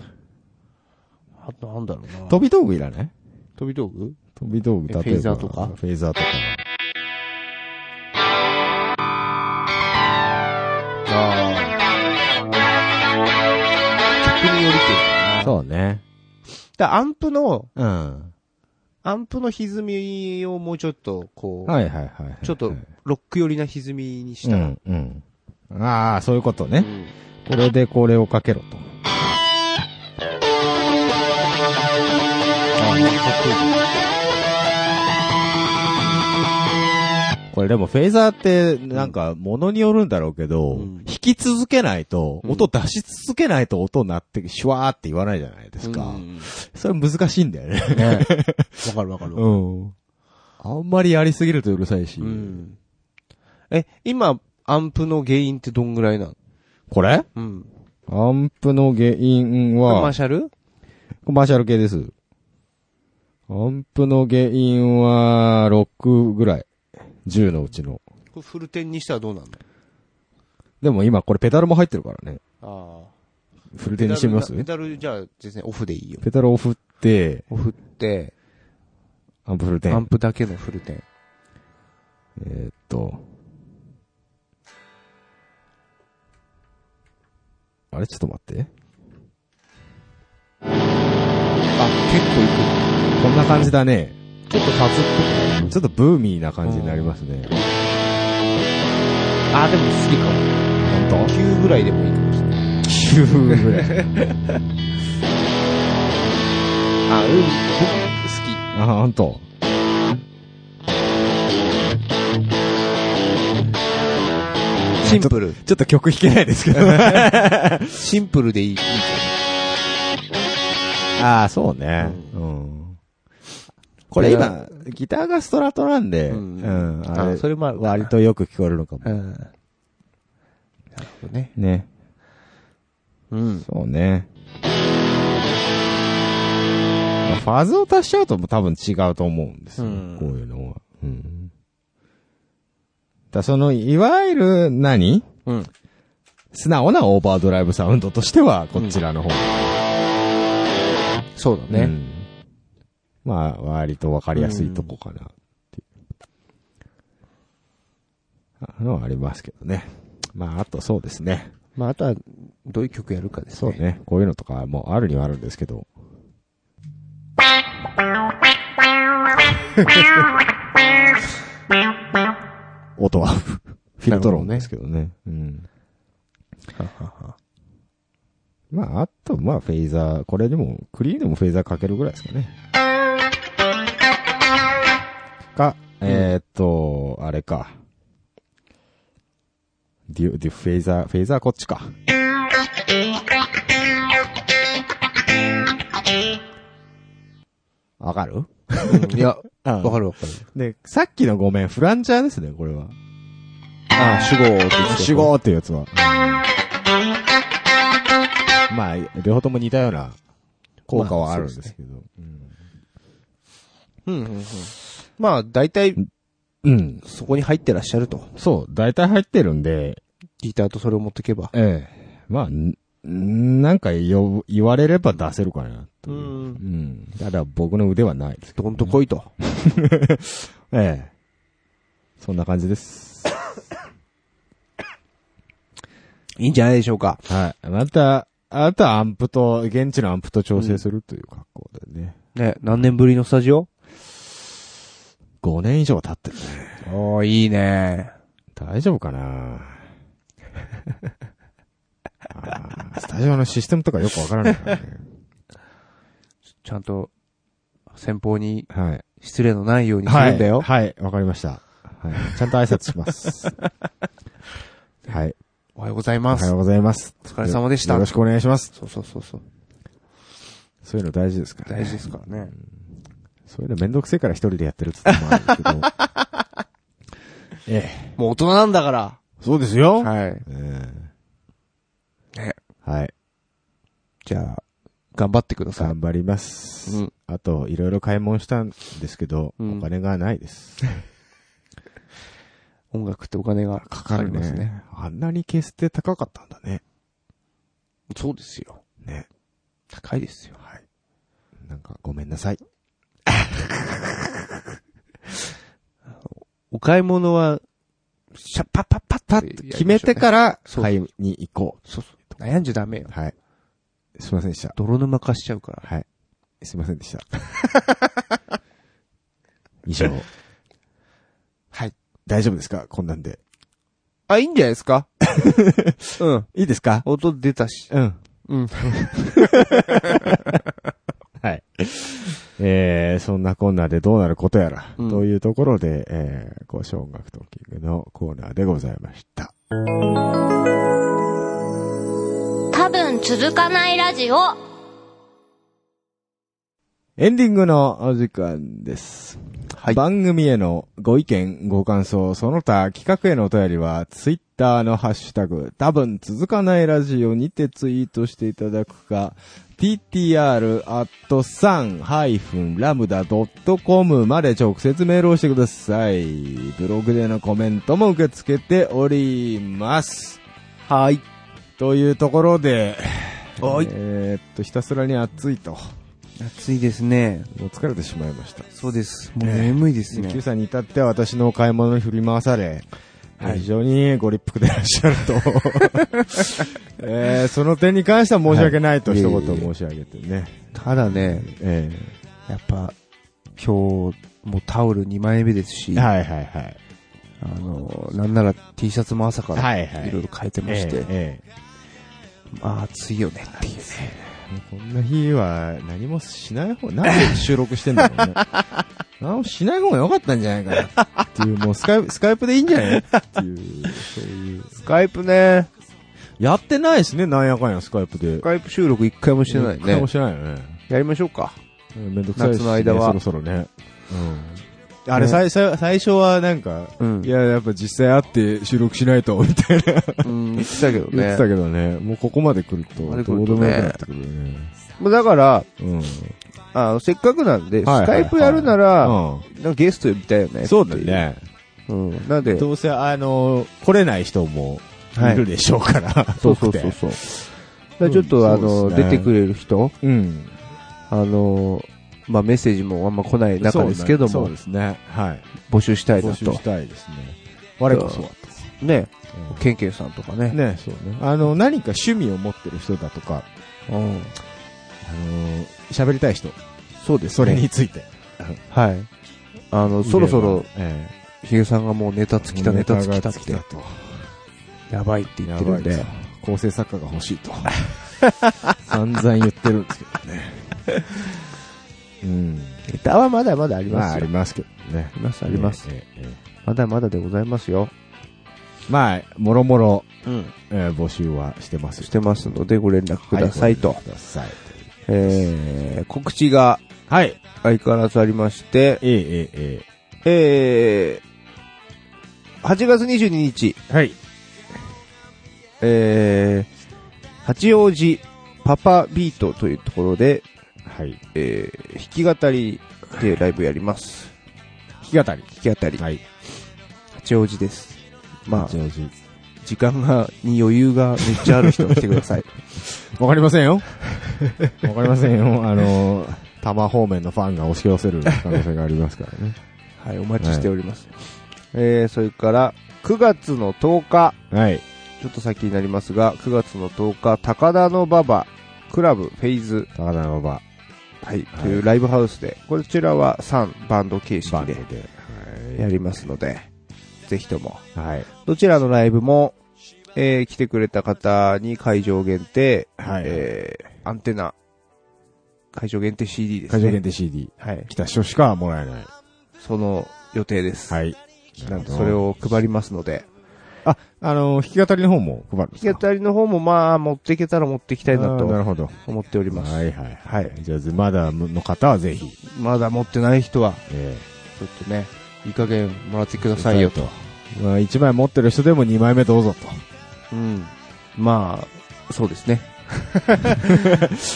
Speaker 1: あとなんだろうな。
Speaker 2: 飛び道具いらない
Speaker 1: 飛び道具
Speaker 2: 飛び道具、
Speaker 1: え
Speaker 2: 例えば。
Speaker 1: フェイザーとか
Speaker 2: フェイザーとか。
Speaker 1: ああ。曲によりけりう。
Speaker 2: そうね。
Speaker 1: だからアンプの、
Speaker 2: うん。は
Speaker 1: アンプの歪みをもうちょっと、こ、
Speaker 2: いうはいはいはい。
Speaker 1: ちょっとロック寄りな歪みにし
Speaker 2: う
Speaker 1: たら、
Speaker 2: ん、うん。ああ、そういうことね。
Speaker 1: うん
Speaker 2: これでこれをかけろと。これでもフェイザーってなんか物によるんだろうけど、
Speaker 1: うん
Speaker 2: 弾き続けないと、
Speaker 1: うん
Speaker 2: 音出し続けないと音鳴ってシュワーって言わないじゃないですか。
Speaker 1: うん
Speaker 2: それ難しいんだよね。
Speaker 1: ねわかるわかる。
Speaker 2: うん。あんまりやりすぎるとうるさいし。
Speaker 1: うん。え、今、アンプの原因ってどんぐらいなの
Speaker 2: これ
Speaker 1: うん。
Speaker 2: アンプの原因は、
Speaker 1: マーシャル
Speaker 2: コマーシャル系です。アンプの原因は、6ぐらい。10のうちの。
Speaker 1: これフルテンにしたらどうなんの
Speaker 2: でも今これペダルも入ってるからね。
Speaker 1: ああ。
Speaker 2: フルテンにしてみます
Speaker 1: ペダルペダルじゃあ、全然オフでいいよ。
Speaker 2: ペダルを振って、
Speaker 1: オフって、
Speaker 2: アンプフルテ
Speaker 1: アン
Speaker 2: ン。
Speaker 1: プだけのフルテン。
Speaker 2: えーっと。あれちょっと待って。
Speaker 1: あ、結構い
Speaker 2: こんな感じだね。
Speaker 1: く。ちょっとパズっ
Speaker 2: ちょっとブーミーな感じになりますね。
Speaker 1: ぽい。あ、でも好きかも。
Speaker 2: ほんと
Speaker 1: 9ぐらいでもいいかもしれない。
Speaker 2: ?9 ぐらい。
Speaker 1: あ、うん。僕好
Speaker 2: あ、ほんと。
Speaker 1: き。シンプル。
Speaker 2: ちょっと曲弾けないですけど。
Speaker 1: シンプルでいい。いい
Speaker 2: ああ、そうね。うん。これ今、ギターがストラトなんで、
Speaker 1: う
Speaker 2: う
Speaker 1: ん
Speaker 2: ん。
Speaker 1: あ
Speaker 2: あれ
Speaker 1: それもあるか
Speaker 2: 割とよく聞こえるのか
Speaker 1: う
Speaker 2: も。
Speaker 1: ん。なるほどね。
Speaker 2: ね。
Speaker 1: うん。
Speaker 2: そうね。まあファズを足しちゃうともう多分違うと思うんですよ。
Speaker 1: うん
Speaker 2: こういうのは。うん。だその、いわゆる何
Speaker 1: うん。
Speaker 2: 素直なオーバードライブサウンドとしては、こちらの方。
Speaker 1: そうだ
Speaker 2: う
Speaker 1: ね。
Speaker 2: んまあ、割とわかりやすいとこかなっていう。あのはありますけどね。まあ、あとそうですね。
Speaker 1: まあ、あとは、どういう曲やるかです
Speaker 2: そう
Speaker 1: ね。
Speaker 2: ね。こういうのとかもあるにはあるんですけど。音はフィルトロンですけどね。うん。まあ、あと、まあ、フェイザー、これでも、クリーンでもフェイザーかけるぐらいですかね。か、えーっと、あれか。デュ、デュ、フェイザー、フェイザーこっちか。わかる
Speaker 1: うんいや、
Speaker 2: あ
Speaker 1: わかるわかる。
Speaker 2: で、さっきのごめん、フランチャーですね、これは。
Speaker 1: ああ、主語って
Speaker 2: 主語っていうやつは。まあ、両方とも似たような効果はあるんですけど。
Speaker 1: うん、うん、うん。まあ、大体、
Speaker 2: うん。
Speaker 1: そこに入ってらっしゃると。
Speaker 2: そう、大体入ってるんで、
Speaker 1: ギターとそれを持ってけば。
Speaker 2: ええ。まあ、んなんかよ言われれば出せるかなと。
Speaker 1: ん。
Speaker 2: うん。ただ僕の腕はないですけ
Speaker 1: どんと来いと。
Speaker 2: ど。ええ。そんな感じです。
Speaker 1: いいんじゃないでしょうか。
Speaker 2: はい。また、あとはアンプと、現地のアンプと調整するという格好でね。
Speaker 1: ね、何年ぶりのスタジオ
Speaker 2: 5年以上経ってるね。
Speaker 1: おー、いいね。
Speaker 2: 大丈夫かな あースタジオのシステムとかよくわからないからね。
Speaker 1: ちゃんと、先方に
Speaker 2: はい。
Speaker 1: 失礼のないようにするんだよ。
Speaker 2: はい、はいわかりました。はい。ちゃんと挨拶し ます。はい。
Speaker 1: おはようござい
Speaker 2: お
Speaker 1: ま
Speaker 2: は
Speaker 1: す。
Speaker 2: ようございます。
Speaker 1: お疲れ様でした
Speaker 2: よろしくお願いします。
Speaker 1: そうそうそうそう。
Speaker 2: そういうの大事ですから、ね。
Speaker 1: 大事ですからね。
Speaker 2: そういうのめんどくせえから一人でやってるっつってもあるんですけど。 ええ。
Speaker 1: もう大人なんだから。
Speaker 2: そうですよ。はい。
Speaker 1: はい。ね
Speaker 2: はい。
Speaker 1: じゃあ、頑張ってください。
Speaker 2: 頑張ります。
Speaker 1: うん
Speaker 2: あと、いろいろ買い物したんですけど、
Speaker 1: うん
Speaker 2: お金がないです。
Speaker 1: 音楽ってお金がかかりますね。。
Speaker 2: あんなに決して高かったんだね。
Speaker 1: そうですよ。
Speaker 2: ね。
Speaker 1: 高いですよ。
Speaker 2: はい。なんか、ごめんなさい。
Speaker 1: お買い物は、シャッパッパッパッパッと
Speaker 2: 決めて
Speaker 1: ら。
Speaker 2: から、
Speaker 1: そう
Speaker 2: 買いに行こ
Speaker 1: そうそう。悩んじゃダメよ
Speaker 2: う。。はい。すいませんでした。
Speaker 1: 泥沼化しちゃうから。
Speaker 2: はい。すいませんで した。以上。はい。大丈夫ですかこんなんで。
Speaker 1: あ、いいんじゃないです かうん。
Speaker 2: いいですか
Speaker 1: 音出たし。
Speaker 2: うん。
Speaker 1: うん。
Speaker 2: はい。えー、そんなこんなでどうなることやら、
Speaker 1: うん
Speaker 2: というところで、えー、こう、小音楽トーキングのコーナーでございました。
Speaker 4: 多分続かないラジオ
Speaker 2: エンディングのお時間です。
Speaker 1: はい
Speaker 2: 番組へのご意見、ご感想、その他企画へのお便りは、ツイッターのハッシュタグ、多分続かないラジオにてツイートしていただくか、ttr.san-lambda.com まで直接メールをしてください。ブログでのコメントも受け付けております。はい。というところで、
Speaker 1: はい
Speaker 2: えーっと、ひたすらに暑いと。
Speaker 1: 暑いですね。
Speaker 2: もう疲れてしまいました。
Speaker 1: そうです。もう眠いですね
Speaker 2: 九。さんに至っては私の買い物に振り回され、
Speaker 1: はい
Speaker 2: 非常にご立腹でいらっしゃると、 えーその点に関しては申し訳ないと
Speaker 1: はい
Speaker 2: 一言申し上げてね。
Speaker 1: ただね、
Speaker 2: え
Speaker 1: やっぱ、今日、もうタオル2枚目ですし、
Speaker 2: えはいはいはい。
Speaker 1: あの、なんなら T シャツも朝から、
Speaker 2: はいいはい。
Speaker 1: ろいろ変えてま
Speaker 2: え
Speaker 1: し
Speaker 2: え
Speaker 1: て、
Speaker 2: ええ
Speaker 1: まあ暑いよねっていうね。
Speaker 2: もうこんな日は何もしない方、何で収録してんだ ろうね。何もしない方が良かったんじゃないかなっていう、もうスカイプ、スカイプでいいんじゃないっていう、そういう。
Speaker 1: スカイプね、
Speaker 2: やってないですね、なんやかんやスカイプで
Speaker 1: ス。カイプ収録1回もしてない
Speaker 2: かも
Speaker 1: ね。
Speaker 2: しれないよね。
Speaker 1: やりましょうか。
Speaker 2: うんめんどくさいし、
Speaker 1: 夏
Speaker 2: ね、
Speaker 1: の間は
Speaker 2: そろそろね。うん。あれ、最最最初はなんか、
Speaker 1: うん
Speaker 2: いや、やっぱ実際会って収録しないと、みたいな
Speaker 1: うん、言ってたけど
Speaker 2: 言っ
Speaker 1: ね
Speaker 2: てた。けどね、もうここまで来る
Speaker 1: ここ
Speaker 2: と、
Speaker 1: まで来
Speaker 2: ど
Speaker 1: る
Speaker 2: うで
Speaker 1: とね
Speaker 2: もよくなってくるよね。
Speaker 1: まあだから、
Speaker 2: うん。
Speaker 1: あの、せっかくなんで、ス
Speaker 2: はいはいは
Speaker 1: カ
Speaker 2: い
Speaker 1: イプやるなら、
Speaker 2: う
Speaker 1: なんかゲスト呼びたいよね。
Speaker 2: ん。そうだ。ね。
Speaker 1: うん。なんで、
Speaker 2: どうせ、あの、来れない人も
Speaker 1: はい
Speaker 2: いるでしょうから。
Speaker 1: そうそう
Speaker 2: 遠く
Speaker 1: そうそう。
Speaker 2: て
Speaker 1: だからちょっと、
Speaker 2: うん
Speaker 1: あ
Speaker 2: そ
Speaker 1: の、
Speaker 2: うですね
Speaker 1: 出てくれる人、
Speaker 2: うん。
Speaker 1: あの、まあメッセージもあんま来ない中ですけど
Speaker 2: そう
Speaker 1: も
Speaker 2: なん、ですね。はい。
Speaker 1: 募集したい
Speaker 2: 募
Speaker 1: な
Speaker 2: 集
Speaker 1: と
Speaker 2: し。たいですね。我こそは
Speaker 1: ね、
Speaker 2: と。
Speaker 1: ケンケンさんとかね。
Speaker 2: ね、そうね。あの、何か趣味を持ってる人だとか、
Speaker 1: うん。
Speaker 2: あのー喋りたい人。
Speaker 1: そうです、
Speaker 2: それに。ついて。
Speaker 1: はい。あの、そろそろ、
Speaker 2: え
Speaker 1: ヒゲさんがもうネタ
Speaker 2: え、
Speaker 1: つきた、ネタつきたっ
Speaker 2: ネ
Speaker 1: て、
Speaker 2: タが尽き
Speaker 1: やばいって言
Speaker 2: た
Speaker 1: っ
Speaker 2: と。
Speaker 1: て
Speaker 2: や
Speaker 1: る
Speaker 2: ばい
Speaker 1: ん
Speaker 2: で
Speaker 1: で、
Speaker 2: 構成作家が欲しい と。散々言ってるんですけどね。 うん。
Speaker 1: ネタはまだまだあり
Speaker 2: ま
Speaker 1: ま
Speaker 2: あ、
Speaker 1: す
Speaker 2: あり
Speaker 1: よ。
Speaker 2: ますけどね
Speaker 1: あ。ります、あります。
Speaker 2: ええ。えええ
Speaker 1: まだまだでございますよ。
Speaker 2: えまあ、もろもろ、
Speaker 1: うん。
Speaker 2: ええ募集はしてます。
Speaker 1: してますので、ご連絡くださいと。
Speaker 2: はい。ご連絡ください
Speaker 1: えー、告知が
Speaker 2: はい。
Speaker 1: 相変わらずありまして、
Speaker 2: ええ、ええ、え
Speaker 1: えー、8月22日、
Speaker 2: え。はい。
Speaker 1: えー、八王子パパビートというところで、
Speaker 2: はい。
Speaker 1: えー、弾き語りっていうライブやります。
Speaker 2: き語り。
Speaker 1: 弾き語り。
Speaker 2: はい。
Speaker 1: 八王子です。まあ、
Speaker 2: 上手。
Speaker 1: 時間が、に余裕がめっちゃある人は来てくだ さい。
Speaker 2: わかりませんよ。わかりませんよ。あのー、多摩方面のファンが押し寄せる可能性がありますからね。
Speaker 1: はい、お待ちしております。えー、それから、9月の10日、
Speaker 2: はい。
Speaker 1: ちょっと先になりますが、9月の10日、高田の馬場、クラブ、フェイズ、
Speaker 2: 高田馬場、
Speaker 1: はい、
Speaker 2: はい
Speaker 1: というライブハウスで、こちらは3バンド形
Speaker 2: バ
Speaker 1: 式
Speaker 2: ンド
Speaker 1: で
Speaker 2: で。
Speaker 1: やりますので、ぜひとも、
Speaker 2: はい。
Speaker 1: どちらのライブも、えー、来てくれた方に会場限定、
Speaker 2: はい
Speaker 1: えー、アンテナ、会場限定 CD です
Speaker 2: 会
Speaker 1: ね。
Speaker 2: 場限定 CD。
Speaker 1: はい。
Speaker 2: 来た人しかもらえない。
Speaker 1: その予定です。
Speaker 2: はい。
Speaker 1: なんとそれ。を配りますので、
Speaker 2: あ、あのー、弾き語りの方も配るんです
Speaker 1: 弾
Speaker 2: か
Speaker 1: き語りの方もまあ持っていけたら持っていきたいな
Speaker 2: あーなる
Speaker 1: と
Speaker 2: ほど。
Speaker 1: 思っております。
Speaker 2: はいはい。
Speaker 1: はい。
Speaker 2: じゃあ、まだの方はぜひ、
Speaker 1: まだ持ってない人は、
Speaker 2: え
Speaker 1: ちょっとね、いい加減もらってくだ
Speaker 2: ー
Speaker 1: さいよと。。
Speaker 2: まあ、1枚持ってる人でも2枚目どうぞと。
Speaker 1: うん。まあ、そうですね。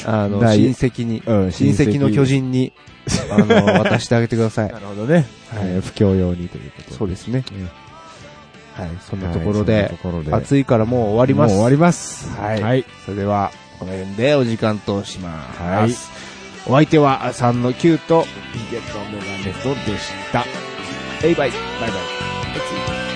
Speaker 1: あの、
Speaker 2: ない
Speaker 1: 親戚に、
Speaker 2: うん
Speaker 1: 親戚の巨。人に、あの、 渡してあげてください。
Speaker 2: なるほどね。は
Speaker 1: はい
Speaker 2: い。不況用にということ
Speaker 1: そうですね。はい、そんな
Speaker 2: はい
Speaker 1: ところ
Speaker 2: そんなと
Speaker 1: で、
Speaker 2: ころで
Speaker 1: 暑いからもう終わります。
Speaker 2: もう終わります。
Speaker 1: はい
Speaker 2: はい。
Speaker 1: それでは、この辺でお時間とします。
Speaker 2: はい
Speaker 1: お相手は、3の9と、ビゲットメガネとでした。バイバイ。バイバイ。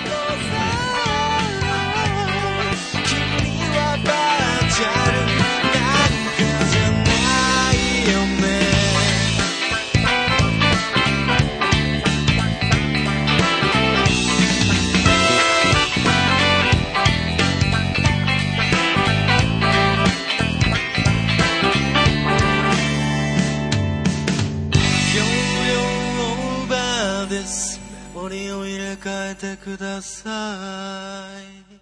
Speaker 5: 44オーバーですメモリを入れ替えてください